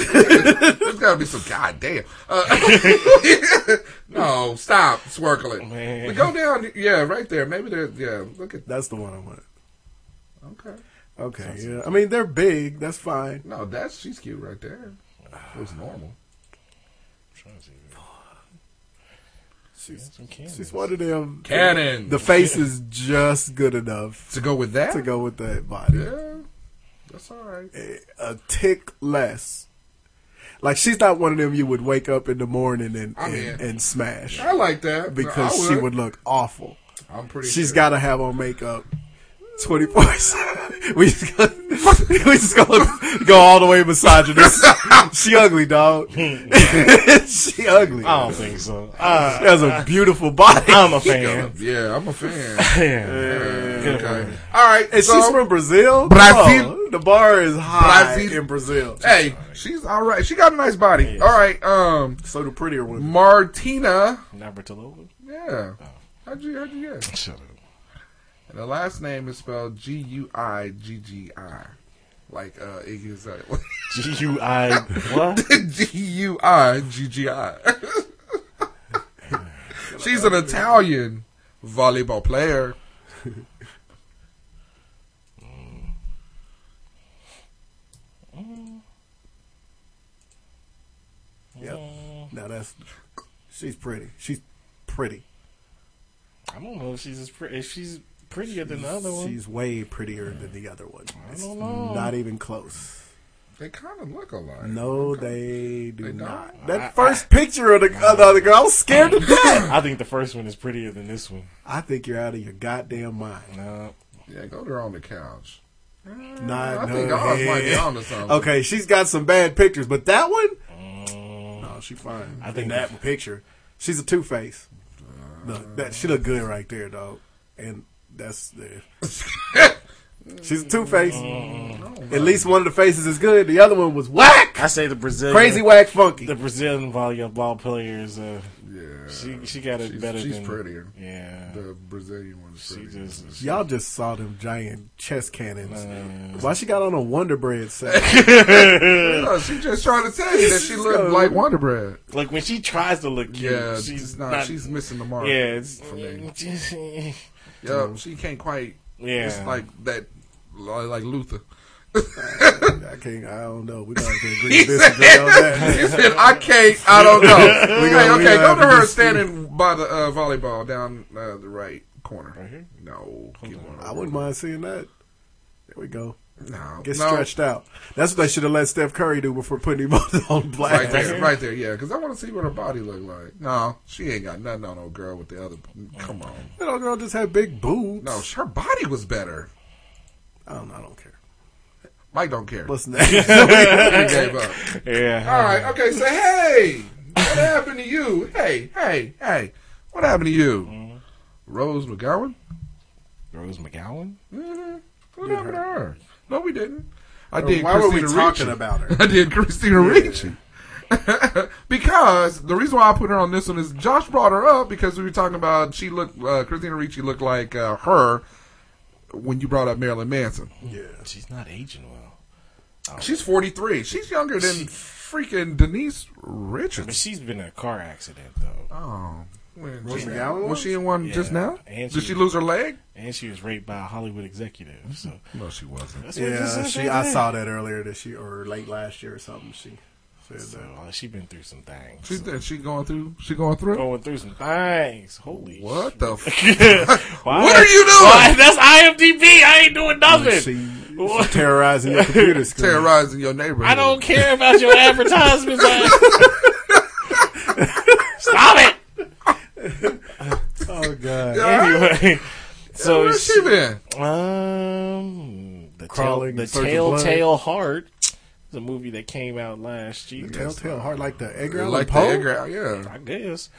K: There's gotta be some goddamn. Uh, [laughs] no, stop swirling.
J: Oh,
B: Man.
K: But go down. Yeah, right there. Maybe there. Yeah, look at.
J: That's the one I want.
K: Okay.
J: Okay. Yeah. I mean, they're big. That's fine.
K: No, that's she's cute right there. It was normal.
J: She's,
B: Some cannons.
J: she's one of them.
K: Cannon.
J: The face is just good enough
K: To go with that.
J: to go with that body.
K: Yeah, that's all right.
J: a tick less. Like she's not one of them you would wake up in the morning and
K: I mean-
J: and, and smash
K: I like that
J: because
K: I
J: she would look awful.
K: I'm pretty.
J: She's
K: sure.
J: got to have on makeup twenty four. [laughs] we just gonna, [laughs] we just gonna go all the
K: [laughs]
J: way misogynist. she
B: [laughs]
J: ugly dog. she ugly.
B: I don't think so. Uh,
J: She has a beautiful body.
B: Oh. I'm a fan.
K: Yeah, I'm a fan. [laughs]
B: yeah.
K: okay. All right.
J: And
K: so,
J: [laughs] she's from Brazil.
K: Brazil.
J: Oh, the bar is high
K: Brazil.
J: in Brazil.
K: Hey, she's all right. She got a nice body.
B: Yes.
K: All right. Um,
J: So the prettier one.
K: Martina.
B: Navratilova.
K: Yeah. How'd you How'd you guess?
B: Shut up.
K: And the last name is spelled G U I G G I, like uh, [laughs] Iggy Azalea.
B: G U I what?
K: G U I G G I. [laughs] She's an Italian volleyball player.
J: Yep. Now that's she's pretty. She's pretty.
B: I don't know if she's as pretty. If she's prettier than the other one.
J: She's way prettier than the other one. It's
B: don't know.
J: not even close.
K: They kind of look alike.
J: No, they do not.
K: don't?
J: That first picture of the, of the other girl, I was scared to death.
B: I think the first one is prettier than this one.
J: I think you're out of your goddamn mind.
B: No.
K: Yeah, go there on the couch.
J: Not
K: I think
J: her
K: ours might be
J: head.
K: on to something.
J: Okay, she's got some bad pictures, but that one,
K: Mm.
J: no, she fine. I
B: I think-
J: think that picture, she's a two face. Look, that she look good right there, dog, and that's the.
K: [laughs]
J: she's a two face.
K: Mm.
J: At least one of the faces is good. The other one was whack,
B: I say the Brazilian.
J: crazy whack, funky.
B: The Brazilian volleyball player is. Uh,
K: Yeah.
B: she she got it
K: she's,
B: better
K: She's
B: than.
K: prettier.
B: Yeah.
K: The Brazilian one is
B: she
K: prettier.
B: just.
J: Y'all just saw them giant chest cannons.
B: Uh,
J: Why she got on a Wonder Bread set?
K: [laughs] No, she just trying to tell you that she looked
J: She's
K: like
J: got-
K: Wonder Bread.
B: like when she tries to look cute,
K: Yeah,
B: she's
K: nah,
B: not.
K: she's missing the mark.
B: yeah, it's.
K: for
B: [laughs]
K: me.
B: yeah.
K: Yup, she can't quite. It's like that, li- like Luther.
J: I King. I don't know. We might have to agree
K: He
J: to disagree on that.
K: He said, I can't, I don't know. hey,
J: We gonna- we
K: okay, go
J: gonna
K: to her
J: just-
K: standing by the uh, volleyball down uh, the right corner. No, keep on
J: I wouldn't mind seeing that. There we go.
K: No,
J: Get
K: no.
J: stretched out. That's what they should have let Steph Curry do before putting him [laughs] on- on black.
K: Right there, right there, yeah. Because I want to see what her body look like. No, she ain't got nothing on no girl with the other. mm, Come on,
J: Little "Oh, girl just had big boobs.
K: no, her body was better.
J: I don't, I don't care.
K: Mike don't care.
J: What's
K: next? we gave up.
B: Yeah.
K: All right. Okay. So hey, what happened to you? Hey, hey, hey, what happened to you? Rose McGowan.
B: Rose McGowan.
K: Mm-hmm. What happened to her? No, we didn't. I
J: Or
K: did.
J: why were we
K: Christina
J: talking
K: Ricci.
J: about her?
K: [laughs] I did Christina
J: Yeah.
K: Ricci. [laughs] because the reason why I put her on this one is Josh brought her up because we were talking about she looked uh, Christina Ricci looked like uh, her when you brought up Marilyn Manson.
J: Yeah,
B: she's not aging well.
K: She's forty three. She's younger than freaking Denise Richards.
B: But she's been in a car accident though.
K: Oh, When
B: Rose
K: she-
B: McGowan
K: was she in one
B: Yeah,
K: just now?
B: and
K: Did she lose her leg?
B: And she was raped by a Hollywood executive.
K: [laughs]
B: So
K: no, she wasn't.
J: [laughs] yeah, she. I saw that earlier this year or late last year or something. She said
B: So
J: that.
B: uh, she been through some things.
K: She
B: so.
K: she going through? She going through?
B: Going through some things. Holy
K: What the?
B: [laughs]
K: F-
B: Why-
K: What are you doing?
B: Why- That's IMDb. I ain't doing nothing.
J: She's terrorizing your computer screen.
K: Terrorizing your neighborhood.
B: I don't care about your advertisements.
K: [laughs]
B: I- Stop it.
J: Oh god.
B: Anyway, so
K: Where's she been?
B: Um, the
J: Crawling
B: tail,
J: in
B: the
J: search of
B: Telltale Heart. It's a movie that came out last year.
J: Telltale Heart, like the Edgar Allan
K: Like the
J: Poe.
K: Edgar, Allan- yeah.
B: I guess.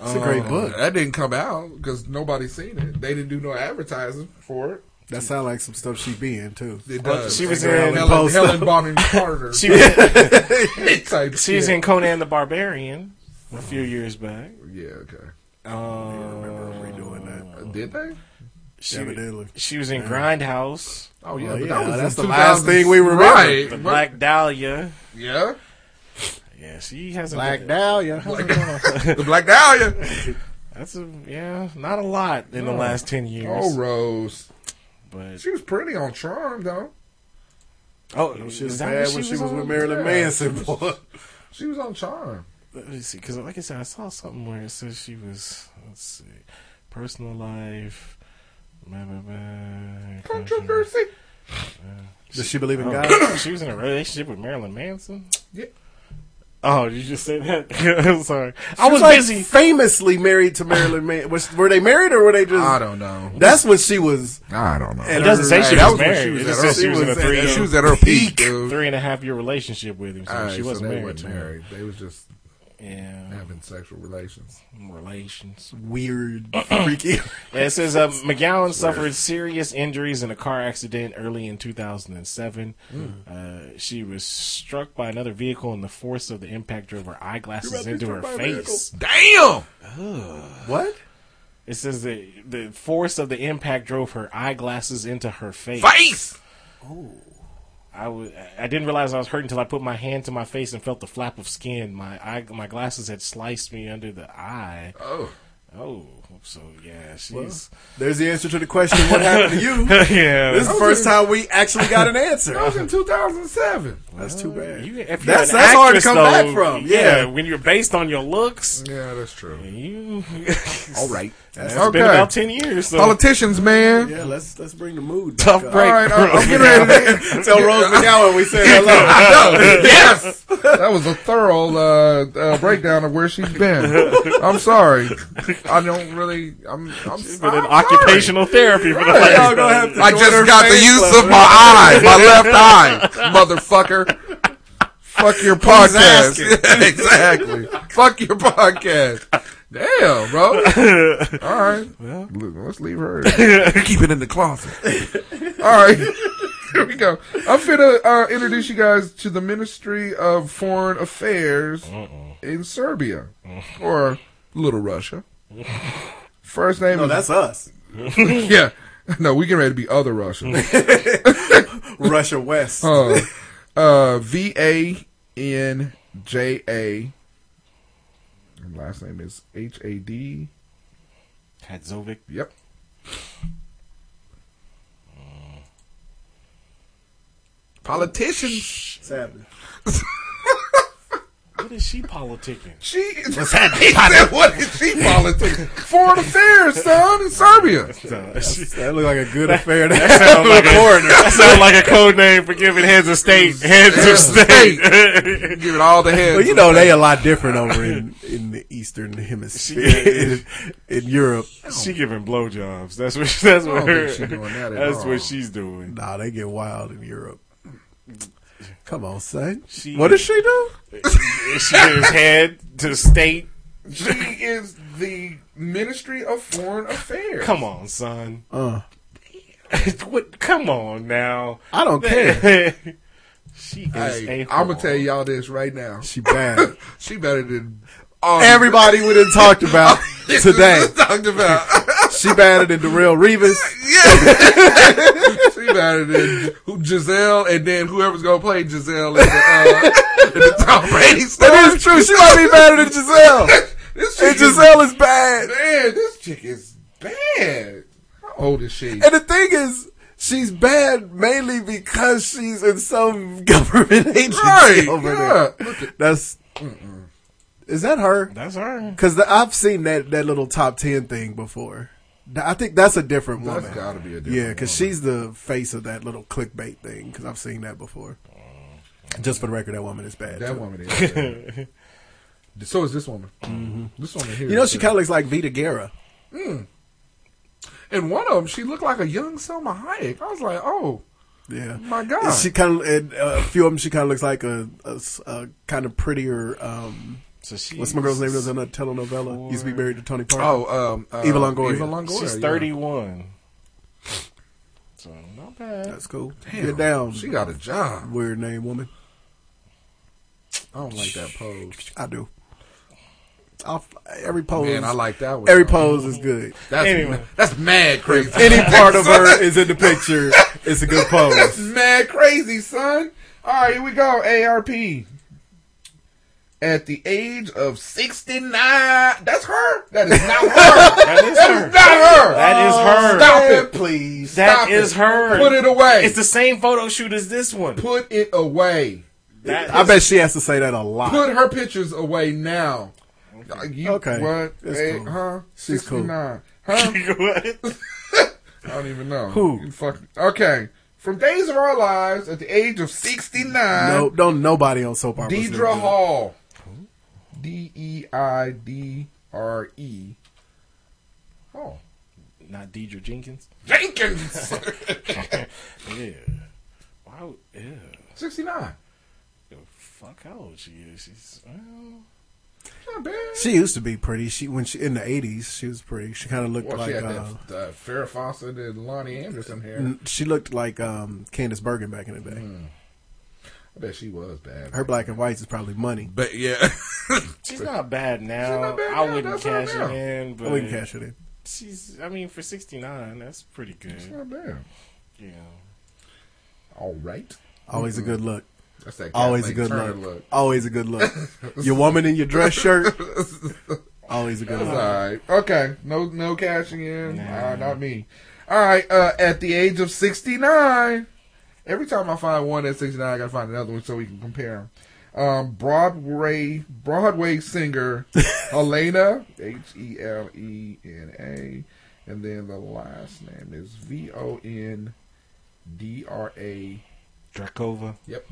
J: It's a great
K: Uh,
J: book.
K: That didn't come out because nobody seen it. They didn't do no advertising for it.
J: That sounds like some stuff she be in too.
K: It does.
B: she was
K: Edgar
B: in-
K: Allan Poe Helen, Helen
J: stuff.
K: Bonham
B: [laughs]
K: Carter.
B: She was,
K: Type
B: she was
K: shit.
B: in Conan the Barbarian a few years back.
K: Yeah. Okay.
B: Uh, Um,
K: Uh, Did they?
B: she,
J: Evidently.
B: she was in Grindhouse.
K: Oh yeah.
J: Oh,
K: but
J: yeah,
K: that was
J: that's
K: in
J: the last
K: 2000
J: thing we remember.
K: Right.
B: The
K: What-
B: Black Dahlia.
K: Yeah.
B: Yeah, she hasn't.
J: Black
B: been-
J: Dahlia.
K: the Black Dahlia.
B: [laughs] That's a yeah, not a lot in the
K: No.
B: last ten years.
K: Oh Rose.
B: But
K: She was pretty on Charm though.
B: oh,
J: She was
B: is that
J: bad
B: what
J: when she was,
B: on?
J: with Marilyn
K: Yeah.
J: Manson. Boy.
K: She was on Charm.
B: Let me see, because like I said, I saw something where it says she was. Let's see, personal life. Blah, blah, blah,
K: Controversy.
J: Does she believe in
B: Oh,
K: [coughs]
J: God?
B: she was in a relationship with Marilyn Manson.
K: Yeah.
B: Oh, you just said that. [laughs] I'm sorry. I
J: She
B: was
J: like,
B: busy.
J: Famously married to Marilyn Manson. Was, were they married or were they just?
K: I don't know.
J: That's when she was.
K: I don't know.
J: It
B: It doesn't say she
K: That
B: was
K: was when
B: married.
K: she was
B: It
K: at
B: just
K: her-
B: says she was in a
J: at-
B: three,
K: She was at her peak, dude.
B: three and a half year relationship with him. So
K: All right,
B: she
K: so
B: wasn't
K: they
B: married.
K: weren't
B: to him.
K: married. They was just
B: Yeah,
K: having sexual relations. [laughs]
B: relations.
J: Weird,
B: [clears throat]
J: freaky.
B: Yeah, it says uh, McGowan suffered serious injuries in a car accident early in 2007.
K: Hmm.
B: Uh, she was struck by another vehicle, and the force of the impact drove her eyeglasses into her face.
K: Damn.
J: What?
B: It says that the force of the impact drove her eyeglasses into her face.
K: Face.
B: I was I didn't realize I was hurt until I put my hand to my face and felt the flap of skin. My eye, my glasses had sliced me under the eye.
K: Oh.
B: Oh, so yeah, she's.
J: There's the answer to the question. What happened to
B: [laughs]
J: you?
B: yeah,
J: This is the first time we actually got an
K: [laughs]
J: answer.
K: That was in 2007.
J: That's too bad.
B: You, if you're
J: That's-
B: an
J: that's hard to
B: actress,
J: come
B: though,
J: back from. Yeah.
B: when you're based on your looks,
K: Yeah, that's true.
B: you.
K: All right.
B: It's
K: okay.
B: been about ten years. So.
K: Politicians, man.
J: Yeah, let's let's bring the mood. back
B: Tough
K: [laughs]
J: up.
B: break.
K: All right, I'm, I'm getting ready. [laughs] to-
J: Tell Rose McGowan
K: [laughs]
J: we said
B: [laughs]
J: hello.
K: No, yes, that was a thorough uh, uh, breakdown of where she's been. I'm sorry, I don't really. I'm. I'm,
B: She's been in
K: I'm sorry.
B: occupational therapy for the
K: Right.
B: last.
K: Y'all gonna
J: have to
K: I
J: join
K: just
J: her
K: got the
J: fan
K: use
J: club.
K: of my eye,
J: [laughs]
K: my left eye, motherfucker. Fuck your podcast. [laughs] Yeah, exactly. Fuck your podcast. Damn, bro. All right. Look, Let's leave her. Keep it in the closet. All right. [laughs] Here we go. I'm finna uh, introduce you guys to the Ministry of Foreign Affairs in Serbia or Little Russia. First name
J: No,
K: is
J: that's us.
K: yeah. [laughs] No, we get ready to be other
J: [laughs]
K: Russians.
J: Russia West.
K: Uh, uh, V A N J A. Last name is H A D.
B: Hadzovic.
K: Yep. Politicians.
J: It's happening.
T: What is she politicking?
K: She [laughs]
J: What's happening,
K: He
J: partner?
K: said, what is she politics? Foreign affairs, son, in Serbia.
J: That looked like a good
B: [laughs]
J: affair.
T: That sounds like, a, [laughs] that sound like a code name for giving heads of
J: [laughs]
T: state. Heads of state.
K: Give it all the heads.
J: Well, you know they a lot different over in, in the Eastern Hemisphere [laughs] in, in Europe.
T: She giving blowjobs. That's what. That's
J: I
T: what.
J: don't think
T: Her,
J: she doing that at
T: that's
J: all.
T: what she's doing.
J: Nah, they get wild in Europe. Come on, son.
T: She-
J: what does she do?
T: she gives head to state.
K: She is the Ministry of Foreign Affairs.
T: Come on, son.
J: Uh,
T: [laughs] what? Come on now.
J: I don't care.
T: [laughs] she is a.
K: Hey, I'm gonna
T: whore.
K: tell y'all this right now. [laughs]
J: She bad.
K: she better than all
J: Everybody we done
K: [laughs]
J: talked about
K: This is
J: [laughs] today.
K: what I'm talked about. [laughs]
J: She badder than Darrell Reeves.
K: she better than who- Giselle, and then whoever's gonna play Giselle in the, uh, in the
J: [laughs]
K: Tom Brady story.
J: That is true. She might be badder than Giselle.
K: [laughs] This
J: And Giselle is bad.
K: Man, this chick is bad. How old is she?
J: And the thing is, she's bad mainly because she's in some [laughs] government agency
K: Right,
J: over
K: yeah.
J: there. That's is that her?
T: That's her.
J: Because I've seen that that little top ten thing before. Th- I think that's a different
K: That's
J: woman.
K: gotta be a different
J: yeah, because she's the face of that little clickbait thing. Because I've seen that before. Just for the record, that woman is
K: Mm-hmm.
J: bad.
K: That
J: too.
K: woman is.
J: [laughs]
K: bad. so is this woman. This woman here.
J: Mm-hmm. You know,
K: is
J: she
K: bad.
J: kind of looks like Vita Guerra.
K: Mm. And one of them, she looked like a young Selma Hayek. I was like, oh,
J: Yeah,
K: my God.
J: And she kind of and, uh, a few of them. She kind of looks like a, a s- a kind of prettier. Um,
T: So she-
J: what's my girl's name? that Was in a telenovela. Used to be married to Tony Parker.
K: Oh, um, uh,
J: Eva Longoria.
K: Eva Longoria,
T: She's
K: yeah.
T: thirty-one. So not bad.
J: That's cool.
K: Damn,
J: Get down.
K: she got a job.
J: Weird name, woman.
K: I don't like that
J: [laughs]
K: pose.
J: I do. I'll, every pose.
K: Man, I like that one.
J: Every pose is good.
K: That's
T: Anyway.
K: that's mad crazy.
J: If any part
K: [laughs]
J: of her is in the picture, it's a good
K: That's
J: pose.
K: mad crazy, son. All right, here we go. ARP. At the age of 69. That's her. That is not her.
T: [laughs]
K: that
T: is
K: that
T: her.
K: is not her. Oh,
T: That is her.
K: Stop it.
J: Please.
T: That
K: Stop
T: is
K: it.
T: her.
K: Put it away.
T: It's the same photo shoot as this one.
K: Put it away.
T: [laughs] That
J: I
T: is-
J: bet she has to say that a lot.
K: Put her pictures away now. Uh, You,
J: Okay.
K: What?
J: It's
K: Hey,
J: cool.
K: Huh?
J: She's cool.
K: 69.
T: [laughs]
K: Huh?
T: What?
K: I don't even know.
J: Who?
K: You fuck- okay. From Days of Our Lives at the age of 69.
J: No, don't nobody on soap opera.
K: Deidre Hall. D E I D R E. Oh.
T: Not Deidre Jenkins.
K: Jenkins! [laughs]
T: Yeah. Why? would- Yeah.
K: 69.
T: The fuck how old she is? She's well,
K: Not bad.
J: She used to be pretty. She when she in the eighties, she was pretty. She kind of looked
K: Well,
J: like
K: she had
J: uh,
K: that, that Farrah Fawcett and Lonnie Anderson hair.
J: n- she looked like um, Candace Bergen back in the day.
K: Mm. I bet she was bad.
J: Her black and whites is probably money.
K: But yeah.
T: she's not bad now.
K: not bad
T: I
K: now,
T: wouldn't
K: that's not
T: cash
K: bad.
T: it in, but
J: I wouldn't cash it in.
T: she's. I mean, for sixty nine, that's pretty
K: It's
T: good.
K: not bad.
T: Yeah.
K: All right.
J: Always a good look.
K: That's that
J: Always a
K: Kathleen
J: good
K: Turner
J: look. Always a
K: [laughs]
J: good look. Your woman in your dress shirt. Always a good
K: That's
J: look.
K: all right. Okay. No no cashing in. Nah, not me. All right. Uh, at the age of 69. Every time I find one at 69, I got to find another one so we can compare 'em. Um, Broadway Broadway singer Helena, H E L E N A. And then the last name is V O N D R A.
T: Dracova.
K: Yep.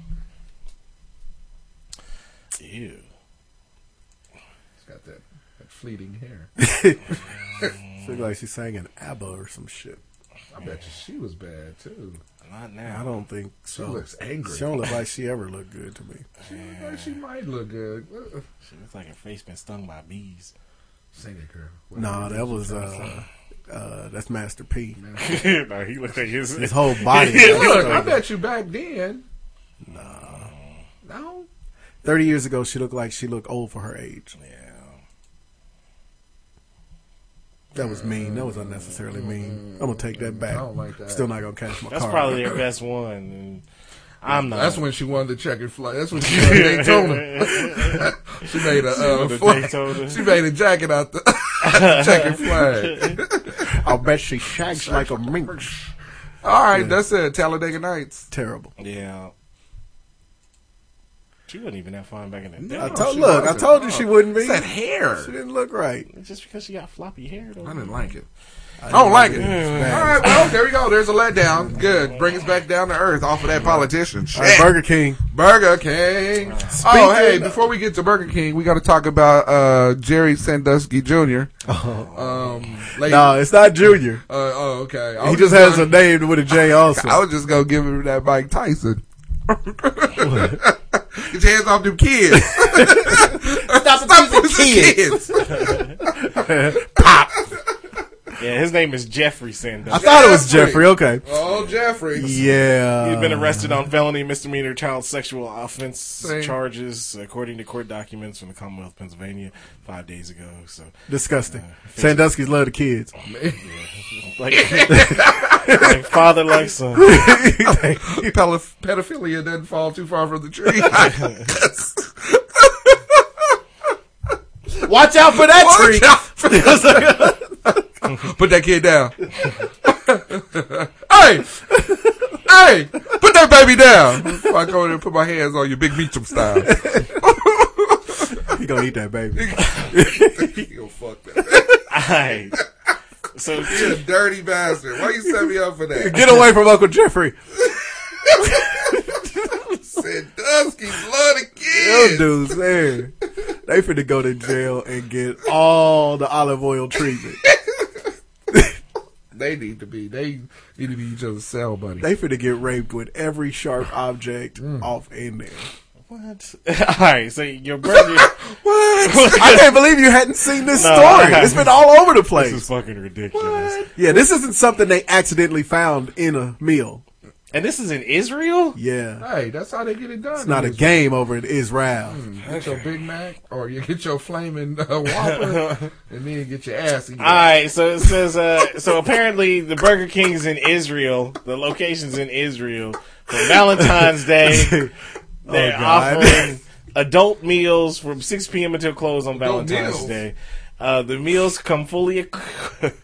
T: Ew.
K: It's got that, that fleeting hair.
J: She looked like she sang an ABBA or some shit.
K: I bet you she was bad too.
T: Not
J: I
T: now.
J: don't think so.
K: She looks angry.
J: She don't look like she ever looked good to me.
K: [laughs] She, look like she might look good. Uh,
T: She looks like her face been stung by bees.
K: Sing it, girl.
J: Nah, that was uh, uh, that's Master P.
T: no, he looks like his.
J: His whole
T: [laughs]
J: body.
K: Look, I bet you back then. No. No?
J: Thirty years ago, she looked like she looked old for her age.
T: Yeah.
J: That was mean. That was unnecessarily mean. I'm gonna take that back.
K: Mm, I don't like that.
J: Still not gonna cash my
T: That's
J: card.
T: probably their best one. And I'm not.
K: That's when she won the check and flag. That's when she won Daytona. [laughs] she made a uh,
T: the
K: flag-
T: Daytona.
K: she made a jacket out the [laughs] check and flag.
J: I'll bet she shags like a minx.
K: All right, that's it. Talladega Nights.
J: Terrible.
T: yeah.
B: She wasn't even that fine back in the day.
J: I told, look, I told you she wouldn't be.
B: It's that hair.
J: She didn't look right.
B: Just because she got floppy hair, though.
K: I didn't like it. I don't like it. All
J: It's
K: right, well, there we go. There's a letdown. Good. Bring us back down to earth off of that politician.
J: All right,
K: Shit.
J: Burger King.
K: Burger King.
J: Speaking
K: Oh, hey,
J: of-
K: before we get to Burger King, we got to talk about uh, Jerry Sandusky Jr. Um, lady-
J: Oh. No, it's not Junior.
K: Uh, oh, okay. I
J: He
K: was
J: just has
K: gonna-
J: a name with a J
K: [laughs]
J: also.
K: I was just going to give him that Mike Tyson. [laughs] Get your hands off them kids. [laughs]
J: [laughs] Stop,
K: with the kids.
B: Yeah, his name is Jeffrey Sandusky.
J: I thought it was Jeffrey. Okay.
K: Oh, Jeffrey.
J: Yeah.
B: He's been arrested on felony misdemeanor child sexual offense
K: Same.
B: charges, according to court documents from the Commonwealth of Pennsylvania five days ago. So
J: [laughs]
K: Uh,
J: Disgusting. Sandusky's love the kids.
B: like, like father, like son.
K: [laughs] Pedoph- pedophilia doesn't fall too far from the
J: [laughs]
K: tree.
J: Watch out for that
K: Watch
J: tree.
K: out for that- [laughs] put that kid down. [laughs] hey, hey, put that baby down. Before I go in and put my hands on you, big meatchum style.
J: He gonna eat that
K: [laughs]
J: baby.
K: you gonna fuck that.
B: [laughs] Alright. So
K: you a dirty bastard. Why you set me up for that?
J: Get away from
K: [laughs]
J: Uncle Jeffrey.
K: Sandusky's love the
J: Them
K: kids.
J: dudes, man. They finna go to jail and get all the olive oil treatment.
K: They need to be. They need to be each other's cell buddy.
J: They finna get raped with every sharp object
K: Mm.
J: off
B: [laughs]
J: in there.
B: What? [laughs] Alright, so your brother.
J: [laughs]
B: [laughs]
J: What? I can't believe you hadn't seen this
B: No, I
J: story.
B: haven't.
J: It's been all over the place.
B: This is fucking ridiculous.
J: yeah, this isn't something they accidentally found in a meal.
B: And this is in Israel?
J: Yeah.
K: Hey, that's how they get it done.
J: It's not a game over in Israel.
K: Get your Big Mac or you get your flaming uh,
J: [laughs]
K: Whopper, and then get your ass eaten.
B: All right, so it says. Uh, so apparently, the Burger King's in Israel. The location's in Israel for Valentine's
J: [laughs]
B: Day. They're
J: Oh, God.
B: offering adult meals from 6 p.m. until close on Valentine's
J: meals.
B: Day. Uh, the meals come fully. Equ-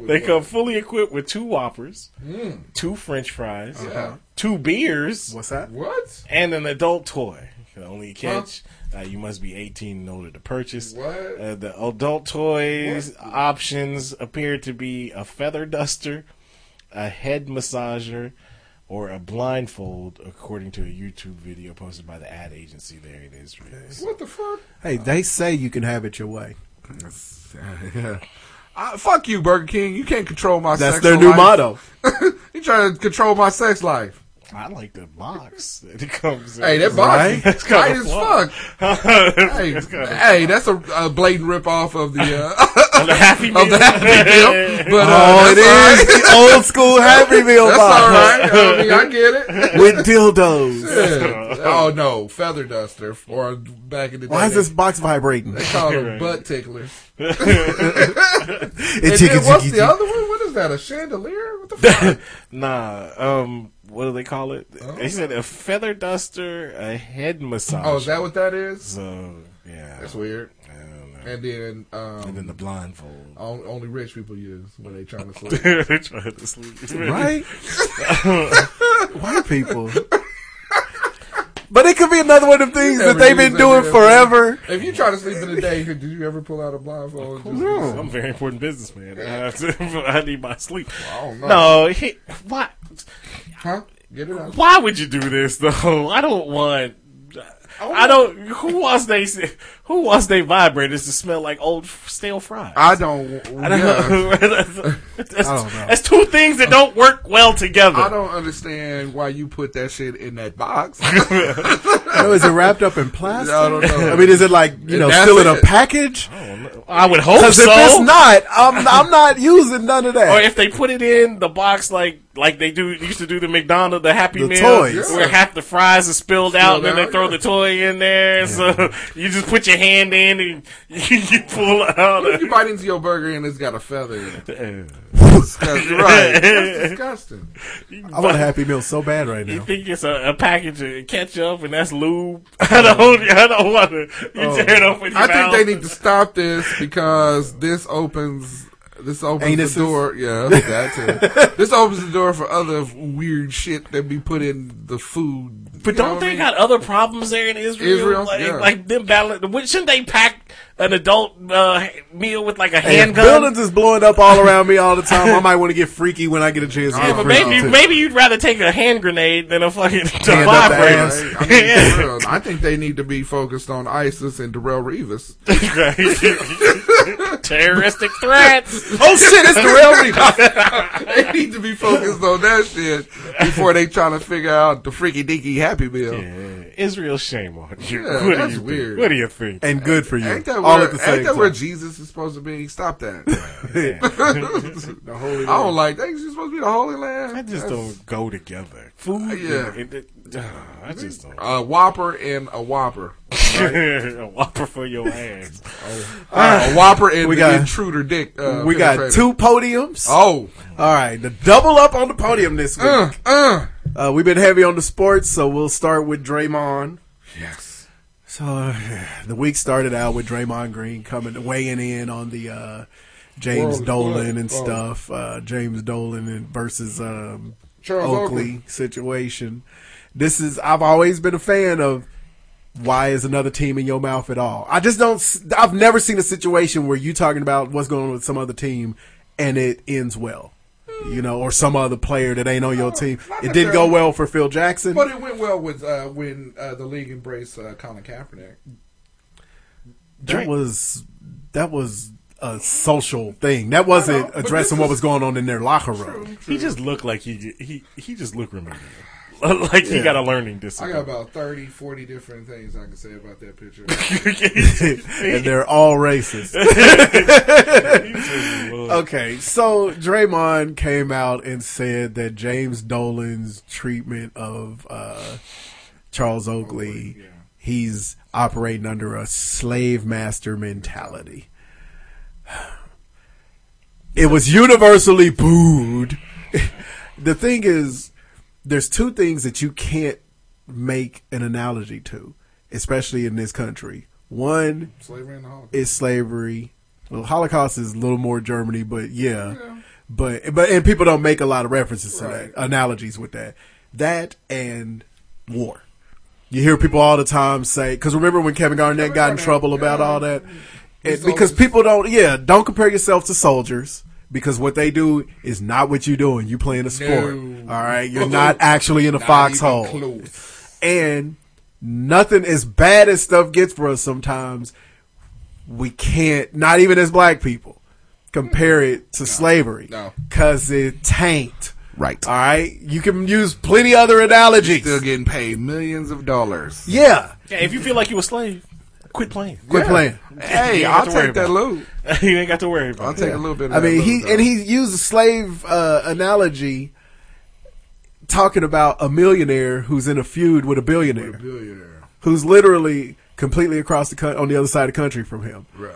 B: [laughs] they come fully equipped with two Whoppers, two French fries,
K: Uh-huh.
B: two beers.
J: What's that?
K: What?
B: and an adult toy. The only catch, uh, you must be 18 in order to purchase.
K: What?
B: Uh, the adult toys options appear to be a feather duster, a head massager, or a blindfold, according to a YouTube video posted by the ad agency there in Israel.
K: What the fuck?
J: Hey, they say you can have it your way.
K: [laughs] yeah. I, fuck you, Burger King. You can't control my
J: That's
K: sex
J: their new
K: life.
J: motto.
K: you trying to control my sex life.
B: I like the box that it comes in.
K: Hey, that box
J: Right?
K: is
B: It's
K: tight
B: kinda
K: as
B: flawed.
K: fuck.
J: [laughs]
K: hey, hey, that's a, a blatant rip off of the uh, [laughs]
B: the Happy
K: of the
B: Meal.
K: Happy
J: [laughs]
K: Meal. But uh,
J: oh, it
K: that's
J: is
K: all right.
J: the old school Happy Meal
K: That's all
J: box
K: right. I, mean, I get it.
J: [laughs] with dildos.
K: Yeah. [laughs] Oh no, feather duster or back in the day.
J: Why is
K: they-
J: this box vibrating?
K: They [laughs] call them
B: Right.
K: butt ticklers.
J: It
K: And
J: jiggy,
K: then what's the
J: jiggy, jiggy.
K: other one? What is that? A chandelier? What the fuck?
B: Nah, um, what do they call it? They said a feather duster, a head massager.
K: oh, is that what that is?
B: So, yeah.
K: That's weird.
B: I don't know.
K: And uh, then, um,
B: and then the blindfold.
K: on- only rich people use when they trying to sleep.
B: They're [laughs] trying to sleep.
J: Right? [laughs] White people. But it could be another one of the things that
K: Never
J: they've been
K: use that
J: doing
K: damn
J: forever.
K: thing. If you try to sleep in the day, did you ever pull out a blindfold? and
B: [laughs]
K: just-
B: I'm a very important businessman. [laughs] I, have to- I need my sleep.
K: I don't know.
B: No, he, why?
K: Huh? Get it out.
B: Why would you do this though? [laughs] I don't want. I don't. Who wants they? Who wants they vibrators to smell like old stale fries? [laughs]
K: I don't.
B: I don't [laughs]
K: yeah.
B: know. that's,
J: don't know.
B: that's two things that don't work well together.
K: I don't understand why you put that shit in that box.
J: Oh, is it wrapped up in plastic?
K: I don't know.
J: I mean, is it like, you know,
K: That's
J: still in a
K: it.
J: package?
B: I would hope
J: Because if
B: so.
J: it's not, I'm, I'm not using none of [laughs]
B: or
J: that.
B: if they put it in the box like like they do used to do the McDonald's the Happy
J: The
B: Meal,
J: toys.
B: where half the fries are spilled out, and then
K: out,
B: they throw
K: yeah.
B: the toy in there. So you just put your hand in and [laughs] you, you pull out.
K: What if you
B: A,
K: bite into your burger and it's got a feather in it? Disgusting. Right. That's disgusting.
J: I want a Happy Meal so bad right
B: you
J: now.
B: think it's a, a package of ketchup and that's lube? [laughs] I don't. I don't want to. You tear it open. Your
K: I think
B: mouth.
K: they need to stop this because this opens This opens
J: Anuses?
K: the door. Yeah, that's it. this opens the door for other weird shit that be put in the food.
B: But
K: You know
B: don't
K: what
B: they
K: I mean?
B: got other problems there in Israel?
K: Israel?
B: like,
K: Yeah.
B: like them balance. Shouldn't they pack an adult uh, meal with like a
J: Hey, if
B: handgun?
J: buildings is blowing up all around me all the time. I might want to get freaky when I get a chance. to
B: Yeah,
J: get
B: but
J: freaky,
B: maybe
J: too.
B: maybe you'd rather take a hand grenade than a fucking [laughs]
J: Hand up the
B: vibrator.
J: ass.
K: I, mean, for real, I think they need to be focused on ISIS and Darrell Reeves.
B: Terroristic threats.
K: Oh shit, it's Darrell Reeves. [laughs] they need to be focused on that shit before they try to figure out the freaky deaky happy meal.
B: [laughs] Israel, shame on you.
K: Yeah,
B: what
K: that's
B: do you
K: weird.
B: Think? What do you think?
J: And good for you.
K: Ain't that,
J: all
K: where,
J: at the same
K: ain't that where
J: time.
K: Jesus is supposed to be? Stop that.
J: The Holy
K: I
J: Land.
K: don't like that. It's supposed to be the Holy Land.
B: I just don't go together. Food. and-
K: Yeah.
B: and it- [sighs] ah, I just don't.
K: A Whopper and a Whopper.
B: [laughs] a whopper for your ass.
J: [laughs]
K: Uh, a Whopper and
J: We
K: we
J: got-
K: intruder dick. Uh,
J: we got
K: penetrator.
J: two podiums.
K: Oh,
J: all right. The double up on the podium this week.
K: Uh, uh.
J: Uh, we've been heavy on the sports, so we'll start with Draymond.
K: Yes.
J: So uh, the week started out with Draymond Green coming weighing in on the uh, James
K: World-
J: Dolan
K: World-
J: and stuff. Uh, James Dolan and versus um,
K: Charles
J: Oakley situation. This is I've always been a fan of. Why is another team in your mouth at all? I just don't. s- I've never seen a situation where you talking about what's going on with some other team, and it ends well, you know, or some other player that ain't on your team. It did go well for Phil Jackson.
K: But it went well with uh, when uh, the league embraced uh, Colin Kaepernick.
J: that was that was a social thing. That wasn't addressing what was going on in their locker room.
B: He just looked like he he he just looked remedial. [laughs] like he
J: Yeah.
B: got a learning
K: I
B: disability.
K: got about 30, 40 different things I can say about that
J: [laughs]
K: picture.
J: and they're all racist. [laughs] okay, so Draymond came out and said that James Dolan's treatment of uh, Charles Oakley, he's operating under a slave master mentality. It was universally booed. [laughs] the thing is, there's two things that you can't make an analogy to, especially in this country. One
K: Slavery and the Holocaust.
J: is slavery. Well, Holocaust is a little more Germany, but yeah. But but and people don't make a lot of references to that, analogies with that. That and war. You hear people all the time say because remember when Kevin Garnett got in trouble about all that, and because people don't yeah don't compare yourself to soldiers because what they do is not what you doing. You playing a sport, all right?
K: [laughs]
J: You're not actually in a
K: Not
J: foxhole
K: even close.
J: and nothing as bad as stuff gets for us sometimes we can't not even as black people compare it to slavery
K: No.
J: because it taint
K: Right.
J: all right you can use plenty other analogies
K: Still getting paid millions of dollars.
J: yeah
B: Yeah, if you feel like you a slave, quit playing.
J: quit
K: Yeah.
J: playing
K: Hey,
B: You ain't got
K: I'll
B: to worry
K: take that
B: about
K: loot.
B: [laughs] you ain't got to worry about.
K: I'll
B: it.
K: take a little bit of
J: I
K: that
J: mean,
K: loot,
J: he
K: though.
J: and he used a slave uh, analogy, talking about a millionaire who's in a feud with a billionaire,
K: billionaire.
J: who's literally completely across the co- on the other side of the country from him.
K: Right.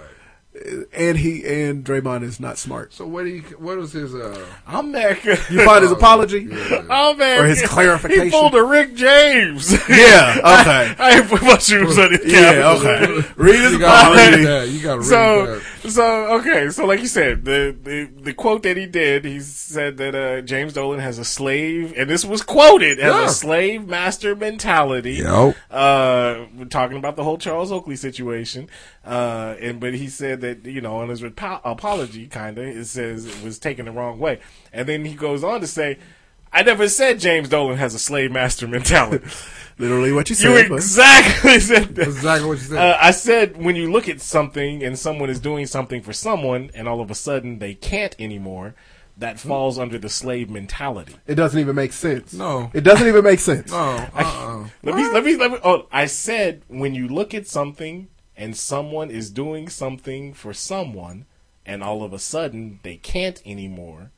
J: Uh, And he and Draymond is not smart.
K: So what do you, what was his uh
B: I'm back. [laughs]
J: You
K: [laughs]
J: find his apology?
B: Oh man!
J: Or his clarification.
B: He pulled a Rick James. [laughs]
J: Yeah, okay.
B: I, ain't put my shoes on his
J: Yeah,
B: calendar. [laughs]
J: okay. Read his
K: You gotta read
J: apology.
K: that. You gotta read
B: so
K: that.
B: so okay so like you said the, the the quote that he did he said that uh james dolan has a slave and this was quoted as
K: Yeah.
B: a slave master mentality
K: Yep.
B: uh we're talking about the whole charles oakley situation uh and but he said that you know on his repo- apology kind of it says it was taken the wrong way and then he goes on to say I never said James Dolan has a slave master
K: [laughs]
B: mentality.
J: [laughs] Literally what you
B: you
J: said. but-
B: exactly [laughs] said that.
K: Exactly what you said.
B: Uh, I said when you look at something and someone is doing something for someone, and all of a sudden they can't anymore, that
K: Hmm.
B: falls under the slave mentality.
J: it doesn't even make sense.
K: No.
J: It doesn't even make sense.
K: oh, uh-uh.
B: Let me, let me, let me. Oh, I said when you look at something and someone is doing something for someone, and all of a sudden they can't anymore.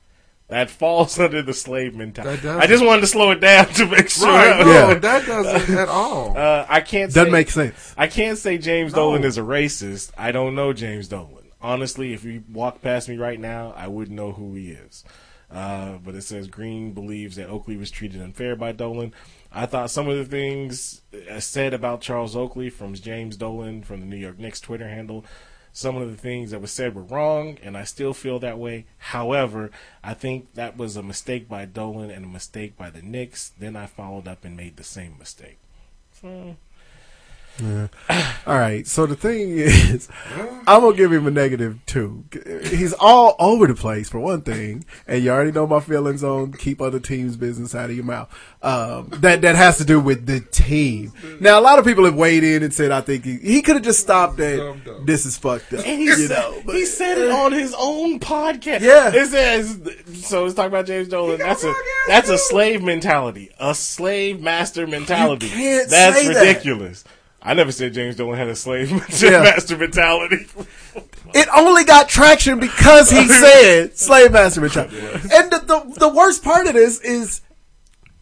B: That [laughs] falls under the slave
K: That
B: mentality.
K: doesn't-
B: I just wanted to slow it down [laughs] to make sure. Oh,
K: Right. No,
J: Yeah.
K: that doesn't at all.
B: Uh, I can't.
J: Doesn't
B: say-
J: make sense.
B: I can't say James Dolan is a racist. I don't know James Dolan. Honestly, if you walk past me right now, I wouldn't know who he is. Uh, but it says Green believes that Oakley was treated unfair by Dolan. I thought some of the things uh, said about Charles Oakley from James Dolan from the New York Knicks Twitter handle some of the things that was said were wrong, and I still feel that way. However, I think that was a mistake by Dolan and a mistake by the Knicks. Then I followed up and made the same mistake. So,
J: Yeah. All right. So the thing is, I'm gonna give him a negative two. He's all over the place for one thing, and you already know my feelings on keep other teams' business out of your mouth. Um, that that has to do with the team. Now, a lot of people have weighed in and said, I think he, he could have just stopped at this is fucked up.
B: and he,
J: You
B: said,
J: know, uh,
B: he said it on his own podcast.
J: Yeah.
B: it says so. It's talking about James Dolan. That's a that's a slave mentality, a slave master mentality.
J: can't
B: that's
J: say that.
B: ridiculous. I never said James Dolan had a slave [laughs]
J: Yeah.
B: master
J: [laughs]
B: mentality.
J: it only got traction because he said slave master mentality. And the, the the worst part of this is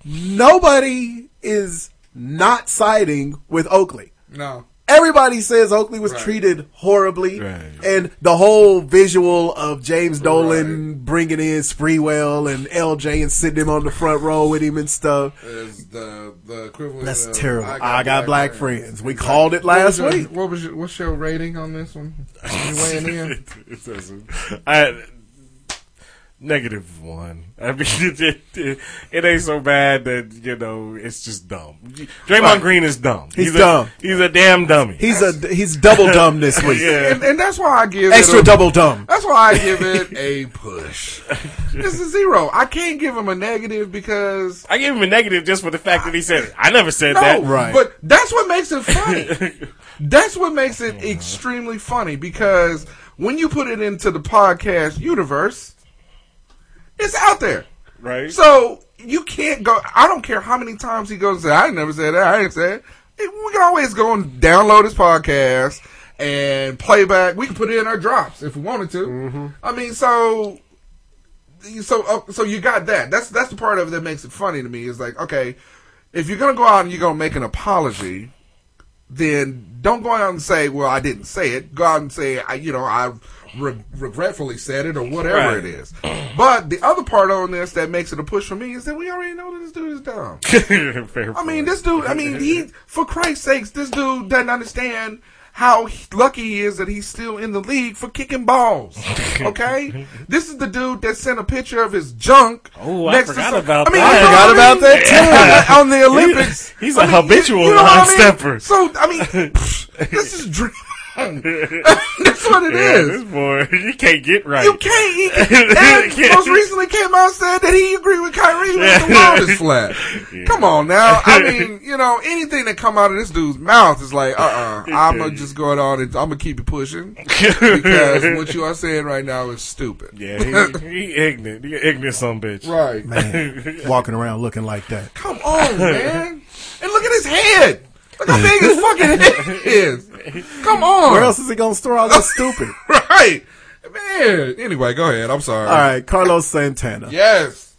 J: nobody is not siding with Oakley.
K: No.
J: Everybody says Oakley was
K: Right.
J: treated horribly, and the whole visual of James Dolan bringing in Spreewell and LJ and sitting him on the front row with him and stuff.
K: Is the the equivalent?
J: That's
K: of
J: terrible. I got, black, friends. We called
K: [laughs]
J: it last
K: what was
J: week.
K: your, What was your, what's your rating on this one?
J: [laughs]
K: You weighing in?
B: It doesn't. [laughs] I negative one. I mean, [laughs] it, it, it ain't so bad that you know it's just dumb. Draymond
J: Right.
B: Green is dumb.
J: He's
B: a,
J: dumb.
B: He's a damn dummy.
J: He's a he's double dumb this
B: [laughs]
J: week.
B: yeah.
K: And, and that's why I give
J: Extra
K: it a,
J: double dumb.
K: That's why I give it a
J: [laughs]
K: push. This is zero. I can't give him a negative because
B: I gave him a negative just for the fact that he said it. I never said
K: no,
B: that.
K: But that's what makes it funny.
J: [laughs]
K: that's what makes it extremely funny because when you put it into the podcast universe, it's out there.
B: Right.
K: So you can't go. I don't care how many times he goes. I never said that. I ain't said. it." We can always go and download his podcast and play back. We can put it in our drops if we wanted to. I mean, so so uh, so you got that. That's that's the part of it that makes it funny to me. Is like, okay, if you're gonna go out and you're gonna make an apology, then don't go out and say, "Well, I didn't say it." Go out and say, I, "You know, I re- regretfully said it," or whatever
B: Right.
K: it is. But the other part on this that makes it a push for me is that we already know that this dude is dumb.
B: [laughs] Fair
K: I mean, this dude. I mean, he for Christ's sakes, this dude doesn't understand how he- lucky he is that he's still in the league for
B: [laughs]
K: kicking balls. Okay, this is the dude that sent a picture of his junk.
B: Oh, I forgot
K: some-
B: about
K: I mean,
B: that.
K: you know
B: I forgot
K: what I
B: about that
K: mean?
B: too.
K: [laughs]
B: [laughs]
K: on the Olympics.
B: He's
K: I
B: a
K: mean, you-
B: habitual
K: you know what I mean?
B: non-stepper.
K: So I mean, pfft, this is dr- [laughs] that's what it is.
B: yeah, This boy, [laughs] you can't get right.
K: You can't. He,
B: [laughs]
K: and
B: Can't.
K: most recently came out and said that he agreed with Kyrie was the
B: Yeah. [laughs]
K: world is flat. Come on now. I mean, you know, anything that come out of this dude's mouth is like, uh, uh-uh, I'm gonna just go on and I'm gonna keep
B: [laughs]
K: it pushing because what you are saying right now is stupid.
B: Yeah, he,
K: [laughs]
B: he ignorant. He ignorant some bitch.
K: Right.
J: Man, [laughs] walking around looking like that.
K: Come
B: [laughs]
K: on, man. And look at his head. Look how big his fucking head is. Come on.
J: Where else is he gonna store all this stupid? [laughs]
K: [laughs] right, man. Anyway, go ahead. I'm sorry.
J: All right, Carlos Santana.
K: Yes.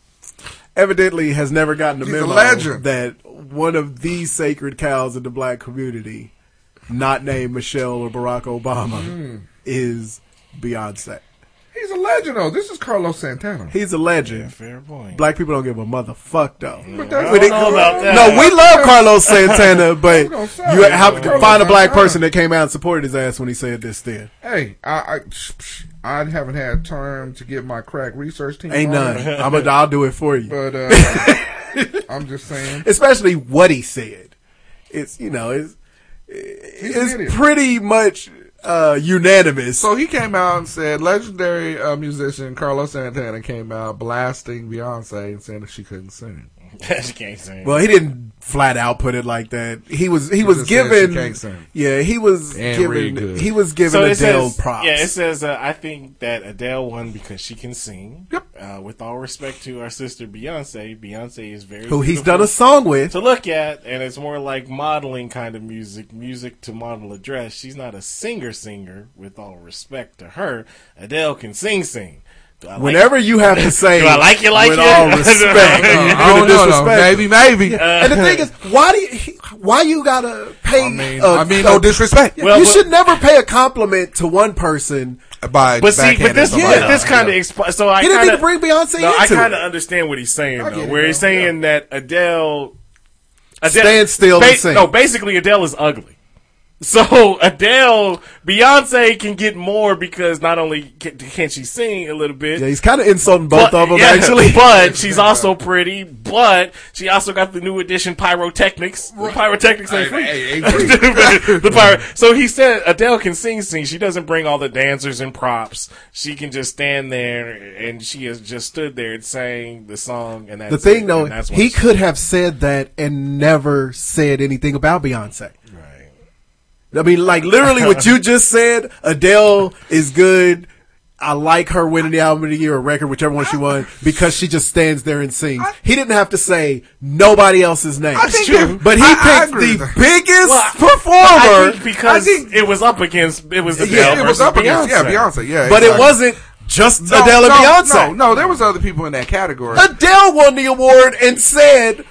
J: Evidently has never gotten the
K: He's a
J: memo
K: legend.
J: that one of the sacred cows in the black community, not named Michelle or Barack Obama,
K: Hmm.
J: is Beyonce.
K: He's a legend though. This is Carlos Santana.
J: He's a legend.
B: Fair point. [laughs]
J: Black people don't give a motherfuck though.
K: that's- I
J: When
K: don't know about that.
J: No, we love
K: [laughs]
J: Carlos Santana, but
K: I'm gonna say,
J: you have to
K: Carlos
J: find a black
K: Santana.
J: person that came out and supported his ass when he said this. Then
K: Hey, I, I I haven't had time to get my crack research team.
J: ain't
K: on
J: none.
K: it.
J: I'm a, I'll do it for you.
K: But
J: [laughs]
K: uh, I'm just saying.
J: especially what he said. It's you know it's
K: an
J: it's
K: idiot.
J: pretty much uh, unanimous.
K: So he came out and said, legendary uh, musician Carlos Santana came out blasting Beyonce and saying that she couldn't sing.
B: she can't sing.
J: well, he didn't flat out put it like that. He was he, was
K: just said she
J: given
K: can't sing.
J: yeah he was
K: And read
J: given
K: good.
J: he was given
B: it
J: Adele
B: says,
J: props.
B: Yeah, it says uh, I think that Adele won because she can sing. Yep. Uh, with all respect to our sister Beyonce, Beyonce is very
J: who he's
B: beautiful
J: done a song with.
B: to look at, and it's more like modeling kind of music, music to model a dress. She's not a singer singer. With all respect to her, Adele can sing sing. Do I like-
J: Whenever you
B: [laughs]
J: have to say,
B: do [laughs] I like you like
J: with
B: you?
J: all respect,
B: No,
J: you
K: Uh, I don't know, though. Maybe, maybe.
J: And the thing is, why do you, he- why you gotta pay? I mean,
K: I mean, no disrespect.
B: Well,
J: you
B: but-
J: should never pay a compliment to one person.
K: By
B: But see, but
K: backhanding
B: this
K: somebody
B: but
K: else.
B: this kind of expl- so I
J: He didn't
B: kinda,
J: need to bring Beyonce
B: No, I
J: into
B: kind of
J: it.
B: understand what he's saying
K: I get
B: though,
K: it,
B: where he's
K: though,
B: saying that Adele, Adele
J: Stand still and sing.
B: No, basically Adele is ugly. So [laughs] Adele, Beyonce can get more because not only can, can she sing a little bit,
J: Yeah, he's kind of insulting both
B: but-
J: of them
B: yeah,
J: actually.
B: [laughs] But she's also pretty. But she also got the new edition pyrotechnics. The pyrotechnics ain't free. [laughs] the pyro. So he said Adele can sing, sing. She doesn't bring all the dancers and props. She can just stand there, and she has just stood there and sang the song. And that's
J: the thing
B: it.
J: though,
B: And that's what
J: he
B: she-
J: could have said that and never said anything about Beyonce. Right. I mean, like literally
B: [laughs]
J: what you just said. Adele is good. I like her winning the album of the year or record, whichever one she won, because she just stands there and sings. he didn't have to say nobody else's name,
K: I think that-
J: but he
K: I- I
J: picked
K: agree
J: the
K: with
J: biggest
K: Well,
J: performer
B: I think because it was up against it was Adele
K: Yeah, it was
B: versus
K: up
B: Beyonce.
K: against yeah Beyonce. Yeah,
J: But it
K: exactly.
J: wasn't just
K: No,
J: Adele and
K: no,
J: Beyonce.
K: No, no, there was other people in that category.
J: Adele won the award and said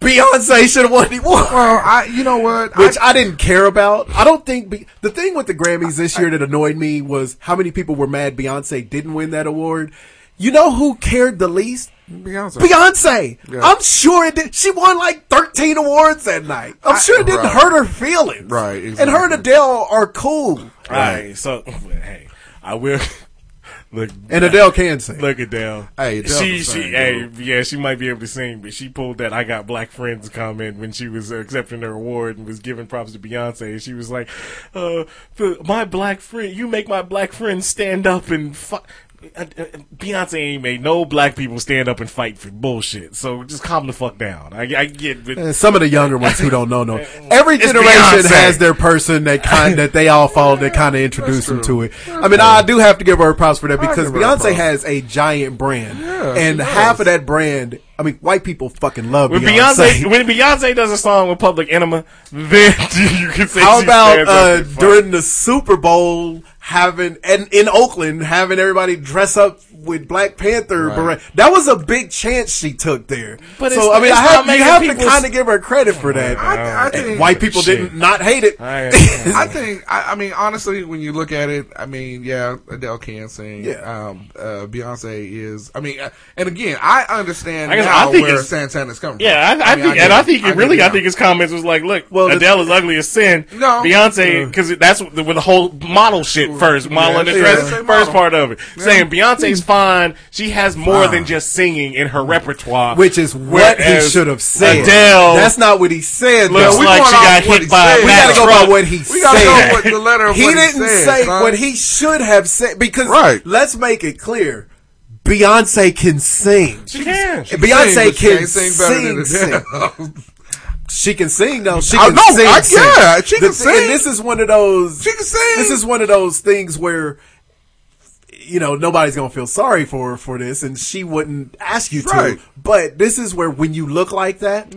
J: Beyonce should have won the award.
K: Well, I, you know what,
J: which I, didn't care about. I don't think be, the thing with the Grammys this year that annoyed me was how many people were mad Beyonce didn't win that award. You know who cared the least?
K: Beyonce.
J: Beyonce.
K: Yeah.
J: I'm sure it did. She won like 13 awards that night. I'm sure it didn't
K: Right.
J: hurt her feelings.
K: Right,
J: And her and Adele are cool.
B: Right. So [laughs] hey, I will [laughs] look.
J: And Adele can sing.
B: Look Adele.
J: Hey, Adele
B: she
J: can
B: she
J: sing,
B: hey yeah she might be able to sing, but she pulled that "I got black friends" comment when she was uh, accepting her award and was giving props to Beyonce. And she was like, uh, "For "My black friend, you make my black friends stand up and fuck." Beyonce ain't made no black people stand up and fight for bullshit. So just calm the fuck down. I, I get but-
J: And some of the younger ones who don't
K: [laughs]
J: know know. Every
B: It's
J: generation
B: Beyonce.
J: has their person that kind that they all follow that kind of introduce them to it. I mean, I do have to give her props for that because
K: give her props.
J: Beyonce has a giant brand,
K: Yeah,
J: and
K: she
J: half of that brand. I mean, white people fucking love
B: When
J: Beyonce.
B: Beyonce, when Beyonce does a song with Public Enema, then [laughs] you can say
J: How
B: she
J: about
B: stands up
J: uh,
B: and fuck.
J: during the Super Bowl having and in Oakland having everybody dress up with Black Panther beret? That was a big chance she took there.
B: But
J: so
B: it's-
J: I mean,
B: it's
J: I have,
B: not
J: you
B: making
J: have to
B: people's-
J: kind of give her credit for that.
K: I, I think
J: White people didn't not hate it. [laughs]
K: I think. I, I mean, honestly, when you look at it, I mean, yeah, Adele can sing.
J: Yeah.
K: Um, uh, Beyonce is. I mean, uh, and again, I understand
B: I guess-
K: now
B: I think
K: where
B: it's-
K: Santana's coming
B: Yeah,
K: from.
B: I, I,
K: mean,
B: think, and
K: get
B: I think
K: it.
B: it really,
K: get
B: I
K: it
B: think his comments was like, "Look,
J: Well, the-
B: Adele is ugly as sin."
K: No.
B: Beyonce, because that's with the, with the whole model shit first, model in the
K: yeah,
B: dress,
K: that's a
B: first
K: model.
B: part of it,
K: Yeah.
B: saying Beyonce's fine. She has more
J: Fine.
B: than just singing in her repertoire,
J: Which is what he
B: Whereas
J: should have said.
B: Adele,
J: That's not what he said.
B: Looks
J: though.
B: like she got
J: what
B: hit
J: he
B: by a
J: said. We gotta
B: back
J: go
B: truck.
J: by what he
K: We
J: said.
K: gotta go with the letter of
J: he
K: what he
J: didn't
K: said,
J: say
K: son.
J: what he should have said because
K: Right.
J: let's make it clear. Beyonce can sing.
B: She can.
K: She
J: Beyonce
K: sings, but she
J: can
K: can't
J: sing.
K: sing better
J: sing,
K: than Adele.
J: She can sing though. She
K: I
J: can
K: know,
J: sing.
K: I-
J: sing.
K: yeah, she can
J: The thing-
K: sing.
J: And this is one of those.
K: She can sing.
J: This is one of those things where, you know, nobody's gonna feel sorry for her for this, and she wouldn't ask you
K: Right.
J: to. But this is where when you look like that,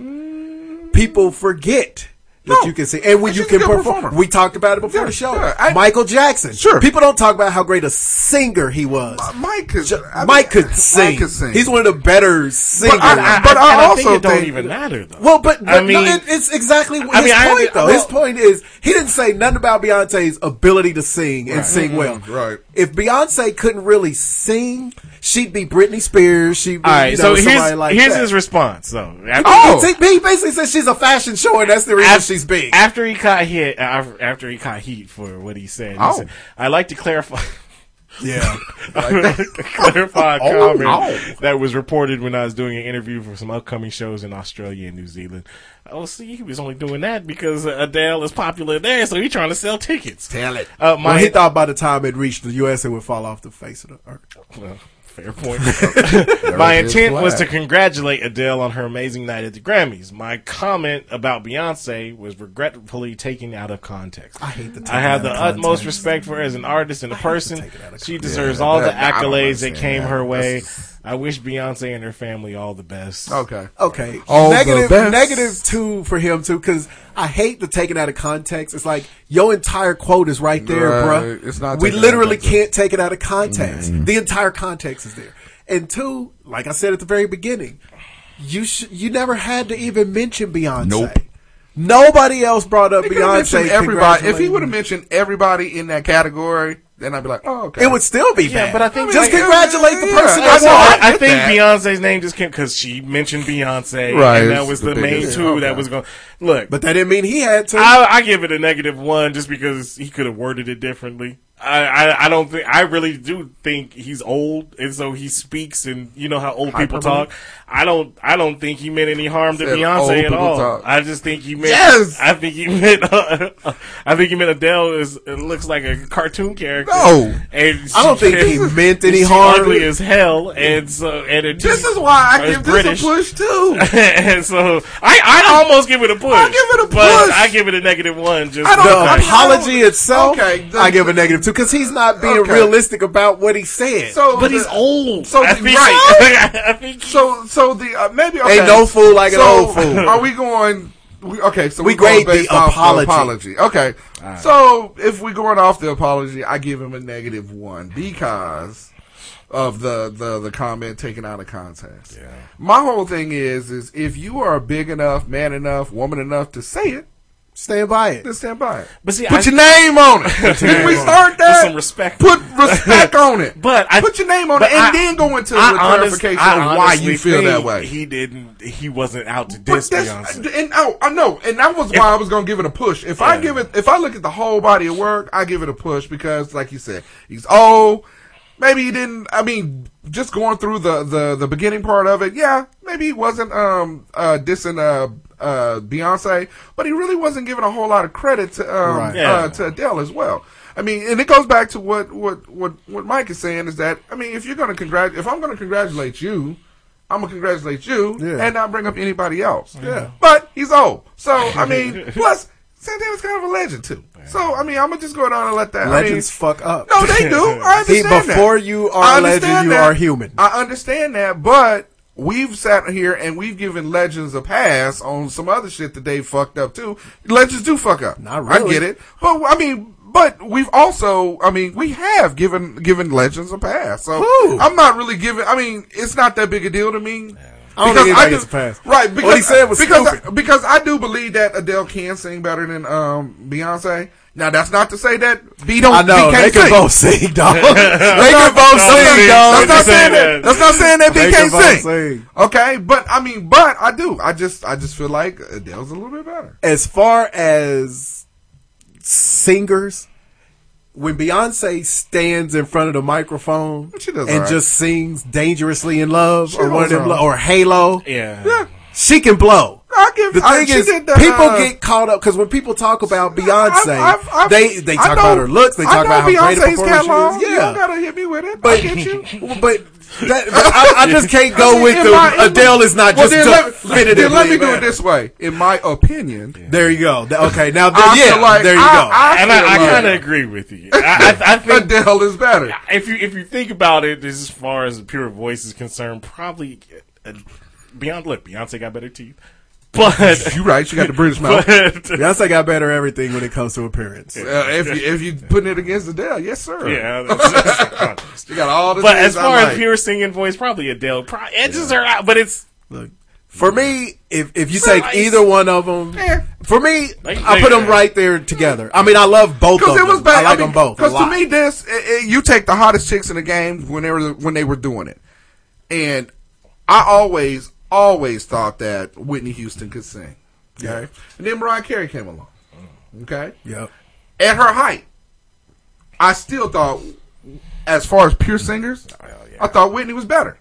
J: people forget. That
K: No.
J: you can sing, and when
K: And
J: you
K: she's a
J: can
K: good
J: perform,
K: performer.
J: we talked about it before
K: Yeah,
J: the show.
K: sure. I-
J: Michael Jackson,
K: Sure.
J: People don't talk about how great a singer he was.
K: Mike is. I mean,
J: Mike could sing.
K: could sing.
J: He's one of the better singers.
K: I- but I
B: and
K: also
B: think it don't
K: think-
B: even matter though.
J: Well, but,
B: I
J: but no,
B: mean-
J: it, it's exactly his
B: I mean, I-
J: point, though.
B: well-
J: his point is he didn't say nothing about Beyonce's ability to sing and sing well.
B: Mm-hmm.
K: Right.
J: If Beyonce couldn't really sing, she'd be Britney Spears. She'd be
B: all right,
J: you
B: so
J: know, somebody
B: here's
J: like
B: here's
J: that. Oh,
B: his Oh! response though.
J: He- he basically says she's a fashion show, and that's the reason
B: Af-
J: she's big.
B: After he caught hit, uh, af- after he caught heat for what he said, he
J: Oh.
B: said, "I like to clarify." [laughs]
J: yeah.
B: I'd like to [laughs] clarify a
J: [laughs] Oh,
B: comment
J: no.
B: that was reported when I was doing an interview for some upcoming shows in Australia and New Zealand. Oh, see, he was only doing that because Adele is popular there, so he's trying to sell tickets.
J: Tell it.
B: Uh, my
J: well, he thought by the time it reached the U.S., it would fall off the face of the earth.
B: Well, fair
J: [laughs]
B: point. [laughs] My
J: it is
B: intent was to
J: black.
B: congratulate Adele on her amazing night at the Grammys. My comment about Beyonce was regretfully taken out of context. I
J: hate the.
B: I have the
J: out of
B: utmost
J: context.
B: respect for her as an artist and a person. She deserves
K: Yeah,
B: all
K: that-
B: the
K: I don't
B: accolades that
K: understand
B: came
K: that.
B: her way. I wish Beyonce and her family all the best.
K: Okay.
J: Okay.
K: All the
J: negative,
K: best.
J: negative two for him too, because I hate to take it out of context. It's like your entire quote is right there,
K: Right.
J: bruh.
K: It's not
J: We
K: taken out of
J: literally
K: context. Mm.
J: can't take it out of context. The entire context is there. And two, like I said at the very beginning, you sh- you never had to even mention Beyonce.
U: Nope.
J: Nobody else brought up
K: He could've mentioned
J: Beyonce.
K: everybody. If he
J: congratulating
K: would have mentioned everybody in that category, then I'd be like, oh, okay.
J: It would still be Yeah, bad. but I think- Just congratulate the person
K: I,
J: that
K: know,
J: said
K: I
B: I
K: get
B: think
K: that.
B: Beyonce's name just came because she mentioned Beyonce,
K: Right,
B: And that
K: it's
B: was
K: the
B: the, main
K: biggest-
B: two
K: okay.
B: that was going. Look,
J: but that didn't mean he had to.
B: I, I give it a negative one just because he could have worded it differently. I, I, I don't think I really do think he's old, and so he speaks, and you know how old people
K: Hyperbole.
B: talk. I don't I don't think he meant any harm to
K: Said old
B: Beyonce at
K: people
B: all.
K: talk.
B: I just think he meant.
K: Yes!
B: I think he [laughs] meant. uh, I think he meant Adele is it looks like a cartoon character.
K: No.
B: and
K: I
B: [laughs]
K: don't
B: she-
K: think he meant
J: any
B: she's
J: harm.
B: Ugly as hell, and so and it
K: This is why I
B: it's
K: give this a push too.
B: and [laughs] so I, I almost give it a push. I give it a push. But I give it a negative one. Just
J: I don't-
B: because-
J: the apology itself,
K: Okay, the-
J: I give a negative two because he's not being
K: Okay.
J: realistic about what he said.
B: [laughs]
K: So,
B: but
K: the-
B: he's old.
K: So
B: I
K: the-
B: think-
K: right.
B: [laughs] I think
K: so so the uh, maybe okay.
J: Ain't no fool like an
K: So,
J: old fool.
K: [laughs] Are we going? We, okay, so
J: We
K: we're going
J: grade the
K: based off
J: apology.
K: apology. Okay, so if we're going off the apology, I give him a negative one because of the the the comment taken out of context. Yeah. My whole thing is is if you are big enough, man enough, woman enough to say it,
J: stand by it.
K: Then stand by it.
B: But see,
K: Put
B: I-
K: your name
B: [laughs]
K: on it.
B: your
K: Can
B: name
K: we
B: on it.
K: start
B: With
K: that?
B: some respect.
K: Put
B: [laughs]
K: respect on it.
B: But I
K: Put your name on
B: but
K: it and
B: I-
K: then go into
B: I
K: the
B: honest-
K: clarification
B: I
K: of why
B: honestly
K: you feel that
B: think
K: way.
B: He didn't. He wasn't out to diss
K: That's-
B: Beyonce.
K: and oh, I know, and that was why I was gonna give it a push. If I give it, if I look at the whole body of work, I give it a push because, like you said, he's old. Maybe he didn't. I mean, just going through the the the beginning part of it, yeah, maybe he wasn't um uh dissing uh uh Beyonce, but he really wasn't giving a whole lot of credit to um
B: Right. Yeah.
K: uh, to Adele as well. I mean, and it goes back to what what what what Mike is saying is that I mean, if you're gonna congrat, if I'm gonna congratulate you. I'm gonna congratulate you and not bring up anybody else.
B: Yeah.
K: But he's old. So I
J: [laughs]
K: mean plus Santana's kind of a legend too. So I mean I'm gonna just go down and let that I mean,
J: Legends fuck up.
K: No, they
J: [laughs]
K: do. I understand.
J: See,
K: that.
J: before you are
K: I
J: a legend,
K: understand
J: you
K: that.
J: are human.
K: I understand that, but we've sat here and we've given legends a pass on some other shit that they fucked up too. Legends do fuck up.
J: Not really.
K: I get it. But I mean but we've also, I mean, we have given given legends a pass. So
J: Who?
K: I'm not really giving. I mean, it's not that big a deal to me.
J: I don't
K: Because
J: think anybody
K: do-
J: gets a pass.
K: Right,
J: What
K: because
J: he said was
K: because
J: stupid.
K: I, because I do believe that Adele can sing better than um Beyonce. Now that's not to say that B don't
J: I know
K: B
J: they
K: can't
J: can
K: sing.
J: both sing, dog. they can
K: That's
J: both
K: not-
J: sing,
K: That's
J: dog.
K: not saying that. That's not saying that
J: They
K: B
J: can
K: can't
J: both
K: sing. Okay, but I mean, but I do. I just I just feel like Adele's a little bit better.
J: As far as singers, when Beyonce stands in front of the microphone
K: She does
J: and
K: alright.
J: just sings "Dangerously in Love"
K: She
J: or one of
K: holds
J: them,
K: her own.
J: lo- or "Halo,"
B: Yeah.
K: Yeah.
J: she can blow.
K: I give,
J: The thing
K: I, she
J: is,
K: did the,
J: people
K: uh,
J: get caught up because when people talk about Beyonce,
K: I've- I've-
J: they they
K: I
J: talk
K: know-
J: about her looks, they
K: I
J: talk
K: know
J: about how great a
K: Beyonce's
J: performer
K: catalog.
J: she is.
K: You
J: Yeah,
K: don't gotta hit me with it. I
J: But-
K: get
J: [laughs]
K: you.
J: but
K: [laughs]
J: that, but I, I just can't go
K: I mean,
J: with
K: in
J: the
K: my- in my-
J: Adele is not
K: Well,
J: just
K: then let, me-
J: definitively
K: then let me do
J: better.
K: it this way. In my opinion,
J: There you go. Th- Okay, now
K: I
J: th- yeah,
K: feel like
J: there you
K: I-
J: go.
K: I
B: and I, I
K: feel like-
B: kind of agree with
K: [laughs]
B: you. I, I, I think
K: Adele is better.
B: if you if you think about it, as far as pure voice is concerned, probably uh, beyond. Look, Beyonce got better teeth, [laughs] but
K: You right. She got the British
J: [laughs]
K: mouth.
B: but
J: Beyonce got better everything when it comes to appearance.
K: Uh, if you if you putting it against Adele, yes sir.
B: yeah.
K: [laughs]
B: that's-
K: you got all the.
B: But
K: things
B: as far
K: I
B: as
K: like.
B: pure singing voice, probably Adele. Pro- edges her out, but it's
J: For me, if if you
B: Really?
J: take either one of them,
K: Yeah.
J: for me,
B: They-
J: I put them right there together. I mean, I love both of
K: Because
J: them.
K: it was bad.
J: I like
K: mean,
J: them both. a
K: Because to
J: lot.
K: me, this it, it, you take the hottest chicks in the game when they were when they were doing it, and I always always thought that Whitney Houston could sing. Okay, and then Mariah Carey came along. Okay,
J: Yep.
K: at her height, I still thought, as far as pure singers,
J: Oh,
K: I thought Whitney was better.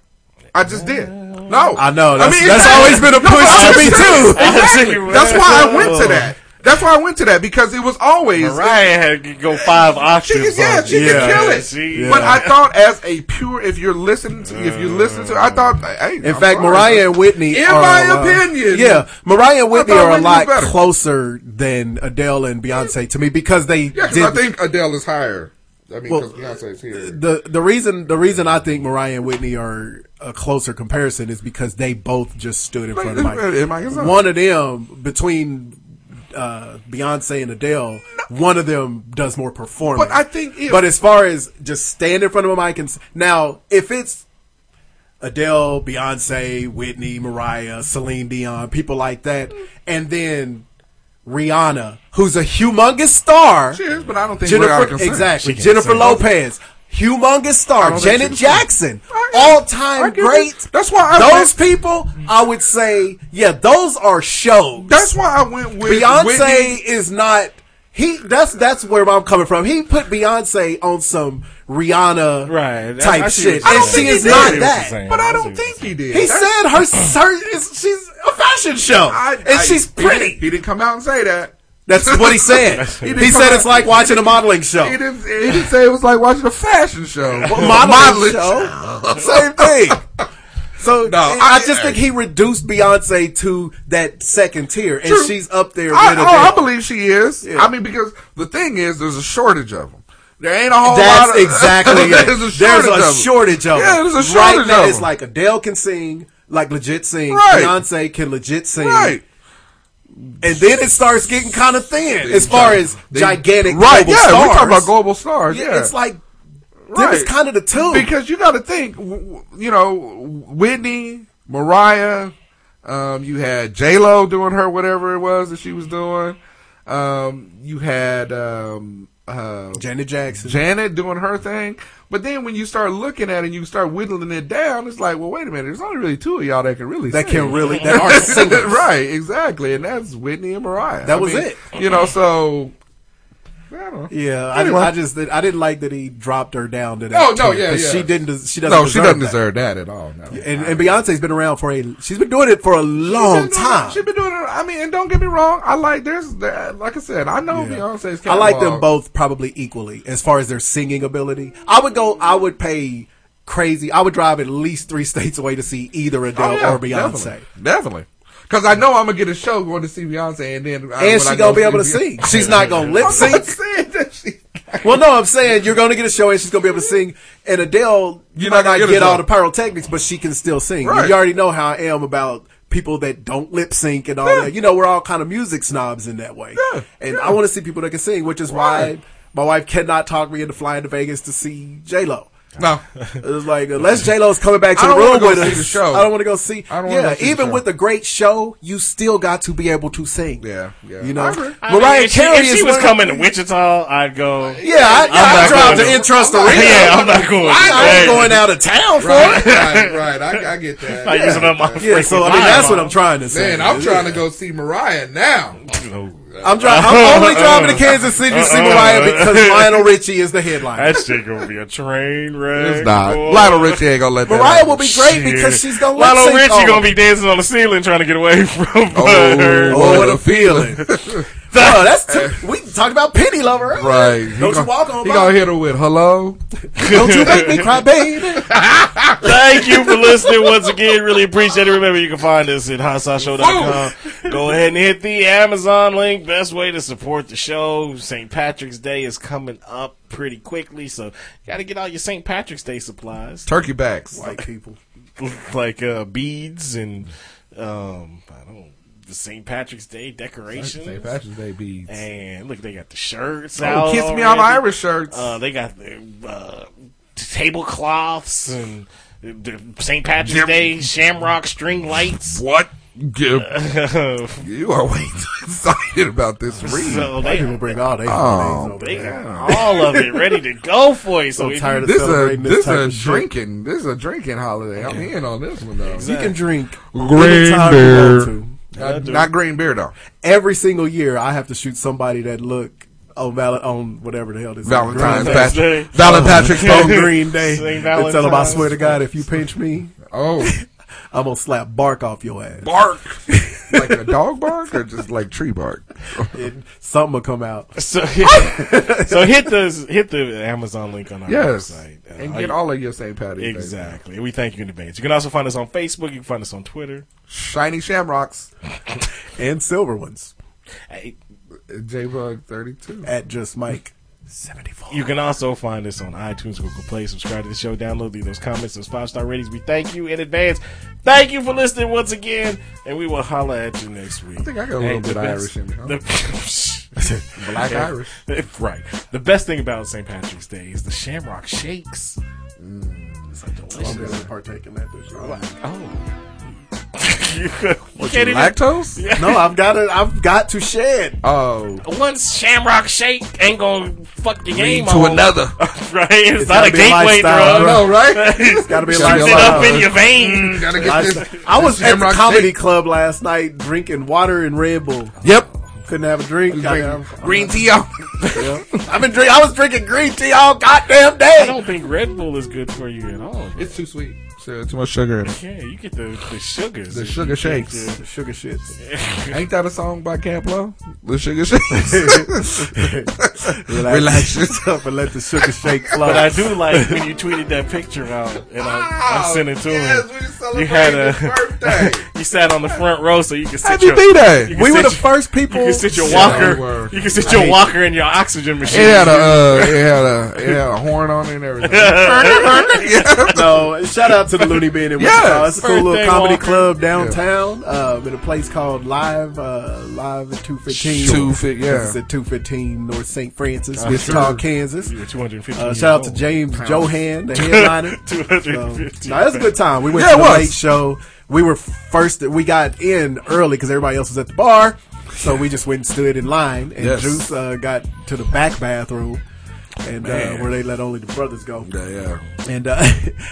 K: I just did. No,
J: I know, that's-
K: it's
J: that's
K: not-
J: always been a
K: but
J: push
K: I'm
J: to me,
K: just
J: too. Oh.
K: saying,
J: [laughs]
K: Exactly. That's why I went to that. That's why I went to that because it was always
B: Mariah had to go five
K: she
B: octaves.
K: can, yeah,
B: on
K: she
J: Yeah.
K: can kill it.
B: She-
K: But I thought, as a pure, if you're listening to, if you listen to, I thought, hey,
J: In fact, Mariah and Whitney.
K: In
J: are
K: my
J: a lot-
K: opinion.
J: yeah, Mariah and Whitney
K: thought
J: are a
K: Whitney
J: lot
K: was better.
J: closer than Adele and Beyonce to me because they
K: yeah, because
J: did
K: I think Adele is higher. I mean,
J: Well,
K: because Beyonce's here.
J: the the reason the reason I think Mariah and Whitney are a closer comparison is because they both just stood in front of
K: Like,
J: Mike.
K: in Microsoft.
J: One of them between uh, Beyonce and Adele, one of them does more performing.
K: But I think if-
J: but as far as just stand in front of a mic and s- now, if it's Adele, Beyonce, Whitney, Mariah, Celine Dion, people like that, and then Rihanna, who's a humongous star.
K: She is, but I don't think
J: Jennifer,
K: Rihanna can sing.
J: Exactly.
K: She can
J: Jennifer
K: sing.
J: Lopez, humongous
K: I
J: star.
K: don't think
J: Janet
K: she can sing.
J: Jackson, all time
K: get
J: great.
K: it. That's why I
J: those people, I would say, yeah, those are shows.
K: That's why I went with
J: Beyonce
K: Whitney.
J: is not. He that's that's where I'm coming from. He put Beyonce on some Rihanna
B: right,
J: type
B: I- I see
J: shit,
B: what you're
J: and
B: saying.
J: she is
K: I
J: not
K: see what
J: that.
B: you're saying.
J: But
K: I don't think he did.
J: he
K: That's-
J: said her, her is, she's a fashion show,
K: I-
J: and
K: I-
J: she's
K: he didn't-
J: pretty.
K: He didn't come out and say that.
J: That's what he said.
K: He
J: [laughs] he
K: didn't come
J: said
K: out-
J: it's like watching a modeling show.
K: He didn't, he didn't say it was like watching a fashion show.
J: Well,
K: Modeling [laughs]
J: modeling show. Same thing. So I,
K: I-
J: just think he reduced Beyonce to that second tier, and
K: True.
J: she's up there.
K: I,
J: with
K: oh,
J: a
K: I
J: bit.
K: believe she is. I mean, because the thing is, there's a shortage of them. There ain't a whole lot
J: That's
K: of [laughs]
J: exactly it.
K: there's a shortage
J: there's
K: of
J: a
K: 'em.
J: shortage of
K: Yeah, there's a
J: them.
K: shortage
J: right now,
K: of
J: it's
K: them.
J: like Adele can sing, like legit sing.
K: Right.
J: Beyonce can legit sing.
K: Right.
J: And then it starts getting kind of thin as far as
K: They-
J: gigantic
K: right?
J: global
K: yeah,
J: stars.
K: we talking about global stars.
J: Yeah,
K: Yeah,
J: it's like that was kind of the two
K: because you got to think, w- w- you know, Whitney, Mariah, um, you had J Lo doing her whatever it was that she was doing. Um, you had um, uh,
J: Janet Jackson.
K: Janet doing her thing. But then when you start looking at it and you start whittling it down, it's like, well, wait a minute. There's only really two of y'all that can really
J: That
K: sing. [laughs]
J: can really- that are singers.
K: right? Exactly, and that's Whitney and Mariah.
J: That
K: I
J: was
K: mean,
J: it.
K: You know, so I don't know.
J: [laughs] Yeah, I,
K: Anyway.
J: I just I didn't like that he dropped her down to that.
K: Oh, no,
J: tier,
K: yeah,
J: 'cause
K: yeah.
J: She didn't. des- She doesn't.
K: No, she
J: deserve
K: doesn't
J: that.
K: deserve that at all. No.
J: And, and Beyonce's been around for a. She's been doing it for a
K: She's
J: long
K: been doing
J: time.
K: it- She's been doing it. I mean, and don't get me wrong. I like there's there- like I said. I know Beyonce's.
J: I like them
K: catalog.
J: both probably equally as far as their singing ability. I would go. I would pay crazy. I would drive at least three [laughs] states away to see either Adele
K: Oh, yeah,
J: or Beyonce.
K: definitely. Because I know I'm gonna get a show going to see Beyonce, and then I,
J: And
K: when I
J: she
K: go
J: gonna be able to
K: see Beyonce-
J: sing. She's not gonna lip
K: I'm not
J: sync.
K: saying that [laughs] she-
J: Well, no, I'm saying you're going to get a show and she's going to be able to sing. And Adele, you
K: You're
J: might
K: not
J: not
K: gonna
J: get,
K: get a
J: all
K: show.
J: the pyrotechnics, but she can still sing.
K: Right.
J: You already know how I am about people that don't lip sync and all that. You know, we're all kind of music snobs in that way. and I want to see people that can sing, which is why
K: Right.
J: my wife cannot talk me into flying to Vegas to see J Lo.
K: No,
J: It's like unless J Lo's coming back to
K: I
J: the
K: don't wanna
J: room
K: go
J: with
K: see
J: us,
K: the show.
J: I don't want to go see.
K: I don't wanna
J: yeah,
K: go see the
J: even
K: show.
J: with a great show, you still got to be able to sing.
K: Yeah, yeah.
J: You know,
K: I agree.
B: I mean,
J: Mariah
B: if she,
J: Carey
B: if she
J: is
B: was
J: one-
B: coming to Wichita, I'd go.
J: Yeah, I,
B: I'm
J: yeah, I
B: not
J: drive
B: going
J: to
B: to-
J: Intrust Arena.
B: Yeah, I'm not going.
J: I ain't
B: Hey.
J: going out of town for
K: right,
J: it.
K: right, right. I, I get that.
B: I [laughs] using up my
J: Yeah, so I
B: freaking
J: mean that's
B: line.
J: what I'm trying to say.
K: Man, I'm trying to go see Mariah now.
J: I'm
B: [laughs]
J: driving. I'm only driving to Kansas City to
B: Uh-uh.
J: see Mariah because Lionel Richie is the headline.
B: That shit gonna be a train wreck.
K: It's not.
B: boy.
K: Lionel Richie ain't gonna let that.
J: Mariah
K: happen.
J: will be great
B: Shit.
J: because she's gonna lip
B: Lionel
J: sync
B: Richie
J: all
B: gonna
J: of it.
B: be dancing on the ceiling trying to get away [laughs] from her.
K: Oh,
J: Oh, what
K: what
J: a
K: a
J: feeling! Bro,
B: [laughs]
J: that's too, we talked about Penny Lover. earlier.
K: [laughs] Right. He
J: Don't you
K: gonna-
J: walk on
K: He
J: by.
K: gonna hit her with hello.
J: Don't you make
B: [laughs]
J: me cry, baby.
B: Thank you for listening once again. Really appreciate it. Remember, you can find us at hotsauceshow.com. Go ahead and hit the Amazon link. Best way to support the show. St. Patrick's Day is coming up pretty quickly, so got to get all your St. Patrick's Day supplies, [laughs]
K: Turkey backs.
J: White people.
B: like uh, beads and um, I don't. know, the St. Patrick's Day decorations.
K: St. Patrick's Day beads.
B: And look, they got the shirts
K: Oh,
B: out.
K: kiss me, I'm
B: already.
K: Irish shirts.
B: Uh,
J: um,
B: they got the uh, tablecloths and the St. Patrick's
K: Jim-
B: Day shamrock string
J: [laughs]
B: lights.
K: what? Give.
B: so
K: You are way too [laughs] excited about this read.
J: White
B: they,
J: people bring all they
K: Oh,
J: over
B: they
J: there.
B: got all of it ready to go for you. So,
J: So
B: if
J: tired
B: you-
J: of
K: this a
J: celebrating this
K: this
J: type
K: a
J: of shit.
K: drinking this a drinking holiday. I'm in on this one though.
J: You can drink
K: Green
J: anytime you want to.
K: Not, not green beer though.
J: every single year I have to shoot somebody that look on val- on whatever the hell this is.
K: Valentine's
B: Patrick-
J: Green
K: Patrick.
B: Day.
K: Valentine's
J: Day. on
K: Patrick's
B: [laughs]
K: Day.
J: [laughs] Green Day.
B: Saint
J: And tell them I
B: Valentine's.
J: swear to God, if you pinch me,
K: Oh,
J: I'm gonna slap bark off your ass.
K: bark like a dog bark or just like tree
J: [laughs]
K: bark. [laughs]
J: And something will come
B: [laughs]
J: out.
B: so, yeah. so hit the hit the Amazon link on our
K: Yes,
B: website Uh,
K: and
B: all
K: get
B: you-
K: all of your St. Patty's Day.
B: Exactly. We thank you in advance. You can also find us on Facebook. You can find us on Twitter.
K: Shiny Shamrocks.
J: And silver ones
B: Hey,
K: J Bug thirty two.
J: at just Mike seventy four.
B: You can also find us on iTunes, Google Play. Subscribe to the show, download, leave those comments, those five star ratings. We thank you in advance. Thank you for listening once again, and we will holler at you next week. I
K: think I got a little bit Irish in me,
B: [laughs]
K: huh? Black Irish.
B: right. The best thing about St. Patrick's Day is the shamrock shakes. Mm, It's like
J: I'm
B: delicious.
J: gonna partake in that this year.
B: Oh. [laughs]
J: What,
T: can't
J: you
T: even-
J: lactose?
T: Yeah.
J: No, I've got to. I've got to shed.
K: Oh,
T: One Shamrock Shake ain't gonna fuck the game
K: to
T: over.
B: [laughs]
K: another.
T: right? It's,
K: It's
T: not
K: gotta
T: a
K: be a
T: gateway
K: lifestyle,
T: drug.
K: bro. No, right?
J: It's gotta be a
T: Shit up
J: lifestyle.
T: in your veins.
K: Mm, gotta
J: I,
K: get this.
J: I was
K: this
J: at the
K: Shamrock
J: comedy
K: Shake.
J: club last night drinking water and Red Bull.
K: Yep.
J: Couldn't have a drink.
K: Green,
J: Goddamn.
K: green tea. all-
J: Yeah. I've been drink. I was drinking green tea all goddamn
T: I
J: day.
T: don't think Red Bull is good for you at all.
K: It's too sweet. So too much sugar.
T: Yeah, you get the, the sugars.
K: The
T: if
K: sugar
T: you
K: shakes.
T: take the-
J: Sugar shits.
K: Ain't that a song by Camp Lo? The sugar shakes. [laughs]
J: Relax,
K: Relax
J: yourself and let the sugar shake flow.
T: But I do like
K: [laughs]
T: when you tweeted that picture out and I, I sent it to
K: Yes, we
T: him.
K: celebrated his birthday.
T: [laughs] you sat on the front row so you could sit
K: Happy
T: your
K: B-Day.
T: you could
J: We were
T: sit
J: the
T: your-
J: first people.
T: You can sit your
J: Yeah,
T: walker.
K: we were.
T: you can sit
K: I
T: your
K: hate-
T: walker and your oxygen
K: It
T: machine.
K: had
T: [laughs]
K: a uh, [laughs] it had a it had a horn on it and everything.
J: [laughs] no, shout out to the Looney Bin in
K: Yes.
J: Wichita. It's a cool
T: Birthday
J: little comedy
T: walker.
J: club downtown um, at a place called Live uh, Live at 215.
K: Two fi- yeah.
J: It's at 215 North St. Francis,
T: I'm
J: Wichita,
T: sure.
J: Kansas.
T: You were 215
J: Uh,
T: years
J: shout out to
T: old.
J: James
T: Pounds.
J: Johan, the headliner.
T: 215
J: [laughs] Um, no, it was a good time. We went
K: Yeah,
J: to
K: it
J: the
K: was.
J: late show. We were first. We got in early because everybody else was at the bar, so we just went and stood in line. And
K: Yes.
J: Juice uh, got to the back bathroom, and uh,
K: Man.
J: where they let only the brothers go.
K: Yeah, yeah.
J: And uh, [laughs]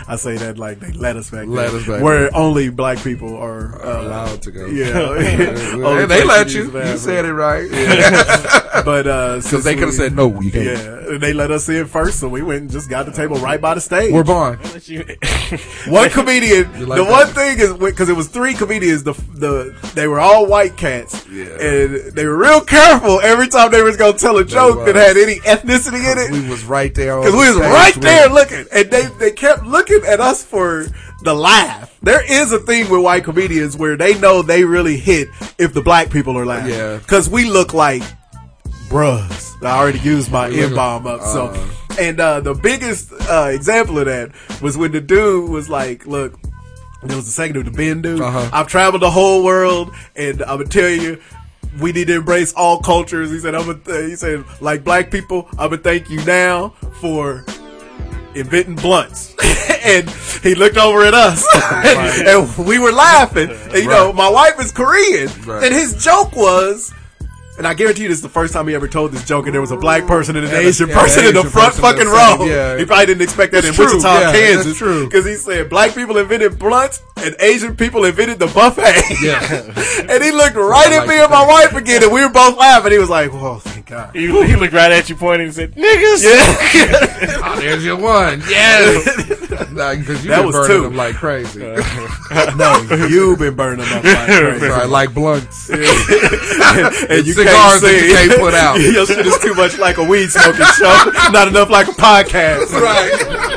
J: I say that like they let us back.
K: Let
J: there,
K: us back
J: Where only black people are uh,
K: allowed to go. [laughs]
J: Yeah,
K: Hey,
J: [laughs] Only
K: Oh, they let you.
J: black people use the
K: You
J: bathroom.
K: said it right. [laughs]
J: but uh, since
K: they
J: we-
K: could've said, "No, you can't."
J: Yeah, and they let us in first, so we went and just got the table right by the stage. [laughs]
K: We're born.
J: One comedian. [laughs]
K: You like
J: the
K: that?
J: one thing is because it was three comedians. The the they were all white cats,
K: Yeah.
J: and they were real careful every time they was gonna tell a joke that
K: was.
J: had any ethnicity in it.
K: We was right there. on
J: Because we
K: the
J: was
K: stage
J: right
K: with
J: there
K: it.
J: looking, and they, they kept looking at us for the laugh. There is a thing with white comedians where they know they really hit if the black people are laughing.
K: Yeah.
J: Because we look like bruhs. I already used my N bomb up, so. And uh, the biggest uh, example of that was when the dude was like, look, there was the second dude, the Ben dude.
K: Uh-huh.
J: I've traveled the whole world, and I'm gonna tell you, we need to embrace all cultures. He said, "I'm gonna." Th- he said, "Like black people, I'm gonna thank you now for inventing blunts." [laughs] and he looked over at us, [laughs] and, we were laughing. And, you know, my wife is Korean,
K: Right.
J: and his joke was. And I guarantee you, this is the first time he ever told this joke, and there was a black person and an
K: And a-
J: Asian
K: yeah, an
J: person in the
K: Asian
J: front
K: person in
J: fucking
K: the front,
J: row.
K: yeah.
J: He probably didn't expect that
K: It's
J: in
K: true,
J: Wichita,
K: yeah, that's
J: Kansas.
K: true.
J: Because he said black people invented blunts and Asian people invented the buffet.
K: Yeah.
J: [laughs] and he looked right at me and my wife again, and we were both laughing. He was like, "Whoa, thank God."
T: He, he looked right at you, pointing and said, "Niggas."
K: Oh, there's your one. Yes. [laughs] nah, because you
J: That
K: been
J: was
K: burning
J: two.
K: them like crazy.
J: [laughs] no, you've been burning up like
K: [laughs]
J: crazy.
K: right, like blunts.
J: and you
K: cigars that
J: can't
K: you
J: sing. [laughs]
K: can't put out.
J: Your shit is too much like a weed smoking show, not enough like a podcast.
K: right.